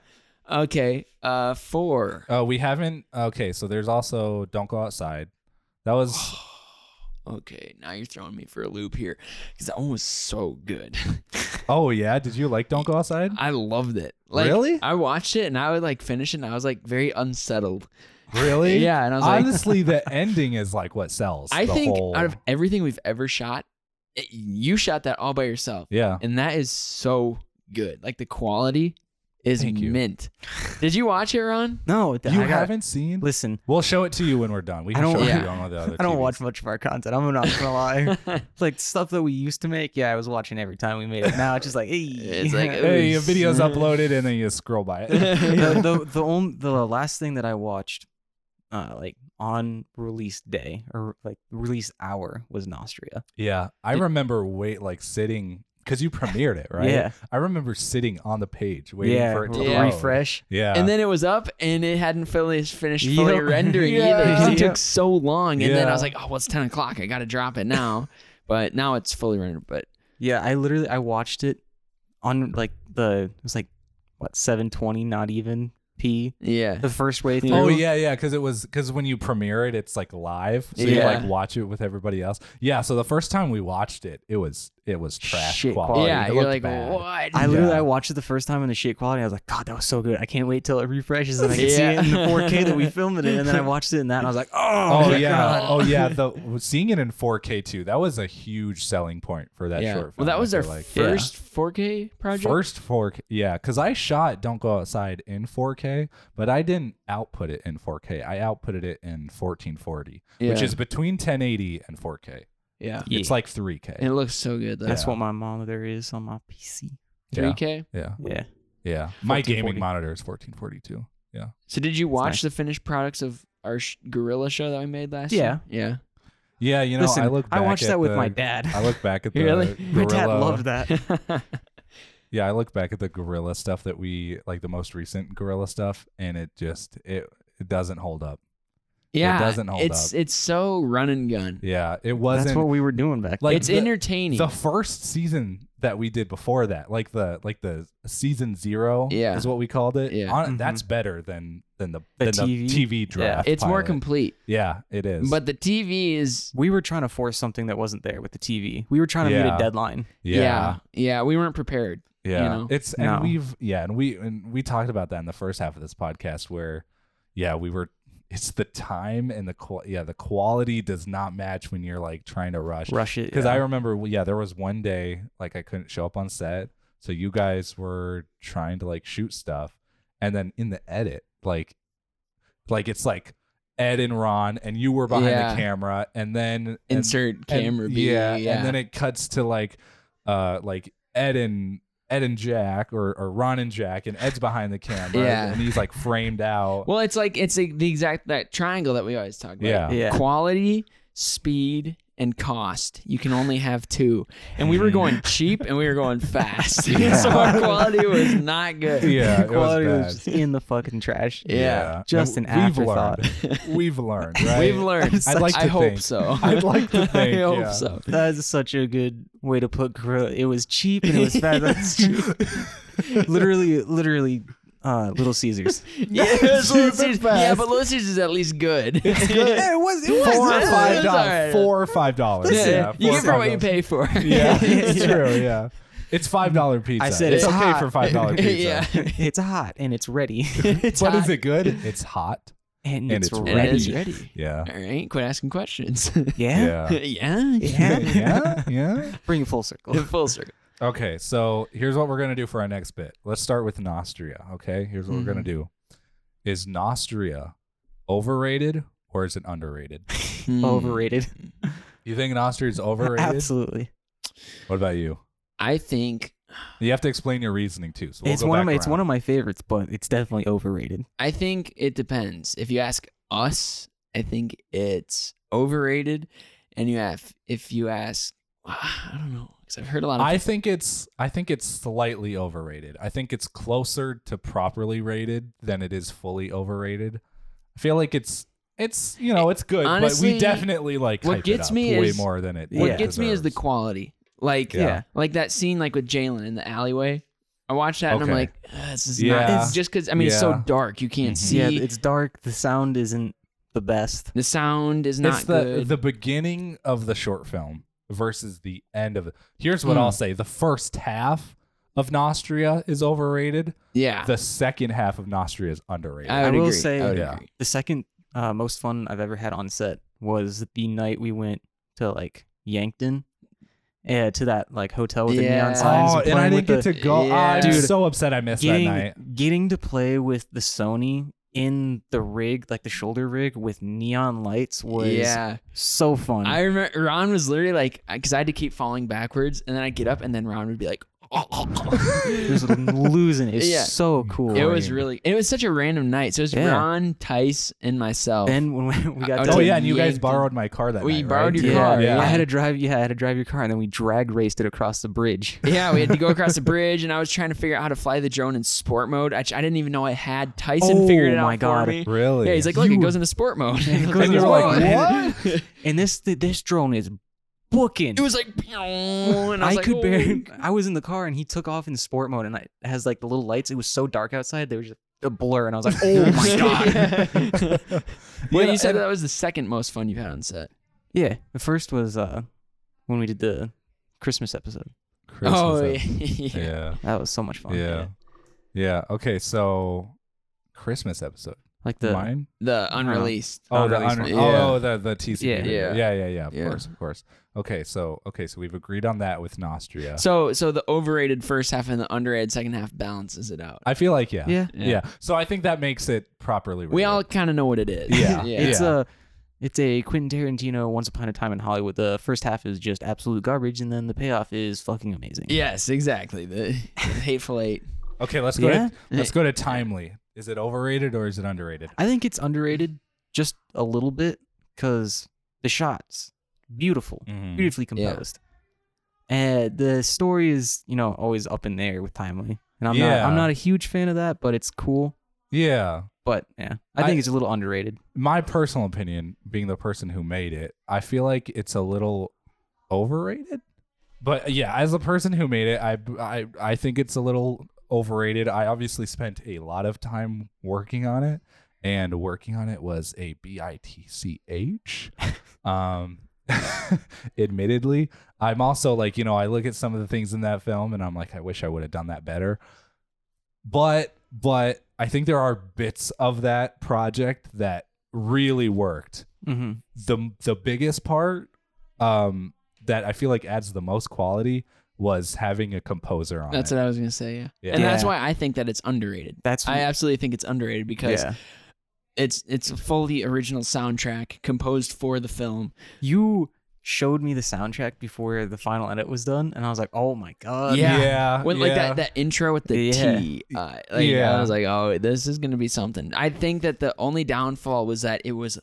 Okay. Uh, four.
Oh, we haven't. Okay, so there's also "Don't Go Outside." That was
Okay. Now you're throwing me for a loop here because that one was so good.
*sighs*
*laughs*
oh yeah. Did you like "Don't Go Outside"?
I loved it. Like,
Really?
I watched it and I would like finish it and I was like very unsettled.
*laughs*
Really?
Yeah. And I was like,
Honestly, the ending is like what sells.
I
the
think
whole-
out of everything we've ever shot, it, you shot that all by yourself.
yeah.
And that is so good. Like the quality is
Thank you.
mint. Did you watch it,
*laughs*
Ron?
No, it-
You
I got-
haven't seen.
Listen,
We'll show it to you when we're done. We
I
can
don't-
show it to
yeah.
you on one of the other.
*laughs* I don't
TVs.
watch much of our content. I'm not
*laughs*
gonna lie. It's like stuff that we used to make, yeah, I was watching every time we made it. Now it's just
*laughs*
like, hey.
It's like,
Hey,
ooh,
your video's uploaded, and then you scroll by it.
*laughs* the
*laughs*
the the, only, the last thing that I watched, uh, like on release day or like release hour was Nostria.
yeah, I remember wait like sitting because you premiered it, right?
Yeah,
I remember sitting on the page waiting
yeah,
for it to
the
Yeah.
load.
refresh.
Yeah.
And then it was up and it hadn't fully finished
Yep.
fully rendering either. 'cause It
Yeah.
took so long. And then I
Yeah.
was like, oh, well, it's 10 o'clock. I got to drop
*laughs*
it now. But now it's fully rendered. But
Yeah, I literally I watched it on like the it was like what seven twenty, not even p
yeah.
the first way through.
oh yeah, yeah, because it was because when you premiere it, it's like live, so you
Yeah.
like watch it with everybody else. Yeah, so the first time we watched it, it was it was trash
Shit
quality.
quality.
It
yeah, you're
looked
like,
bad.
what?
I literally
Yeah.
I watched it the first time in the shit quality. I was like, God, that was so good. I can't wait till it refreshes and I can see
Yeah.
it in the 4K
*laughs*
that we filmed it in. And then I watched it in that and I was like, Oh,
Oh
my
yeah,
God.
oh yeah.
*laughs*
The seeing it in 4K too, that was a huge selling point for that
yeah.
short film.
well, that
I
was
feel
our
like.
first 4K project.
First 4K, yeah, because I shot "Don't Go Outside" in 4K, but I didn't output it in 4K. I outputted it in 1440, which
Yeah.
is between 1080 and 4K.
Yeah.
It's like 3K.
And it looks so good though.
That's what my monitor is on my PC.
yeah,
3K.
yeah,
Yeah.
yeah. My
1440.
gaming monitor is 1442. Yeah,
So did you watch
nice.
the finished products of our sh- gorilla show that we made last
Yeah.
year? Yeah.
yeah. You know,
Listen,
I look. Back
watched
at
that with
the-
my dad.
I look back
*laughs*
at the
Really?
my dad
gorilla- *laughs*
loved that.
Yeah, I look back at the gorilla stuff that we like the most recent gorilla stuff, and it just it it doesn't hold up.
Yeah.
doesn't hold
it's
up.
it's so run and gun.
Yeah, it
That's
wasn't
what we were doing back
like
it's
the,
entertaining.
the first season that we did before that, like the like the season zero,
Yeah.
is what we called it.
Yeah.
On- that's better than than the,
The
than
TV?
the TV draft.
it's more
pilot.
complete.
Yeah, it is.
But the TV is
we were trying to force something that wasn't there with the TV. We were trying to meet
Yeah.
a deadline.
yeah. yeah. we weren't prepared.
Yeah,
you know?
it's and
No.
we've yeah, and we and we talked about that in the first half of this podcast where, yeah, we were. It's the time and the qual yeah the quality does not match when you're like trying to rush
Rush it.
because
yeah.
I remember well, yeah there was one day like I couldn't show up on set so you guys were trying to like shoot stuff and then in the edit like like it's like Ed and Ron and you were behind
Yeah.
the camera and then and-
Insert
and-
camera B.
yeah,
Yeah,
and then it cuts to like uh like ed and ed and jack or, or ron and jack and ed's behind the camera
Yeah.
and he's like framed out
well, it's like it's like the exact that triangle that we always talk about.
yeah
Yeah.
Quality, speed, and cost. You can only have two. And we
*laughs*
were going cheap and we were going fast. *laughs* so our quality was not
*laughs*
good.
yeah it was
quality was,
bad.
just in the
*laughs*
fucking trash.
Yeah.
Just an
And we've
afterthought.
learned. *laughs* we've
*laughs*
learned right
We've learned.
i'd like to
*laughs* I hope
think-
so.
i'd like to think
*laughs* I hope
yeah. *laughs*
so.
That is such a good way to put gorilla. It was cheap and it was fast.
*laughs*
That's true. *laughs* literally, literally, uh,
*laughs*
Little Caesars.
Yeah, it's Little Caesars- yeah, but Little Caesars is at
*laughs*
least good. It's good.
it was.
four
It
or
It's
five
alright.
dollars four or five dollars
Yeah,
yeah, four
you get
or
for what you
$5.
pay for.
yeah
*laughs*
it's true yeah it's five dollar pizza
I said
it's,
it's
okay
hot.
for five dollar pizza
*laughs* yeah.
It's hot and
*laughs*
it's ready. *laughs*
It's
What is
hot.
it good?
*laughs*
It's hot.
And,
it's
it's,
ready.
And
ready.
*laughs*
it's ready.
Yeah.
All right, quit asking questions.
Yeah.
Yeah.
*laughs* yeah. *laughs*
Yeah.
yeah. Yeah.
Bring it full circle.
Full circle.
Okay, so here's what we're gonna do for our next bit. Let's start with Nostria. Okay, here's what we're gonna
Mm-hmm.
do. Is Nostria overrated or is it underrated?
*laughs*
Hmm.
Overrated.
You think Nostria is *laughs* overrated?
*laughs* Absolutely.
What about you?
I think
You have to explain your reasoning too. So we'll
it's
go
one
back
of my. It's
around.
one of my favorites, but it's definitely overrated.
I think it depends. If you ask us, I think it's overrated. And you have if you ask, *sighs* I don't know, because I've heard a lot of.
I think it's I think it's slightly overrated. I think it's closer to properly rated than it is fully overrated. I feel like it's it's you know it's good, but
Honestly,
we definitely like
what
hype it
gets
up
me
way
is-
more than it.
what
Yeah.
gets me is the
deserves.
quality. Like
Yeah.
like that scene like with Jalen in the alleyway. I watched that and
Okay.
I'm like, "Ugh, this is
Yeah.
not it's just because I mean it's so
Yeah.
dark you can't
Mhm.
see.
yeah, it's dark. The sound isn't the best.
the sound is not
it's the
good.
the beginning of the short film versus the end of it. Here's what
Mm.
I'll say: the first half of Nostria is overrated.
yeah,
The second half of Nostria is underrated.
I, would
I will
agree.
say-
I would
Yeah.
agree.
The second uh, most fun I've ever had on set was the night we went to like Yankton, yeah, to that like hotel with the
Yeah.
neon signs.
oh, and I
playing
didn't get
with the-
to go. I'm
Yeah.
so upset I missed that night.
getting getting to play with the Sony in the rig, like the shoulder rig with neon lights, was
yeah.
so fun.
I remember Ron was literally like, because I had to keep falling backwards, and then I'd get up, and then Ron would be like, *laughs* oh,
Just losing is
Yeah.
so cool.
it was really, it was such a random night. So it was
Yeah.
Ron, Tice, and myself.
Then when we, we got
Oh,
to
Oh
to
yeah, and you guys
Yankton.
borrowed my car that
We
night.
borrowed
right?
your car,
Yeah.
I had
yeah.
to drive. Yeah, I had to drive your car, and then we drag raced it across the bridge.
*laughs* yeah, we had to go across
*laughs*
the bridge, and I was trying to figure out how to fly the drone in sport mode. I, I didn't even know I had. Tyson
Oh,
figured it out
my God.
for me.
*laughs* Really?
Yeah, he's like, look,
You-
it goes into sport *laughs* mode.
*laughs* it goes
Like,
and you're
into
whoa.
sport mode.
like, what?
And this th- this drone is booking.
*laughs* It was like, *laughs* "Pew," and I,
I,
was like,
could
"Oh."
barely. *laughs* I was in the car, and he took off in sport mode, and I, it has like the little lights. It was so dark outside; they were just a blur, and I was like,
*laughs*
"Oh *laughs* my god!" *laughs*
Well,
Yeah,
you said
and-
that was the second most fun you've had on set.
yeah, the first was uh when we did the Christmas episode.
Christmas
oh
ep-
*laughs* yeah.
yeah.
That was so much fun.
Yeah. Yeah. Okay. So Christmas episode.
Like the
Mine?
Uh-huh. the unreleased.
Oh, the
Unreleased
un-
one. Yeah.
oh, the the TCP.
Yeah.
video. yeah,
Yeah.
yeah, yeah. Of
Yeah.
course, of course. Okay, so okay, so we've agreed on that with Nostria.
So so the overrated first half and the underrated second half balances it out.
I feel like yeah,
Yeah.
yeah. So I think that makes it properly.
We all
rated.
kind of know what it is.
*laughs*
Yeah.
yeah.
It's
Yeah.
a it's a Quentin Tarantino Once Upon a Time in Hollywood. The first half is just absolute garbage, and then the payoff is fucking amazing.
Yes, exactly. The *laughs* hateful eight.
okay. Let's go.
Yeah.
To, let's go to timely. Is it overrated or is it underrated?
I think it's underrated just a little bit because the shots beautiful,
Mhm.
Mm-hmm.
beautifully
Yeah.
composed. And the story is you know always up in the air with Timely, and I'm
Yeah.
not I'm not a huge fan of that, but it's cool.
Yeah.
But yeah, I,
I-
think it's a little underrated.
My personal opinion, being the person who made it, I feel like it's a little overrated. But yeah, as a person who made it, I I I think it's a little overrated. I obviously spent a lot of time working on it, and working on it was a b i t c h. Um, *laughs* admittedly, I'm also like you know I look at some of the things in that film, and I'm like I wish I would have done that better. But but I think there are bits of that project that really worked
Mm-hmm.
the the biggest part um that I feel like adds the most quality was having a composer on
That's
it.
what I was gonna say. Yeah.
Yeah.
And that's
Yeah.
why I think that it's underrated.
That's
I absolutely think it's underrated because
yeah.
it's it's a fully original soundtrack composed for the film.
You showed me the soundtrack before the final edit was done, and I was like, oh my god.
Yeah.
yeah,
When, Like
Uh, yeah.
that, that intro with the
Yeah.
T. Uh, like,
Yeah.
I was like, oh, this is going to be something. I think that the only downfall was that it was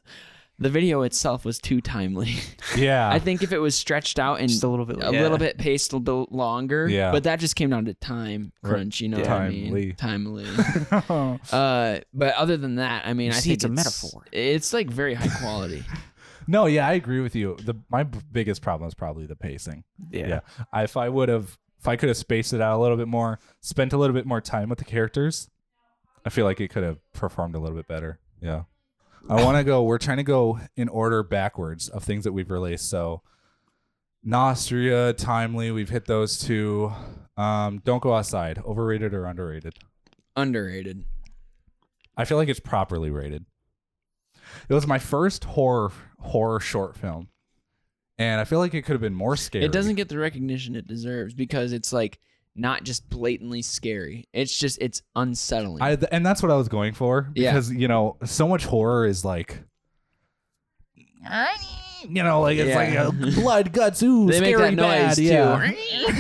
the video itself was too timely. *laughs*
yeah.
I think if it was stretched out and
Just a little bit.
a little bit paced a little longer,
Yeah.
but that just came down to time
Right.
crunch, you know what I
Timely.
mean? Timely.
*laughs*
uh, but other than that, I mean,
You
I
see,
think
it's a metaphor.
It's like very high
*laughs*
quality.
no, yeah, I agree with you. The my b- biggest problem is probably the pacing.
Yeah.
Yeah. I, if I would have if I could have spaced it out a little bit more, spent a little bit more time with the characters, I feel like it could have performed a little bit better. Yeah.
*coughs*
I want to go we're trying to go in order backwards of things that we've released. So Nostria, Timely, we've hit those two. Um, don't go outside. Overrated or underrated?
Underrated.
I feel like it's properly rated. It was my first horror horror short film, and I feel like it could have been more scary.
It doesn't get the recognition it deserves because it's like not just blatantly scary. It's just it's unsettling.
I th- and that's what I was going for
Yeah.
because you know so much horror is like, you know, like it's
Yeah.
like uh, blood, guts, ooh,
they make
scary
that noise
bad,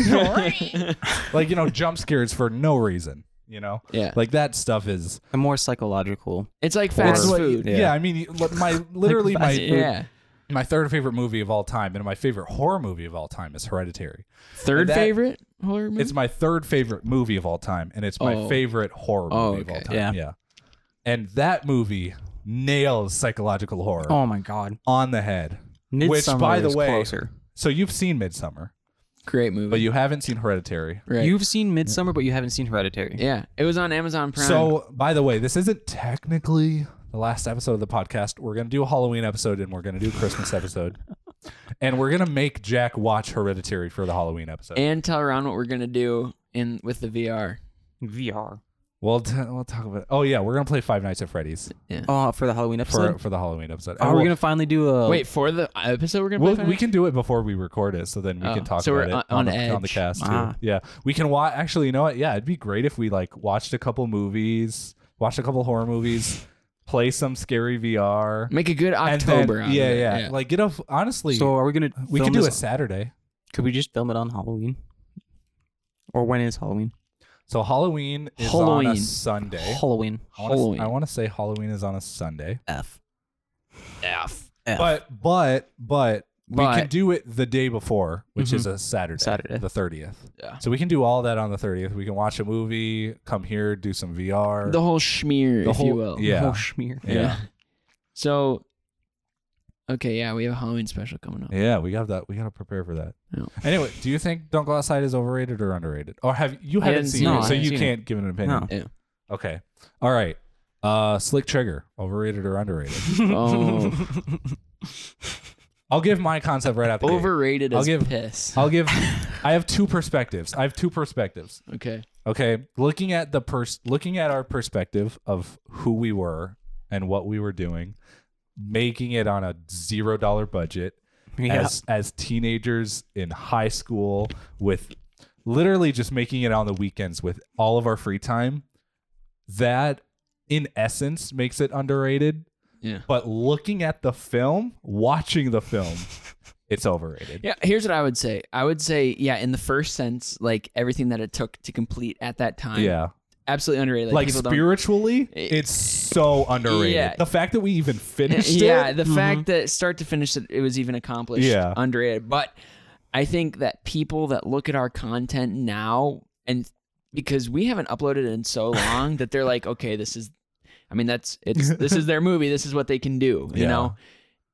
yeah.
too. *laughs*
like you know, jump scares for no reason. You know,
yeah.
like that stuff is
The more psychological.
It's like
That's
fast
what-
food.
Yeah, I mean, you- li- my literally my
yeah.
my third favorite movie of all time and my favorite horror movie of all time is Hereditary.
Third
That-
favorite horror movie?
It's
Mm-hmm.
my third favorite movie of all time, and it's my
Oh.
favorite horror movie
Oh,
of all
okay.
time.
Yeah.
and that movie nails psychological horror
Oh my god.
on the head.
Midsummer
by the
is
way-
closer.
So you've seen Midsummer,
Great movie.
but you haven't seen Hereditary.
right.
You've seen Midsummer, but you haven't seen Hereditary.
yeah. It was on Amazon Prime.
So, by the way, this isn't technically the last episode of the podcast. We're going to do a Halloween episode and we're going to do a Christmas
*laughs*
episode. And we're going to make Jack watch Hereditary for the Halloween episode.
and tell Ron what we're gonna do in with the VR.
VR.
we'll, t- we'll talk about Oh, yeah. We're going to play Five Nights at Freddy's
Oh, for the Halloween episode.
for, for the Halloween episode.
oh,
And
we're
we'll-
gonna finally do a
Wait for the episode we're gonna
Well,
play.
we can do it before we record it, so then we
Oh,
can talk
so we're
about it on,
on- on
the, on the
edge.
cast too.
Ah.
Yeah, we can watch. Actually, you know what? Yeah, it'd be great if we like watched a couple movies, watched a couple horror movies, *laughs* play some scary VR.
make a good
and then-
October. out of
yeah,
it.
yeah, Like get a f- honestly,
So are we gonna?
we
film
could do a
this-
Saturday.
Could we just film it on Halloween? Or when is Halloween?
So Halloween is on
Halloween.
a Sunday.
Halloween.
I wanna s-
Halloween.
I want to say Halloween is on a Sunday,
F.
F.
F.
but but but. We can
But- Mm-hmm.
do it the day before, which
Mhm.
is a Saturday,
Saturday.
the thirtieth.
Yeah.
So we can do all that on the thirtieth. We can watch a movie, come here, do some VR.
The whole schmear,
The
if
whole-
you will.
yeah.
Oh, schmear.
Yeah.
So, okay, yeah, we have a Halloween special
*laughs*
coming up.
Yeah, we got that. We got to prepare for that.
Yeah.
Anyway, do you think Don't Go Outside is overrated or underrated? Or have you
I
haven't
haven't
seen it, so
seen it. No, I haven't
you
seen
can't give it an opinion.
No.
Okay. All right. Uh, Slick Trigger, overrated or underrated?
Oh,
I'll give my concept right after.
Overrated
I'll
as
give-
piss.
I'll
*laughs*
give. I have two perspectives. I have two perspectives.
Okay.
Okay, looking at the pers- looking at our perspective of who we were and what we were doing, making it on a zero dollar budget
Yeah.
as as teenagers in high school with literally just making it on the weekends with all of our free time. That in essence makes it underrated.
Yeah.
But looking at the film, watching the
*laughs*
film, it's overrated.
Yeah, here's what I would say. I would say, yeah, in the first sense, like everything that it took to complete at that time.
Yeah.
Absolutely underrated.
like,
people don't-
spiritually,
Eh,
it's so underrated.
yeah.
The fact that we even finished
yeah,
it, Mm-hmm.
the fact that start to finish that it was even accomplished,
Yeah.
underrated. But I think that people that look at our content now and because we haven't uploaded
*laughs*
in so long that they're like, okay, this is, I mean, that's it's this
*laughs*
is their movie. This is what they can do, you
Yeah.
know.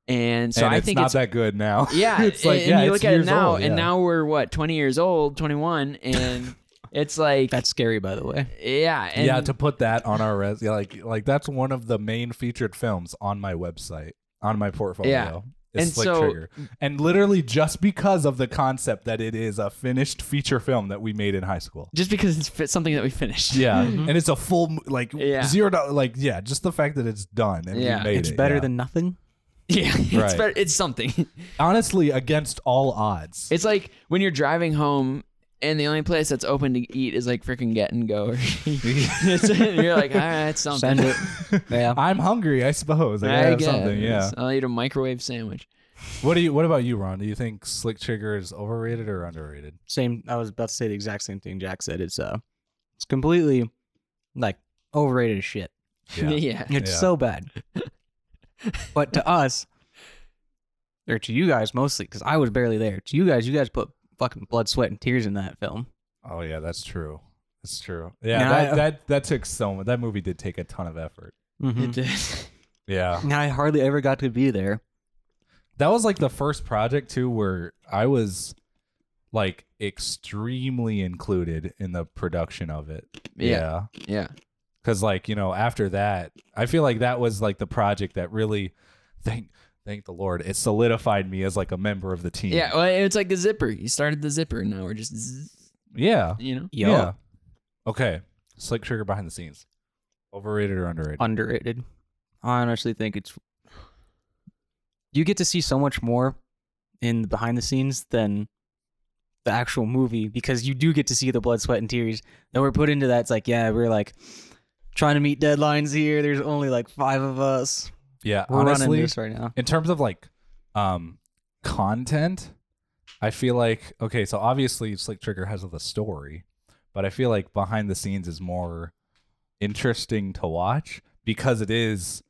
And so
and
I
it's
think
not
it's
that good
*laughs*
now. *laughs*
yeah,
it's like
and
yeah,
you
it's
look at it
years
now,
old, yeah.
and now we're what twenty years old, twenty one,
*laughs*
and it's like
That's scary, by the way.
yeah, and
yeah, to put that on our res, yeah, like like that's one of the main featured films on my website, on my portfolio.
Yeah.
Is
And
Slick
so-
Trigger. and literally just because of the concept that it is a finished feature film that we made in high school.
just because it's fit something that we finished.
Yeah, and it's a full mo- like
Mm-hmm. Yeah.
zero dollar like yeah, just the fact that it's done and
Yeah.
we made
It's
it,
better
yeah. *laughs*
than nothing.
*laughs* yeah, it's
Right.
better, it's something. *laughs*
honestly against all odds.
It's like when you're driving home and the only place that's open to eat is like freaking get
*laughs*
and go. *laughs* It's- you're like, all right, it's something.
Send
*laughs*
it. yeah.
I'm hungry, I suppose. I gotta have
guess.
something. Yeah.
I'll eat a microwave sandwich. *laughs*
What do you? What about you, Ron? Do you think Slick Trigger is overrated or
*laughs*
underrated?
Same. I was about to say the exact same thing Jack said. It's uh, it's completely like overrated as shit.
Yeah.
It's
Yeah.
so bad.
*laughs*
but to us, or to you guys mostly, because I was barely there. To you guys, you guys put fucking blood, sweat, and tears in that film.
Oh yeah, that's true. That's true. Yeah,
Now
that,
I-
that that took so much. That movie did take a ton of effort.
It
Mm-hmm.
did. *laughs*
Yeah,
And I hardly ever got to be there.
that was like the first project too, where I was like extremely included in the production of it.
Yeah. Yeah.
because like you know after that i feel like that was like the project that really thank thank the lord it solidified me as like a member of the team
Yeah. Well, it's like the zipper. You started the zipper and now we're just, zzz,
yeah
you know?
yeah okay slick trigger behind the scenes overrated or underrated
underrated. I honestly think it's you get to see so much more in the behind the scenes than the actual movie because you do get to see the blood, sweat, and tears that were put into that. It's like, yeah, we're like trying to meet deadlines here. There's only like five of us.
yeah
We're
honestly
running this right now.
in terms of like um content i feel like okay so obviously slick trigger has the story but i feel like behind the scenes is more interesting to watch because it is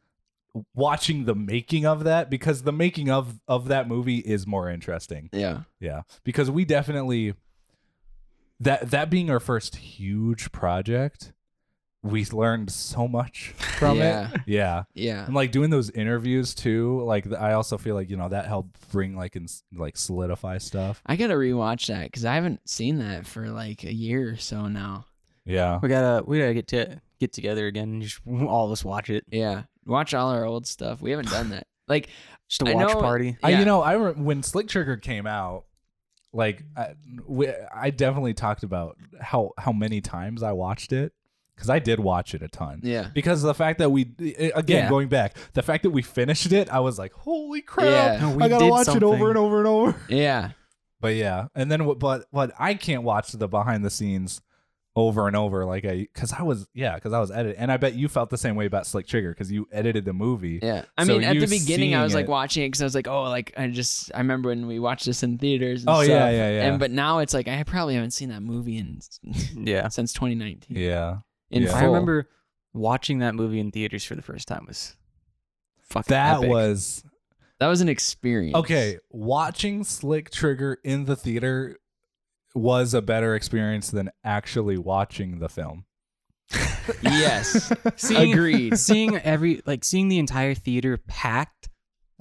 watching the making of that because the making of of that movie is more interesting
Yeah.
yeah because we definitely that that being our first huge project we learned so
*laughs*
much from
Yeah.
it yeah
Yeah.
and like doing those interviews too like th- i also feel like you know that helped bring like and like solidify stuff
I got to rewatch that because I haven't seen that for like a year or so now.
yeah
We gotta we gotta get to get together again and just all of us watch it.
Yeah. Watch all our old stuff. We haven't
*sighs*
done that. Like,
Just a
I
watch
know-
party.
I,
Yeah.
you know i re- when slick trigger came out like I, we, I definitely talked about how how many times i watched it because i did watch it a ton
yeah.
because the fact that we i- again
Yeah.
going back the fact that we finished it i was like holy crap
Yeah.
i gotta
did
watch it over
something.
and over and over *laughs*
Yeah.
But yeah, and then what? But but I can't watch the behind the scenes over and over like I because I was yeah because I was editing, and I bet you felt the same way about Slick Trigger because you edited the movie.
Yeah. I
So
mean, at
you
the beginning, I was
seeing
like
it-
watching it because I was like, oh, like I just, I remember when we watched this in theaters. And
Oh, yeah,
stuff.
yeah, yeah.
And but now it's like I probably haven't seen that movie in
Yeah.
since 2019.
yeah.
In
Yeah.
full.
I remember watching that movie in theaters for the first time was fucking
That
epic.
was
that was an experience.
okay. Watching Slick Trigger in the theater was a better experience than actually watching the film.
Yes.
*laughs*
Seeing-
Agreed.
seeing every like seeing the entire theater packed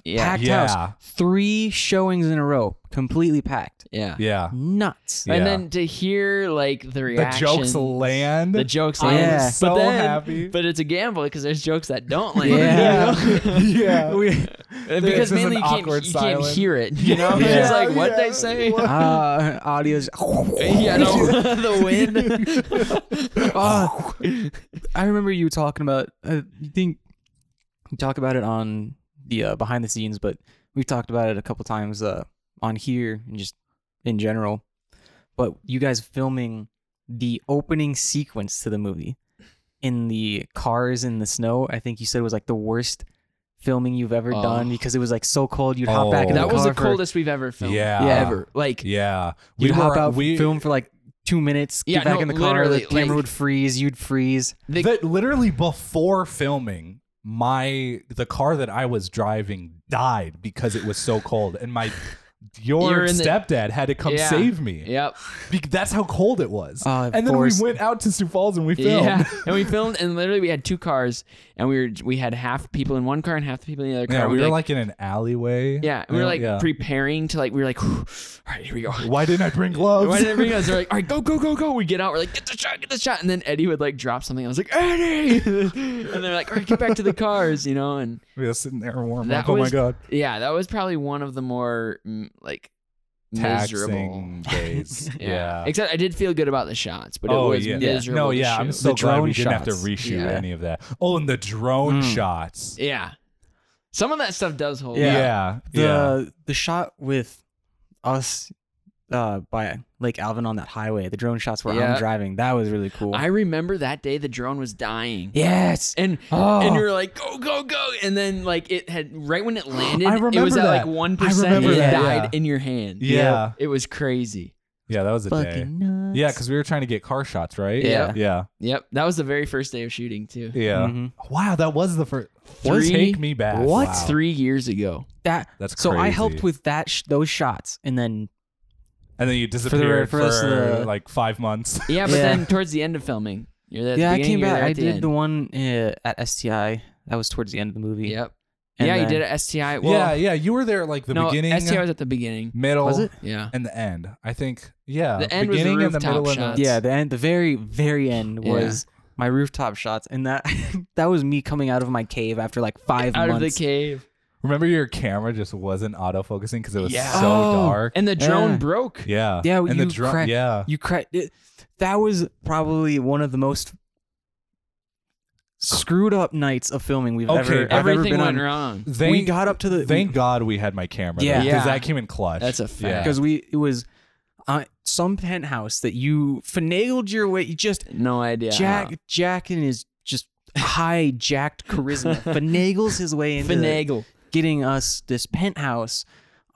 Yeah.
Packed
Yeah.
house. Three showings in a row, completely packed.
Yeah.
Yeah.
Nuts.
Yeah.
And then to hear like the
The
reaction.
jokes land.
The jokes
I am
land.
so
but then,
happy.
But it's a gamble because there's jokes that don't land. *laughs*
Yeah.
you know?
yeah.
*laughs* We,
This
because
is
mainly
an
you can't,
awkward
you can't
silence.
hear it. You know?
Yeah.
It's like
Yeah,
what
yeah.
they say. *laughs*
uh, audio's.
*laughs*
Yeah, no, *laughs* the wind. *laughs*
Oh, *laughs* I remember you talking about. I think you talk about it on the uh, behind the scenes, but we've talked about it a couple times uh, on here and just in general. But you guys filming the opening sequence to the movie in the cars in the snow. I think you said was like the worst filming you've ever
Oh.
done because it was like so cold. You'd hop back in
Oh.
the
That was
car
the
for-
coldest we've ever filmed.
Yeah.
Yeah.
Ever. Like
Yeah.
You'd
we
hop
were,
out,
we,
film for like two minutes,
Yeah,
get back
no,
in the car, the
literally,
camera
like-
would freeze, you'd freeze.
the,
that literally before filming my the car that i was driving died because it was so cold and
*laughs*
my your
You're in the-
stepdad had to come
Yeah.
save me
Yep.
Be- that's how cold it was
Oh, of
and then
course.
we went out to sioux falls and we filmed
Yeah, *laughs* and we filmed, and literally we had two cars, and we were we had half people in one car and half the people in the other car.
Yeah,
and
we
we'd
were
be
like in an alleyway
yeah, and we were like
yeah.
preparing to like we were like, *sighs* all right, here we go.
*laughs* why didn't i bring gloves
Why did everybody else? They're like, all right, go, go, go, go. We get out. We're like, get the shot, get the shot. And then Eddie would like drop something. I was like, Eddie, *laughs* and they're like, all right, get back to the cars, you know. And
*laughs* we were sitting there warm
That
up oh my
was
god
yeah, that was probably one of the more mm, like miserable.
taxing days yeah, Oh,
Except I did feel good about the shots, but it was miserable.
No,
to
yeah, I'm
shoot.
so
The
glad we
drone
didn't have to
shots.
reshoot
Yeah.
any of that. Oh, and the drone shots.
yeah. Some of that stuff does hold.
Yeah,
up.
yeah.
The the shot with us uh by Lake Alvin on that highway, the drone shots where
Yeah.
I'm driving, that was really cool.
I remember that day the drone was dying.
yes.
And
Oh.
and you're like, go, go, go. And then like it had right
*gasps*
when it landed, it
remember
was at like
that.
one
I
percent
remember
it
that,
died
yeah.
in your hand.
Yeah.
It was crazy.
Yeah, that was a day.
Fucking nuts.
Yeah, because we were trying to get car shots, right?
Yeah.
Yeah.
Yep. That was the very first day of shooting too.
Yeah.
Mhm.
Wow, that was the first.
Three-
take me back.
What?
Wow.
Three years ago.
that
That's
so I helped
crazy.
with that sh- those shots and then
And then you disappeared
for
for,
the rest of the-
like five months. *laughs*
Yeah, but
Yeah.
then towards the end of filming, you're there. At
yeah,
the
I
beginning,
came
you're
back.
there at
I
the
did
end.
the one uh, at STI. That was towards the end of the movie.
Yep.
And
yeah, you
then-
did a STI. Well,
yeah, yeah. You were there like the
no,
beginning, uh,
STI was at the beginning.
middle,
Was it?
Yeah.
and the end. I think. Yeah.
The end was the
beginning and the
rooftop
middle and
shots.
the
Yeah, the end, the very, very end
Yeah.
was my rooftop shots, and that *laughs* that was me coming out of my cave after like five
Out of
months.
the cave.
Remember your camera just wasn't auto focusing because it was
Yeah.
so
Oh,
dark.
And the drone
Yeah.
broke.
yeah.
Yeah,
And
you
the drum.
cra-
yeah.
You cra- it, That was probably one of the most screwed up nights of filming we've
Okay,
ever. I've ever
Everything
been
went
on.
wrong.
Thank,
we got up to the.
Thank God we had my camera.
Yeah.
Yeah.
Because that came in clutch.
That's a fact.
because we it was uh, some penthouse that you finagled your way. You just
No idea. how.
Jack Jack and his just hijacked
*laughs*
charisma finagles his way into the-
finagle.
getting us this penthouse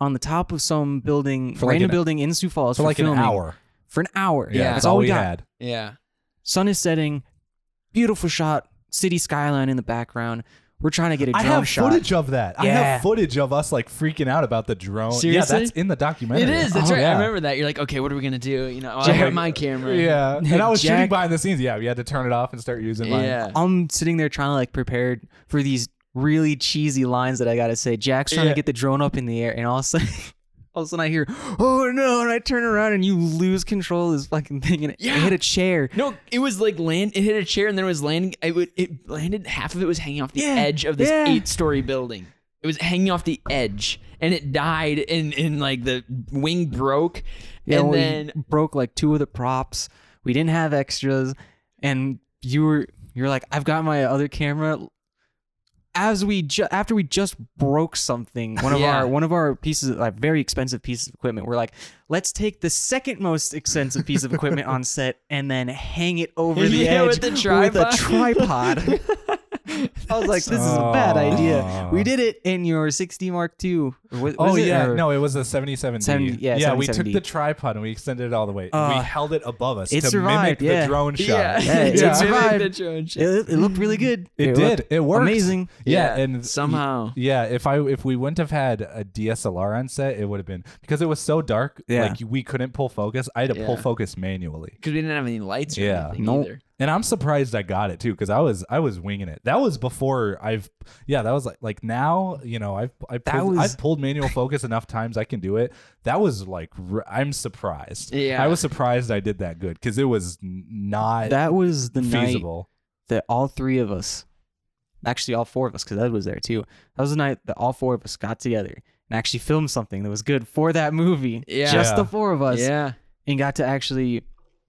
on the top of some building,
For like
random
an-
building in Sioux Falls
For like an
filming.
hour.
For an hour,
Yeah.
that's all we got.
had.
Yeah.
Sun is setting, beautiful shot, city skyline in the background. We're trying to get a
I
drone
have
shot.
footage of that. I
Yeah.
have footage of us like freaking out about the drone.
Seriously?
Yeah, that's in the documentary.
It is. That's
Oh,
right. I
yeah.
remember that. You're like, okay, what are we gonna do? You know, oh, I
Jack-
have my camera.
*laughs* Yeah, and I was shooting
Jack-
behind the scenes. Yeah, we had to turn it off and start using mine.
Yeah.
I'm sitting there trying to like prepare for these really cheesy lines that I gotta say. Jack's trying
Yeah.
to get the drone up in the air, and all of a sudden, *laughs* all of a sudden I hear, "Oh no!" and I turn around and you lose control of this fucking thing and it
Yeah.
hit a chair.
No, it was like land. It hit a chair and then it was landing. It, would, it landed. Half of it was hanging off the
Yeah,
edge of this
yeah.
eight-story building. It was hanging off the edge, and it died. And and like the wing broke,
Yeah,
and
well, we
then
broke like two of the props. We didn't have extras, and you were you're like, I've got my other camera. As we ju- after we just broke something, one of
Yeah.
our one of our pieces, like very expensive piece of equipment, we're like, let's take the second most expensive piece of equipment on set and then hang it over
*laughs*
the
Yeah,
edge
with the
With
tripod. *laughs*
a tripod. I was like, this is a bad idea. We did it in your 60 Mark II Or what- what
Oh
is it?
yeah,
Or-
no, it was a 77D.
Seventy- yeah,
yeah. We took
77D.
the tripod and we extended it all the way.
Uh,
we held it above us
it
to mimic
survived, yeah.
the drone shot.
*laughs* Yeah,
Yeah,
it's
yeah.
really
survived.
the challenge.
It, it looked really good.
It,
looked
did. It worked.
Amazing.
Yeah,
Yeah,
and
somehow.
Yeah, if I if we wouldn't have had a DSLR on set, it would have been because it was so dark.
Yeah.
like we couldn't pull focus. I had to pull
Yeah.
focus manually.
Because we didn't have any lights or
Yeah.
anything
Nope.
either.
And I'm surprised I got it too because I was I was winging it. That was before I've yeah that was like like now you know I've I
That
pulled,
was-
I've pulled manual focus enough times I can do it. That was like r- I'm surprised.
Yeah.
I was surprised I did that good because it was n- not
That was the night
feasible.
that all three of us, actually all four of us, because Ed was there too. That was the night that all four of us got together and actually filmed something that was good for that movie.
Yeah.
Just the
Yeah.
four of us,
Yeah,
and got to actually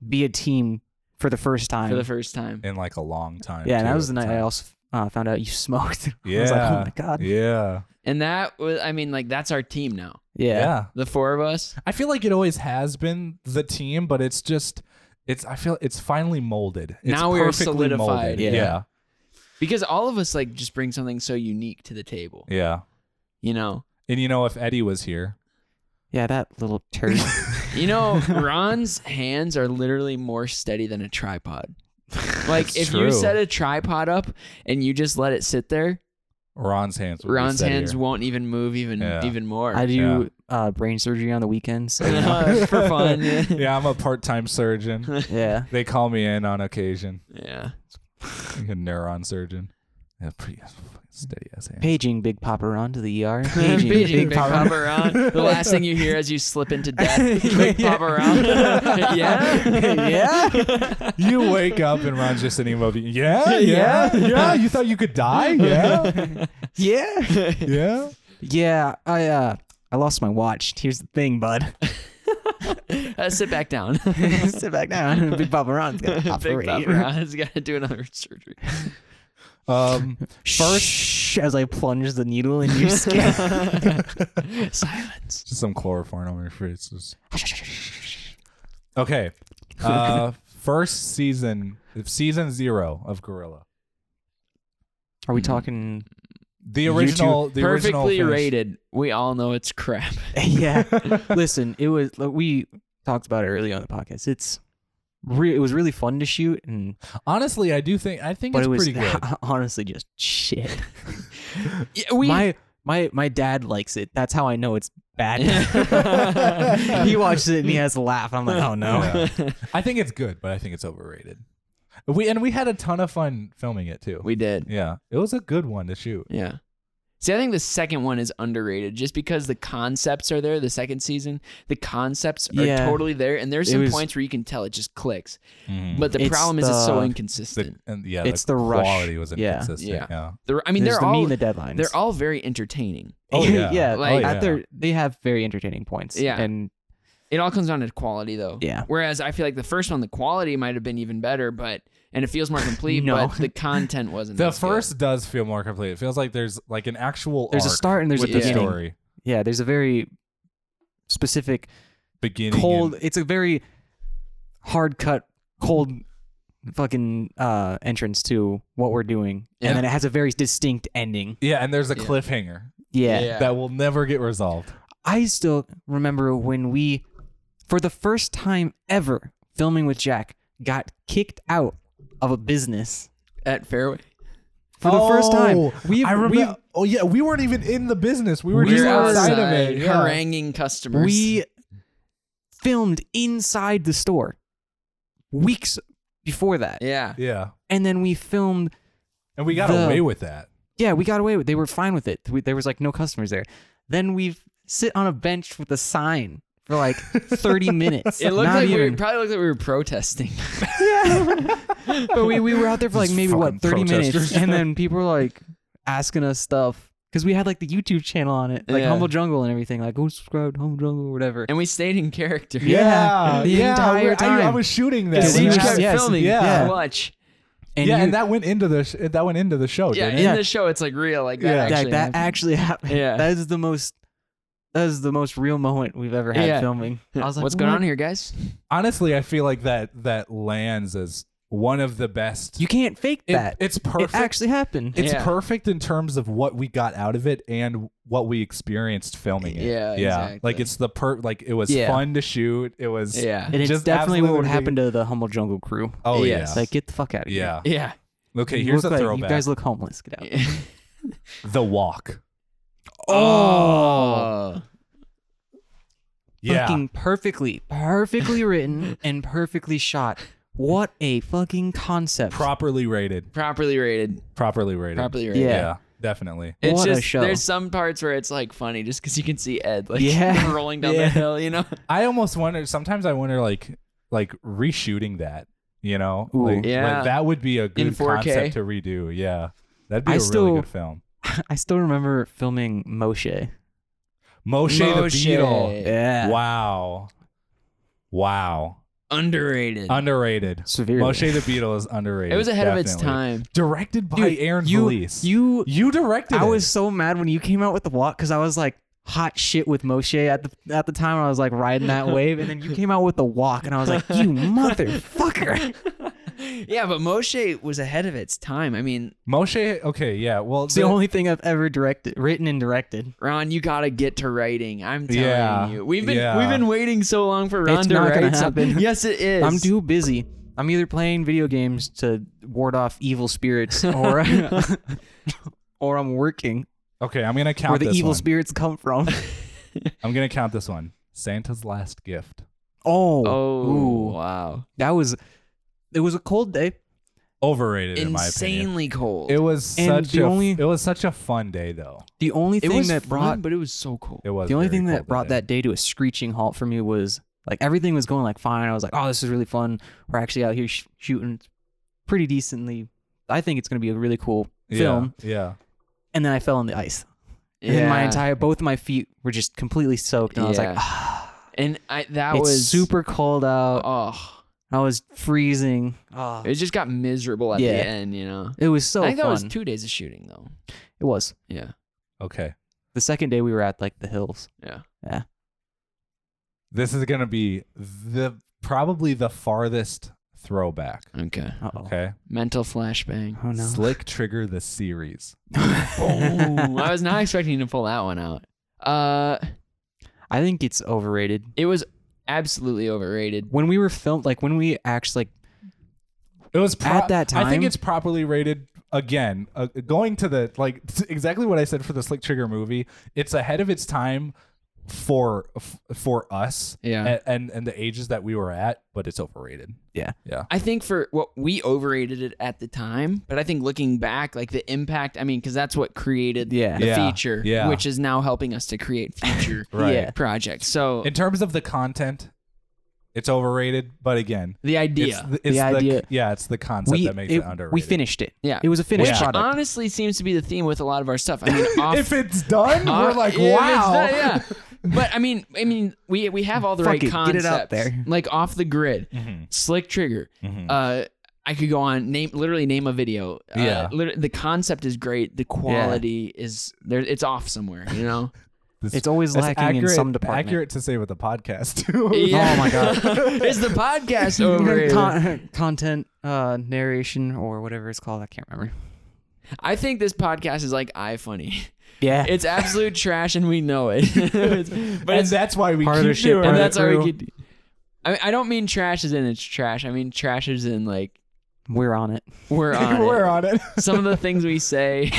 be a team for the first time.
for the first time.
in like a long time.
yeah, and
too
that
at
was the night I
time.
also uh, found out you smoked. *laughs*
Yeah.
I was like, oh my god. Yeah.
Yeah.
And that was, I mean, like, that's our team now.
Yeah.
The four of us.
I feel like it always has been the team, but it's just it's I feel it's finally molded. It's
Now we are
perfectly
solidified.
molded.
Yeah.
yeah.
Because all of us, like, just bring something so unique to the table,
Yeah.
you know?
And you know, if Eddie was here,
Yeah, that little
*laughs*
turd.
You know, Ron's hands are literally more steady than
*laughs*
a tripod. Like,
That's
if
true.
you set a tripod up and you just let it sit there,
Ron's hands would be
Ron's hands
steadier.
won't even move even
Yeah.
even more. *laughs*
I do
Yeah.
uh, brain surgery on the weekends. *laughs* So, you know,
for fun. Yeah.
yeah, I'm a part-time surgeon.
yeah.
they call me in on occasion. *laughs*
Yeah.
Like a neuron surgeon. Yeah, pretty steady ass hands.
Paging Big Papa Ron to the *laughs* ER.
Paging, *laughs*
Paging
Big Papa *laughs* Ron. The last thing you hear as you slip into *laughs* death, Big Papa *laughs* Ron. yeah.
*laughs*
*laughs*
yeah.
You wake up and Ron's just sitting above you. Yeah, yeah, yeah. You thought you could die? Yeah,
Yeah.
yeah.
*laughs* Yeah, I uh I lost my watch. Here's the thing, bud. *laughs*
Uh, sit back down. *laughs*
Sit back down. *laughs* Big Papa Ron's gonna
Big
operate.
Papa Ron has got to do another *laughs* surgery.
Um,
First, as I plunge the needle in your skin.
*laughs* Silence.
just some chloroform on your face. Just- Okay. Uh first season season zero of Gorilla.
Are
*laughs*
we talking?
The original the original
Perfectly
finish-
rated. We all know it's crap.
yeah. *laughs* Listen, it was like, we talked about it earlier on the podcast. It's re- it was really fun to shoot, and
Honestly, I do think I think
but
it's
it was
pretty good.
*laughs* honestly just shit.
Yeah, we.
my my my dad likes it. That's how I know it's
*laughs*
bad. *laughs* he watches it and he has a laugh. I'm like,
*laughs*
oh no. *laughs*
Yeah. I think it's good, but I think it's overrated. We and we had a ton of fun filming it too.
we did.
yeah. It was a good one to shoot.
Yeah. See, I think the second one is underrated just because the concepts are there. The second season, the concepts are
Yeah.
totally there, and there's
It
some
was-
points where you can tell it just clicks.
Mm.
But the
It's
problem is it's so
the-
The,
inconsistent.
and yeah,
Mm-hmm. It's
the,
the rush.
quality was
Yeah.
inconsistent. Yeah.
Yeah. They're- I mean,
There's
they're
the
all
mean the deadlines.
they're all very entertaining.
Oh yeah.
like
oh,
at their they have very entertaining points.
Yeah.
and
It all comes down to quality, though.
Yeah.
Whereas I feel like the first one, the quality might have been even better, but and it feels more complete.
*laughs* No.
but the content wasn't.
the
as good.
first does feel more complete. It feels like there's like an actual
there's a
arc
start and there's a
with the
beginning.
story.
Yeah, there's a very specific
Beginning
cold.
and-
It's a very hard cut cold fucking uh entrance to what we're doing
Yeah.
and then it has a very distinct ending
yeah, and there's a cliffhanger.
yeah.
Yeah.
that will never get resolved.
i still remember when we for the first time ever filming with jack got kicked out of a business
at Fairway.
for the first time we
Oh, I
we
remember. Oh yeah, we weren't even in the business. We were
We
just
were
outside, of
outside
it. Yeah.
haranguing customers.
We filmed inside the store weeks before that.
yeah.
Yeah.
And then we filmed,
and we got
The-
away with that.
yeah, we got away with They were fine with it. We, there was like no customers there. Then we sit on a bench with a sign for like
*laughs*
30 minutes.
It looked
Not
like we
even,
were, probably looked like we were protesting. *laughs*
but we, we were out there for like
Just
maybe what,
fucking
30 minutes.
protesters.
And then people were like asking us stuff. Because we had like the YouTube channel on it, like
Yeah.
Humble Jungle and everything, like go subscribe to Humble Jungle or whatever.
and we stayed in character.
Yeah, the entire
we- I- I,
time.
was shooting that.
*laughs* Because
Yeah,
they
we
just
were-
kept
yes,
filming.
yeah.
Yeah. Watch.
yeah,
you-
and that went into the sh- that went into the show.
Yeah.
Oh, didn't
In
Yeah.
the show, it's like real. Like that.
Yeah.
Actually
like that
happened.
actually happened.
Yeah.
that is the most that is the most real moment we've ever had
Yeah.
*laughs* filming. I was like,
What's going
"What?"
on here, guys?
Honestly, I feel like that that lands as one of the best.
You can't fake
It-
that.
it's
It
perfect.
actually happened.
it's
Yeah.
perfect in terms of what we got out of it and what we experienced filming it.
Yeah,
Like
exactly.
it's the per like it was
Yeah.
fun to shoot. It was *laughs*
Yeah.
And it's
Just
definitely what would
absolutely-
happen to the humble jungle crew.
Oh
Yeah.
yeah.
It's like get the fuck out of here.
yeah.
Yeah. *laughs*
Okay,
You
here's a
look like-
throwback.
You guys look homeless. Get out.
the walk.
oh.
Yeah.
Fucking perfectly, *laughs* perfectly written and perfectly shot. What a fucking concept.
Properly rated.
Properly rated.
Properly rated.
Properly rated.
Yeah.
Yeah. definitely.
It's
What a
just
show.
there's some parts where it's like funny just because you can see Ed like *laughs*
Yeah.
rolling down
Yeah.
the hill, you know.
I almost wonder. Sometimes I wonder, like, like reshooting that. You know,
Ooh.
like,
Yeah.
like, that would be a good
4K.
concept to redo. Yeah, that'd be
I
a
still-
really good film.
*laughs* I still remember filming Moshe.
Moshe,
Moshe.
the Beetle.
Yeah.
Wow, wow,
Underrated.
underrated.
Severely.
Moshe the Beetle is underrated.
it was ahead of its
definitely.
time.
Directed by
Dude,
Aaron
you,
Veliz.
You,
you directed.
I
it.
was so mad when you came out with the walk because I was like hot shit with Moshe at the at the time. I was like
*laughs*
riding that wave, and then you came out with the walk, and I was like, you motherfucker.
Yeah, but Moshe was ahead of its time. I mean,
Moshe. Okay, yeah. Well,
It's the only thing I've ever directed, written, and directed.
Ron, you gotta get to writing. I'm telling
Yeah.
you, we've been
Yeah.
we've been waiting so long for Ron
It's
to
not gonna
write something.
happen.
Yes, it is.
I'm too busy. I'm either playing video games to ward off evil
*laughs*
spirits, or *laughs* or I'm working.
okay. I'm gonna count
Where the
this
evil
one.
spirits
*laughs*
come from?
I'm gonna count this one. Santa's last gift.
Oh,
Oh
Ooh.
wow!
that was. It was a cold day.
Overrated in my opinion.
Insanely cold.
It was
And
such
the
a
only-
it was such a fun day though.
The only
It
thing
was
that
fun,
brought
but it was so cold.
It was
the only
very
thing
cold
that brought
day.
that day to a screeching halt for me was like everything was going like fine. I was like, oh, this is really fun. We're actually out here sh- shooting pretty decently. I think it's going to be a really cool
Yeah,
film.
Yeah,
And then I fell on the ice. And then my
Yeah.
entire both of my feet were just completely soaked. And I was like,
Yeah.
ah,
and I that
it's
was
super cold out.
Oh,
I was freezing. Ah,
it just got miserable at
Yeah.
the end. You know.
it was so
I think
fun.
that was two days of shooting though.
it was
Yeah.
Okay.
the second day we were at like the hills.
Yeah.
This is gonna be the probably the farthest throwback.
Okay.
Uh-oh.
Okay.
Mental
*laughs*
flashbang.
Oh no. Oh.
Slick Trigger the
*laughs*
series.
Boom. I was not expecting to pull that one out. Uh,
I think it's overrated.
it was absolutely overrated.
When we were filmed, like when we actually like
It was pro-
At that
I think
time-
it's properly rated. Again, uh, going to the like t- exactly what I said for the Slick Trigger movie. It's ahead of its time for f- for us.
Yeah.
And, and and the ages that we were at, but it's overrated.
I think for what we overrated it at the time, but I think looking back, like the impact, I mean, because that's what created
Yeah.
the
Yeah.
feature,
Yeah.
which is now helping us to
*laughs*
create future
Right.
Yeah.
projects. So
In terms of the content, it's overrated. But again,
the idea,
It's, the, it's
The idea-
Yeah, it's the concept
we
that makes
it-
it underrated.
we finished it.
yeah,
It was a finished
Yeah.
which
product.
honestly seems to be the theme with a lot of our stuff.
*laughs*
I mean, off,
If it's
*laughs*
done,
Uh,
we're like,
yeah, it's
wow.
not- yeah. But I mean, I mean, we we have all the
Fuck
right
it, get
concepts.
it out there.
Like off the grid, slick trigger. Uh, I could go on name literally name a video. Uh,
Yeah.
lit- the concept is great. The quality is there. It's off somewhere. You know.
It's always
That's
lacking in
accurate-
some department.
Accurate to say with the podcast *laughs* too.
*laughs* Oh my
*laughs*
god.
is the
*laughs*
podcast over?
*laughs* Con- *laughs* content uh, narration or whatever it's called. I can't remember.
I think this podcast is like iFunny.
Yeah.
It's
*laughs*
absolute trash, and we know it. *laughs* It's- but
and
it's
that's why we
Part of
keep
the shit,
doing
part
and
it.
of
that's how we
True.
could. I mean, I don't mean trash as in it's trash. I mean trash as in like
We're on it.
*laughs*
we're *laughs* on
we're
it.
on it.
some of the things we say.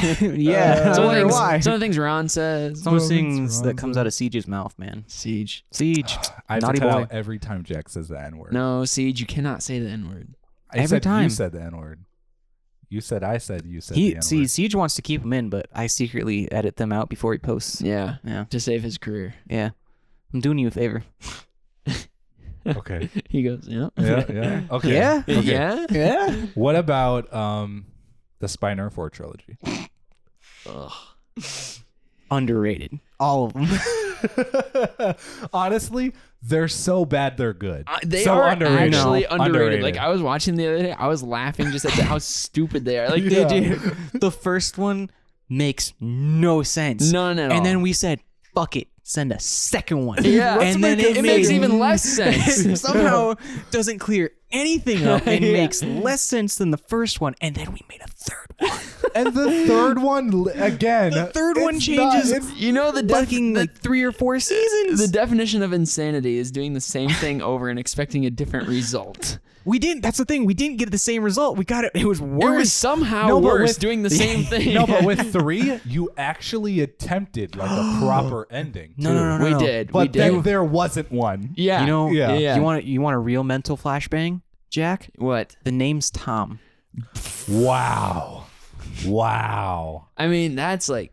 *laughs*
yeah.
some, of the
wonder
things,
why.
some of the things Ron says.
Some of
Well,
the things
it's Ah,
that
wrong.
comes out of Siege's mouth, man.
Siege.
Siege.
I have
Naughty
to cut
boy.
out every time Jack says the N word.
No, Siege, you cannot say the N word.
I
every
said you
time.
said the N word. You said I said you said the
He
N
see
word.
Siege wants to keep them in, but I secretly edit them out before he posts.
Yeah.
Yeah.
To save his career. *laughs*
Yeah. I'm doing you a favor.
Okay.
He goes, yeah. *laughs*
Yeah. Yeah. Okay.
Yeah.
Okay.
Yeah.
Yeah.
What about um the Spy Nerf 4 trilogy?
Underrated. All of them.
Honestly, they're so bad they're good.
Uh, they
so
are
underrated.
actually underrated. Like I was watching the other day, I was laughing just at the, how stupid they are. Like they
Yeah.
*laughs*
do *laughs*
the first one makes no sense.
none at all.
and then we said, "Fuck it, send a second one."
Yeah. Let's
and then
make it- it makes
made-
even less sense.
*laughs* It somehow
*laughs*
doesn't clear anything up and
Yeah.
makes less sense than the first one. And then we made a third one.
and the third one li- again. The
third one changes
You know Oh, the def-
fucking
the-
like three or four seasons.
The definition of insanity is doing the same thing over and expecting a different result.
we didn't. That's the thing. We didn't get the same result. We got it. It was
It was
worse.
somehow
No, but
worse
with-
doing the same thing.
no, but with three, you actually attempted like
*gasps*
a proper ending.
no, no, no, no,
we
no.
did. we
But
did.
then there wasn't one.
yeah.
You know.
Yeah.
Yeah.
You want you want a real mental flashbang, Jack?
what?
The name's Tom.
Wow. Wow.
I mean, that's like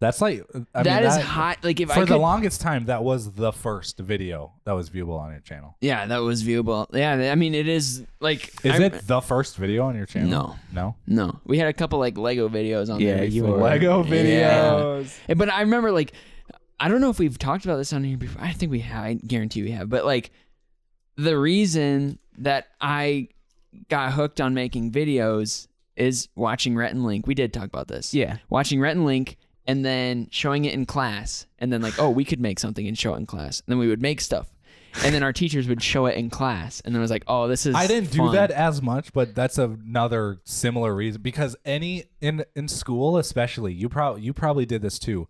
That's like I
that
mean,
is hot. Like if
For
I could,
the longest time, that was the first video that was viewable on your channel.
yeah, that was viewable. Yeah, I mean, it is like
Is
I-
it the first video on your channel?
No.
No.
No, we had a couple like Lego videos on
Yeah,
there.
you
before.
were. Lego
Yeah.
videos.
Eh, But I remember like I don't know if we've talked about this on here before. I think we have. I guarantee we have. But like the reason that I got hooked on making videos is watching Rhett and Link. We did talk about this.
Yeah.
Watching Rhett and Link and then showing it in class and then like, oh, we could make something and show it in class. And then we would make stuff. And then our teachers would show it in class. And then I was like, oh, this is
I didn't do
fun.
that as much, but that's another similar reason because any in in school, especially you probably you probably did this too.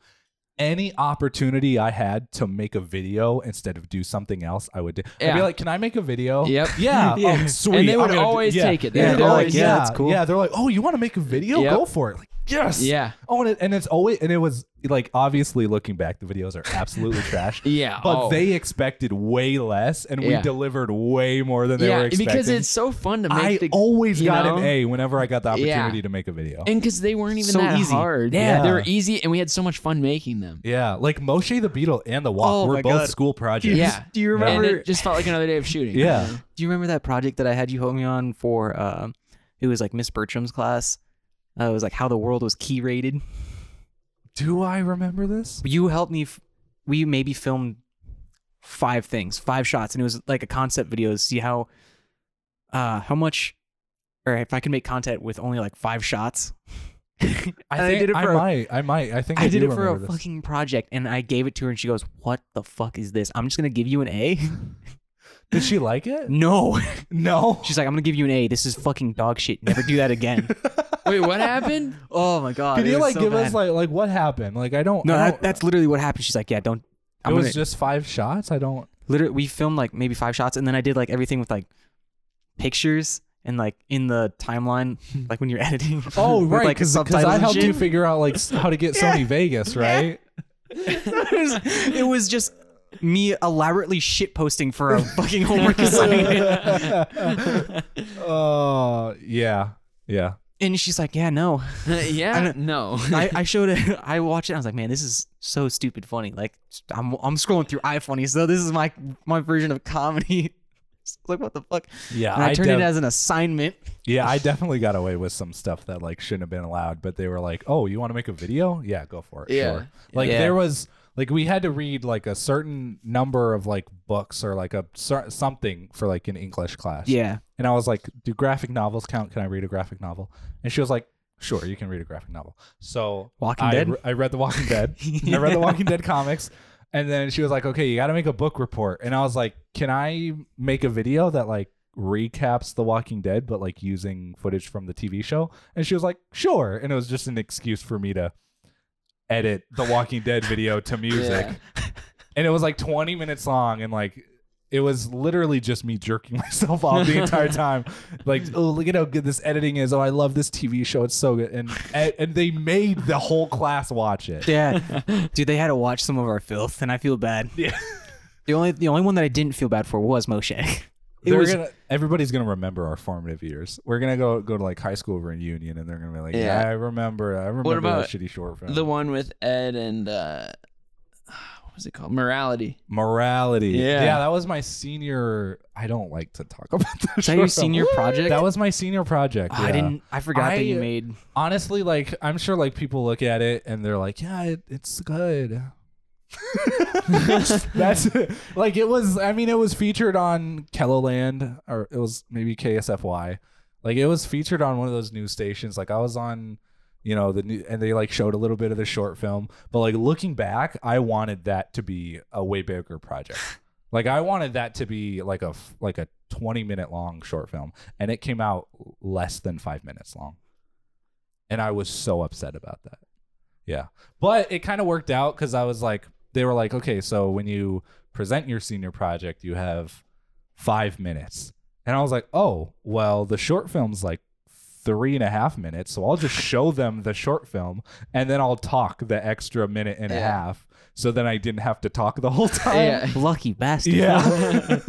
Any opportunity I had to make a video instead of do something else, I would do. I'd be
Yeah.
like, "Can I make a video?"
Yep. *laughs*
Yeah,
Yeah.
Oh, sweet.
And they
I'm
would
gonna-
always
yeah.
take it. They
yeah,
would
they're
always-
like, yeah,
yeah, that's cool.
Yeah, they're like, "Oh, you want to make a video?
Yep.
Go for it!" Like, yes.
Yeah.
Oh, and it, and it's always and it was like obviously looking back, the videos are absolutely *laughs* trash.
Yeah,
but
oh.
they expected way less, and we
Yeah.
delivered way more than they were
yeah,
expecting.
because it's so fun to make
I
the
always
you
got
know?
an A whenever I got the
Yeah.
opportunity to make a video.
And because they weren't even
So
that
easy.
hard.
Yeah.
They were easy and we had so much fun making them.
yeah, like Moshe the Beetle and the Walk
Oh
were
my
both
God.
school projects.
Yeah.
Do you
And
remember?
it just felt like another day of shooting.
*laughs* Yeah.
Do you remember that project that I had you help me on for? Uh, it was like Miss Bertram's class. Uh, it was like how the world was key rated.
Do I remember this?
You helped me. F- we maybe filmed five things, five shots, and it was like a concept video to see how, uh, how much, or if I could make content with only like five shots.
I
And I
think
did it for a-
might. I might. I think I,
I did
do
it for a
remember this.
fucking project, and I gave it to her, and she goes, "What the fuck is this? I'm just gonna give you an A." *laughs*
Did she like it?
no,
*laughs* No.
she's like, "I'm gonna give you an A. This is fucking dog shit. Never do that again."
*laughs*
Wait, what *laughs* happened?
oh my god.
Can
it
you
was
like
so
give
bad.
us like like what happened? Like I don't.
No,
I
that,
don't-
that's literally what happened. She's like, "Yeah, don't."
It
I'm
was
gonna,
just five shots. I *laughs* don't.
literally we filmed like maybe five shots, and then I did like everything with like pictures and like in the
*laughs*
timeline, like when you're *laughs* editing.
Oh
with,
right,
like
because
subtitles
I
and
helped
shit.
you figure out like s- how to *laughs* get Sony Vegas, *laughs* right?
it, was, *laughs* it was just me elaborately shit posting
*laughs*
for a fucking homework assignment,
Uh, yeah, yeah.
and she's like, "Yeah, no."
yeah. No.
I, I showed it. *laughs* I watched it. I was like, "Man, this is so stupid funny." Like, I'm I'm scrolling through iFunny, so this is my my version of comedy. *laughs* It's like, what the fuck?
Yeah,
And I, turned
def-
it as an assignment.
yeah. I definitely got away with some stuff that like shouldn't have been allowed, but they were like, "Oh, you want to make a video? Yeah, go for it."
Yeah.
Sure. Like
Yeah.
there was like we had to read like a certain number of like books or like a cer- something for like an English class.
Yeah.
And I was like, "Do graphic novels count? Can I read a graphic novel?" And she was like, "Sure, you can read a graphic novel." So
Walking
I,
Dead?
I read The Walking
*laughs*
Dead. I read The Walking Dead comics, and then she was like, "Okay, you got to make a book report." And I was like, "Can I make a video that like recaps The Walking Dead, but like using footage from the TV show?" And she was like, "Sure." And it was just an excuse for me to edit The Walking Dead video
*laughs*
to music, and it was like 20 minutes long, and like it was literally just me jerking *laughs* myself off the
*laughs*
entire time. Like, oh, look at how good this editing is. Oh, I love this TV show. It's so good.
*laughs*
And and, and they made the whole class watch it.
Yeah, *laughs* dude, they had to watch some of our filth, and I feel bad. Yeah. The only the only one that I didn't feel bad for was Moshe. *laughs* It
They're
was
gonna, everybody's gonna remember our formative years. We're gonna go go to like high school reunion, and they're gonna be like, "Yeah,
Yeah.
I remember. I remember
about
that shitty short film."
*laughs* the one with Ed and uh *sighs* what was it called? Morality. *laughs*
Morality.
Yeah.
yeah, that was my senior. I don't like to talk *laughs* about that.
is that your senior project?
That was my senior project.
I
yeah.
didn't. I forgot that you
I- uh,
made.
honestly, like I'm sure like people look at it and they're like, yeah, it, it's good. That's *laughs* like it was. I mean, it was featured on Kelloland or it was maybe KSFY. Like it was featured on one of those news stations. Like I was on, you know, the new and they like showed a little bit of the short film. But like looking back, I wanted that to be a way bigger project. Like I wanted that to be like a f- like a 20 minute long short film, and it came out less than five minutes long. And I was so upset about that. Yeah. But it kind of worked out because I was like, they were like, okay, so when you present your senior project, you have five minutes. And I was like, oh, well, the short film's like three and a half minutes. So I'll just show them the short film and then I'll talk the extra minute and a
Yeah.
half. So then I didn't have to talk the whole time.
*laughs* Yeah.
Lucky bastard. *laughs*
Yeah. *laughs*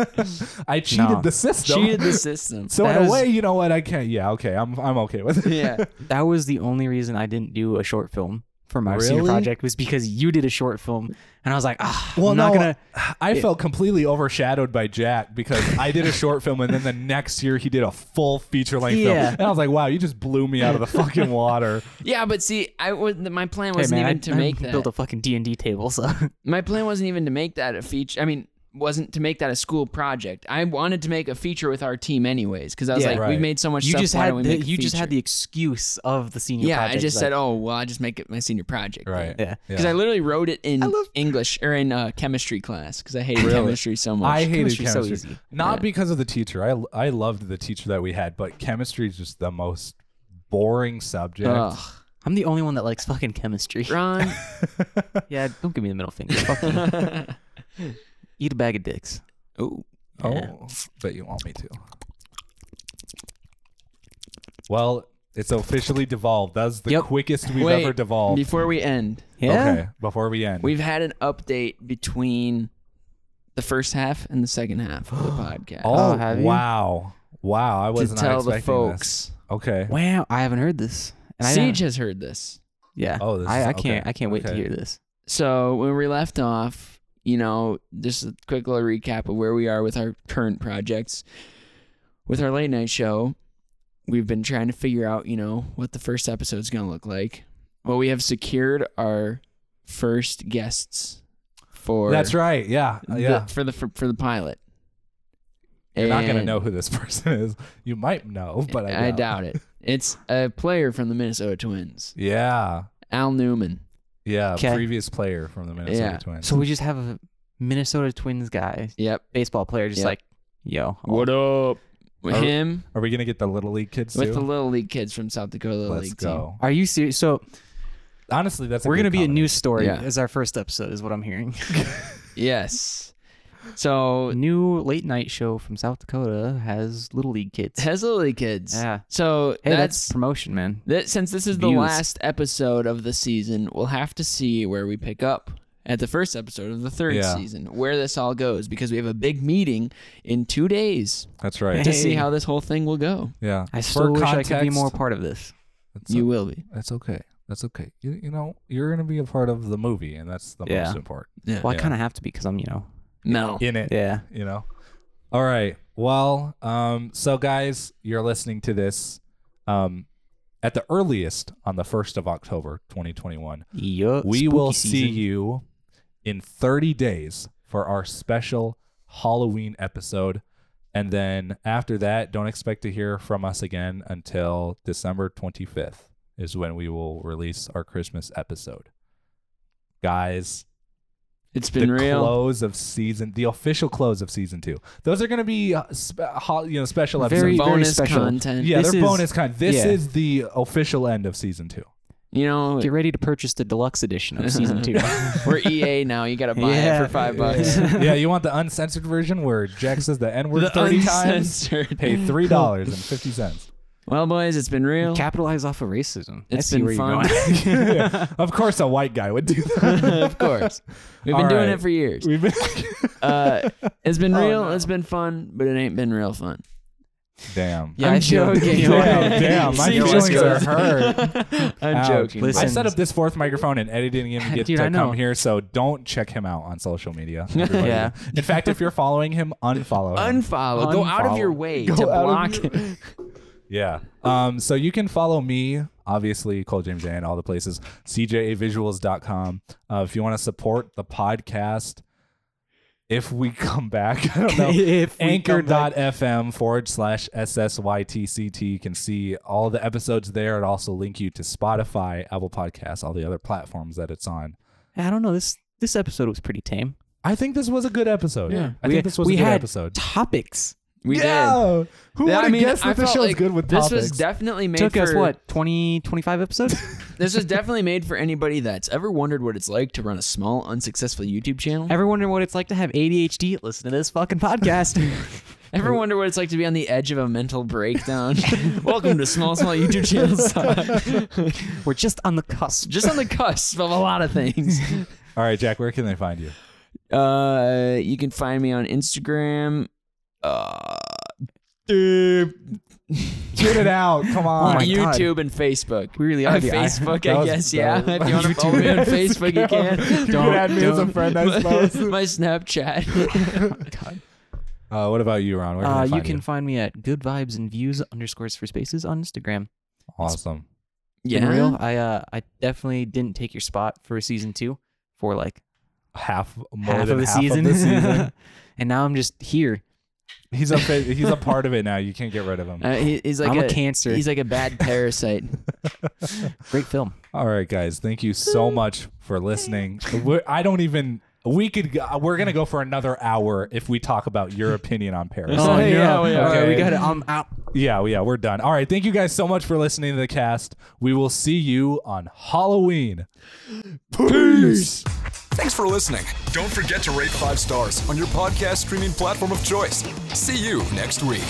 I cheated
Nah.
the system.
Cheated
*laughs*
the system.
so in
That
a
was-
way, you know what? I can't. Yeah, okay. I'm I'm okay with it.
*laughs* yeah.
That was the only reason I didn't do a short film for my senior
Really?
project was because you did a short film, and I was like, ah,
Well,
I'm
no,
not gonna.
I felt completely overshadowed by Jack because I did a short film and then the next year he did a full feature length
Yeah.
film. And I was like, wow, you just blew me out of the fucking water.
Yeah, but see, I was my plan
Hey
wasn't
man, I,
even to
I
make that.
built a fucking D and D table, so
my plan wasn't even to make that a feature. I mean, wasn't to make that a school project. I wanted to make a feature with our team anyways, because I was
Yeah,
like, we
right.
made so much
you
stuff.
just
why
had
don't we
the,
make a
you just had the
feature?
excuse of the senior
yeah.
project.
I just
like,
said, oh well, I just make it my senior project.
Right.
Yeah.
Because I literally wrote it in English or in uh, chemistry class because I hated chemistry so much.
I hated
Chemistry's so
chemistry.
easy.
Not
Yeah.
because of the teacher. I, I loved the teacher that we had, but chemistry is just the most boring subject. *laughs*
Ugh.
I'm the only one that likes fucking chemistry. *laughs*
Ron,
yeah, don't give me the middle finger. *laughs* Fuck you. Eat a bag of dicks.
Ooh.
Oh,
Yeah.
but you want me to. Well, it's officially devolved. That's the
Yep.
quickest we've
Wait,
ever devolved.
before we end,
Okay, before we end.
we've had an update between the first half and the second
*gasps*
half of the podcast
oh,
Oh, have you?
wow. Wow, I
to
wasn't
tell
expecting
the
This.
folks.
Okay.
Wow, I haven't heard this. And I
Siege
don't-
has heard this.
Yeah.
Oh, this
I,
is-
I can't.
okay.
I can't wait to
Okay.
hear this.
So when we left off, you know, just a quick little recap of where we are with our current projects. With our late night show, we've been trying to figure out, you know, what the first episode's gonna look like. Well, we have secured our first guests for
That's right. Yeah.
the-
yeah.
for the for, for the pilot.
You're not going to
And
know who this *laughs* person is. You might know, but I doubt.
I doubt it. It's a player from the Minnesota Twins,
Yeah.
Al Newman.
Yeah.
'Kay.
Previous player from the Minnesota
Yeah.
Twins.
So we just have a Minnesota Twins guy,
Yep.
baseball player, just
Yeah.
like, yo, I'll-
What up? With
Are-
him,
Are we going to get the Little League kids
with
too?
the little league kids from South Dakota Little
Let's
League team.
go.
Are you serious? So
Honestly, that's a
we're
good
gonna be a
combination.
news story
Yeah.
as our first episode, is what I'm hearing. *laughs*
Yes. So
New late night show from South Dakota has little league kids.
*laughs*
Hey,
has little league kids.
Yeah.
So
that's,
that's,
promotion, man.
that. Since this is the
views.
last episode of the season, we'll have to see where we pick up at the first episode of the third
Yeah.
season, where this all goes, because we have a big meeting in two days
That's right.
*laughs* to
Hey.
see how this whole thing will go.
Yeah.
I
For
still wish I could be
context-
more part of this.
That's
You will be.
That's okay. That's okay. You, you know, you're going to be a part of the movie, and that's the
Yeah.
most important.
Yeah.
Well, I
Yeah.
kind of have to be because I'm, you know,
Mel.
In it,
yeah.
you know? All right. Well, um, so guys, you're listening to this um, at the earliest on the 1st of October, 2021.
Yup.
we
spooky
will see
season.
you in 30 days for our special Halloween episode. And then after that, don't expect to hear from us again until December 25th, is when we will release our Christmas episode. Guys,
It's been
the
real.
close of season, the official close of season two. Those are going to be uh, spe- ho- you know special episodes.
Very, very
bonus
special.
content.
yeah,
this
they're
is-
bonus kind. This
yeah.
is the official end of season two.
You know,
Get ready to purchase the deluxe edition of season two.
we're EA now. You got to buy it
Yeah.
for five bucks. *laughs*
yeah, you want *laughs* the uncensored version where Jack says the N word 30 times?
Uncensored. *laughs*
Pay $3.50.
Well, boys, it's been real.
Capitalize off of racism. I
It's
see
been
where you're
fun.
going.
of course, a white guy would do that.
*laughs* of course. We've been
All
doing
right.
it for years.
We've been-
*laughs*
Oh,
Uh, it's been real. It's been fun, but it ain't been real fun.
damn.
Yeah,
I'm
I
*laughs*
feel-
joking.
you know
*laughs*
what?
Damn, damn, my
See, it
feelings
just
are
goes-
hurt.
I'm
Ouch.
joking.
Listen.
I
*laughs*
set up this fourth microphone and Eddie didn't even get
Dude,
to
I know.
come here, so don't check him out on social media. everybody.
Yeah.
In fact, if you're following him, unfollow him.
*laughs* Unfollow. Go out of your
Unfollow.
way
Go
to
out of
block.
your- Yeah. Um, so you can follow me, obviously, Cole James J, and all the places, cjavisuals.com. Uh, if you want to support the podcast, if we *laughs* come back, I don't
*laughs*
know.
If we come back.
Anchor.fm forward slash SSYTCT. You can see all the episodes there. It also link you to Spotify, Apple Podcasts, all the other platforms that it's on.
I don't know. This this episode was pretty tame.
I think this was a good episode.
Yeah.
I
We-
think this was
we
a good
had
episode.
Topics.
We did.
yeah. Who
Yeah,
would
I
have
mean,
guessed
I
that the
felt
show's
like
good with
this
topics?
was definitely made
Took
for
us what 20, 25 episodes.
*laughs*
This was definitely made for anybody that's ever wondered what it's like to run a small, unsuccessful YouTube channel.
Ever wondering what it's like to have ADHD? Listen to this fucking podcast.
Ever wonder what it's like to be on the edge of a
*laughs*
mental breakdown? *laughs* Welcome to Small Small YouTube Channel Suck.
We're just on the cusp.
Just on the cusp of a lot of things.
All right, Jack, where can they find you?
Uh, you can find me on Instagram. Uh, dude,
Get it out. Come on.
on
my God.
YouTube and Facebook. *laughs*
We really are
On
the I-
Facebook,
that
I
was-
guess. Yeah,
that
if you want to follow me on Facebook, you can.
You can add me as a friend, I suppose.
*laughs* My Snapchat. *laughs*
Uh, what about you, Ron? Where can
Uh,
they
you
find
can find me at good vibes and views underscores for spaces on Instagram.
Awesome.
Been
yeah,
real. I uh, I definitely didn't take your spot for season two for like
Half more
half
than
of the
half
season.
of the season.
*laughs* and now I'm just here.
he's a fa- he's a part of it now. You can't get rid of him.
Uh, he- he's like
I'm a cancer.
He's like a bad parasite.
Great film.
All right, guys. Thank you so much for listening. We're, I don't even. We could. go- We're gonna go for another hour if we talk about your opinion on Paris.
Oh,
yeah,
no.
oh, yeah.
All right, we
Okay.
got it. I'm out.
Yeah, yeah, we're done. All right. Thank you guys so much for listening to the cast. We will see you on Halloween. Peace.
Thanks for listening. Don't forget to rate five stars on your podcast streaming platform of choice. See you next week.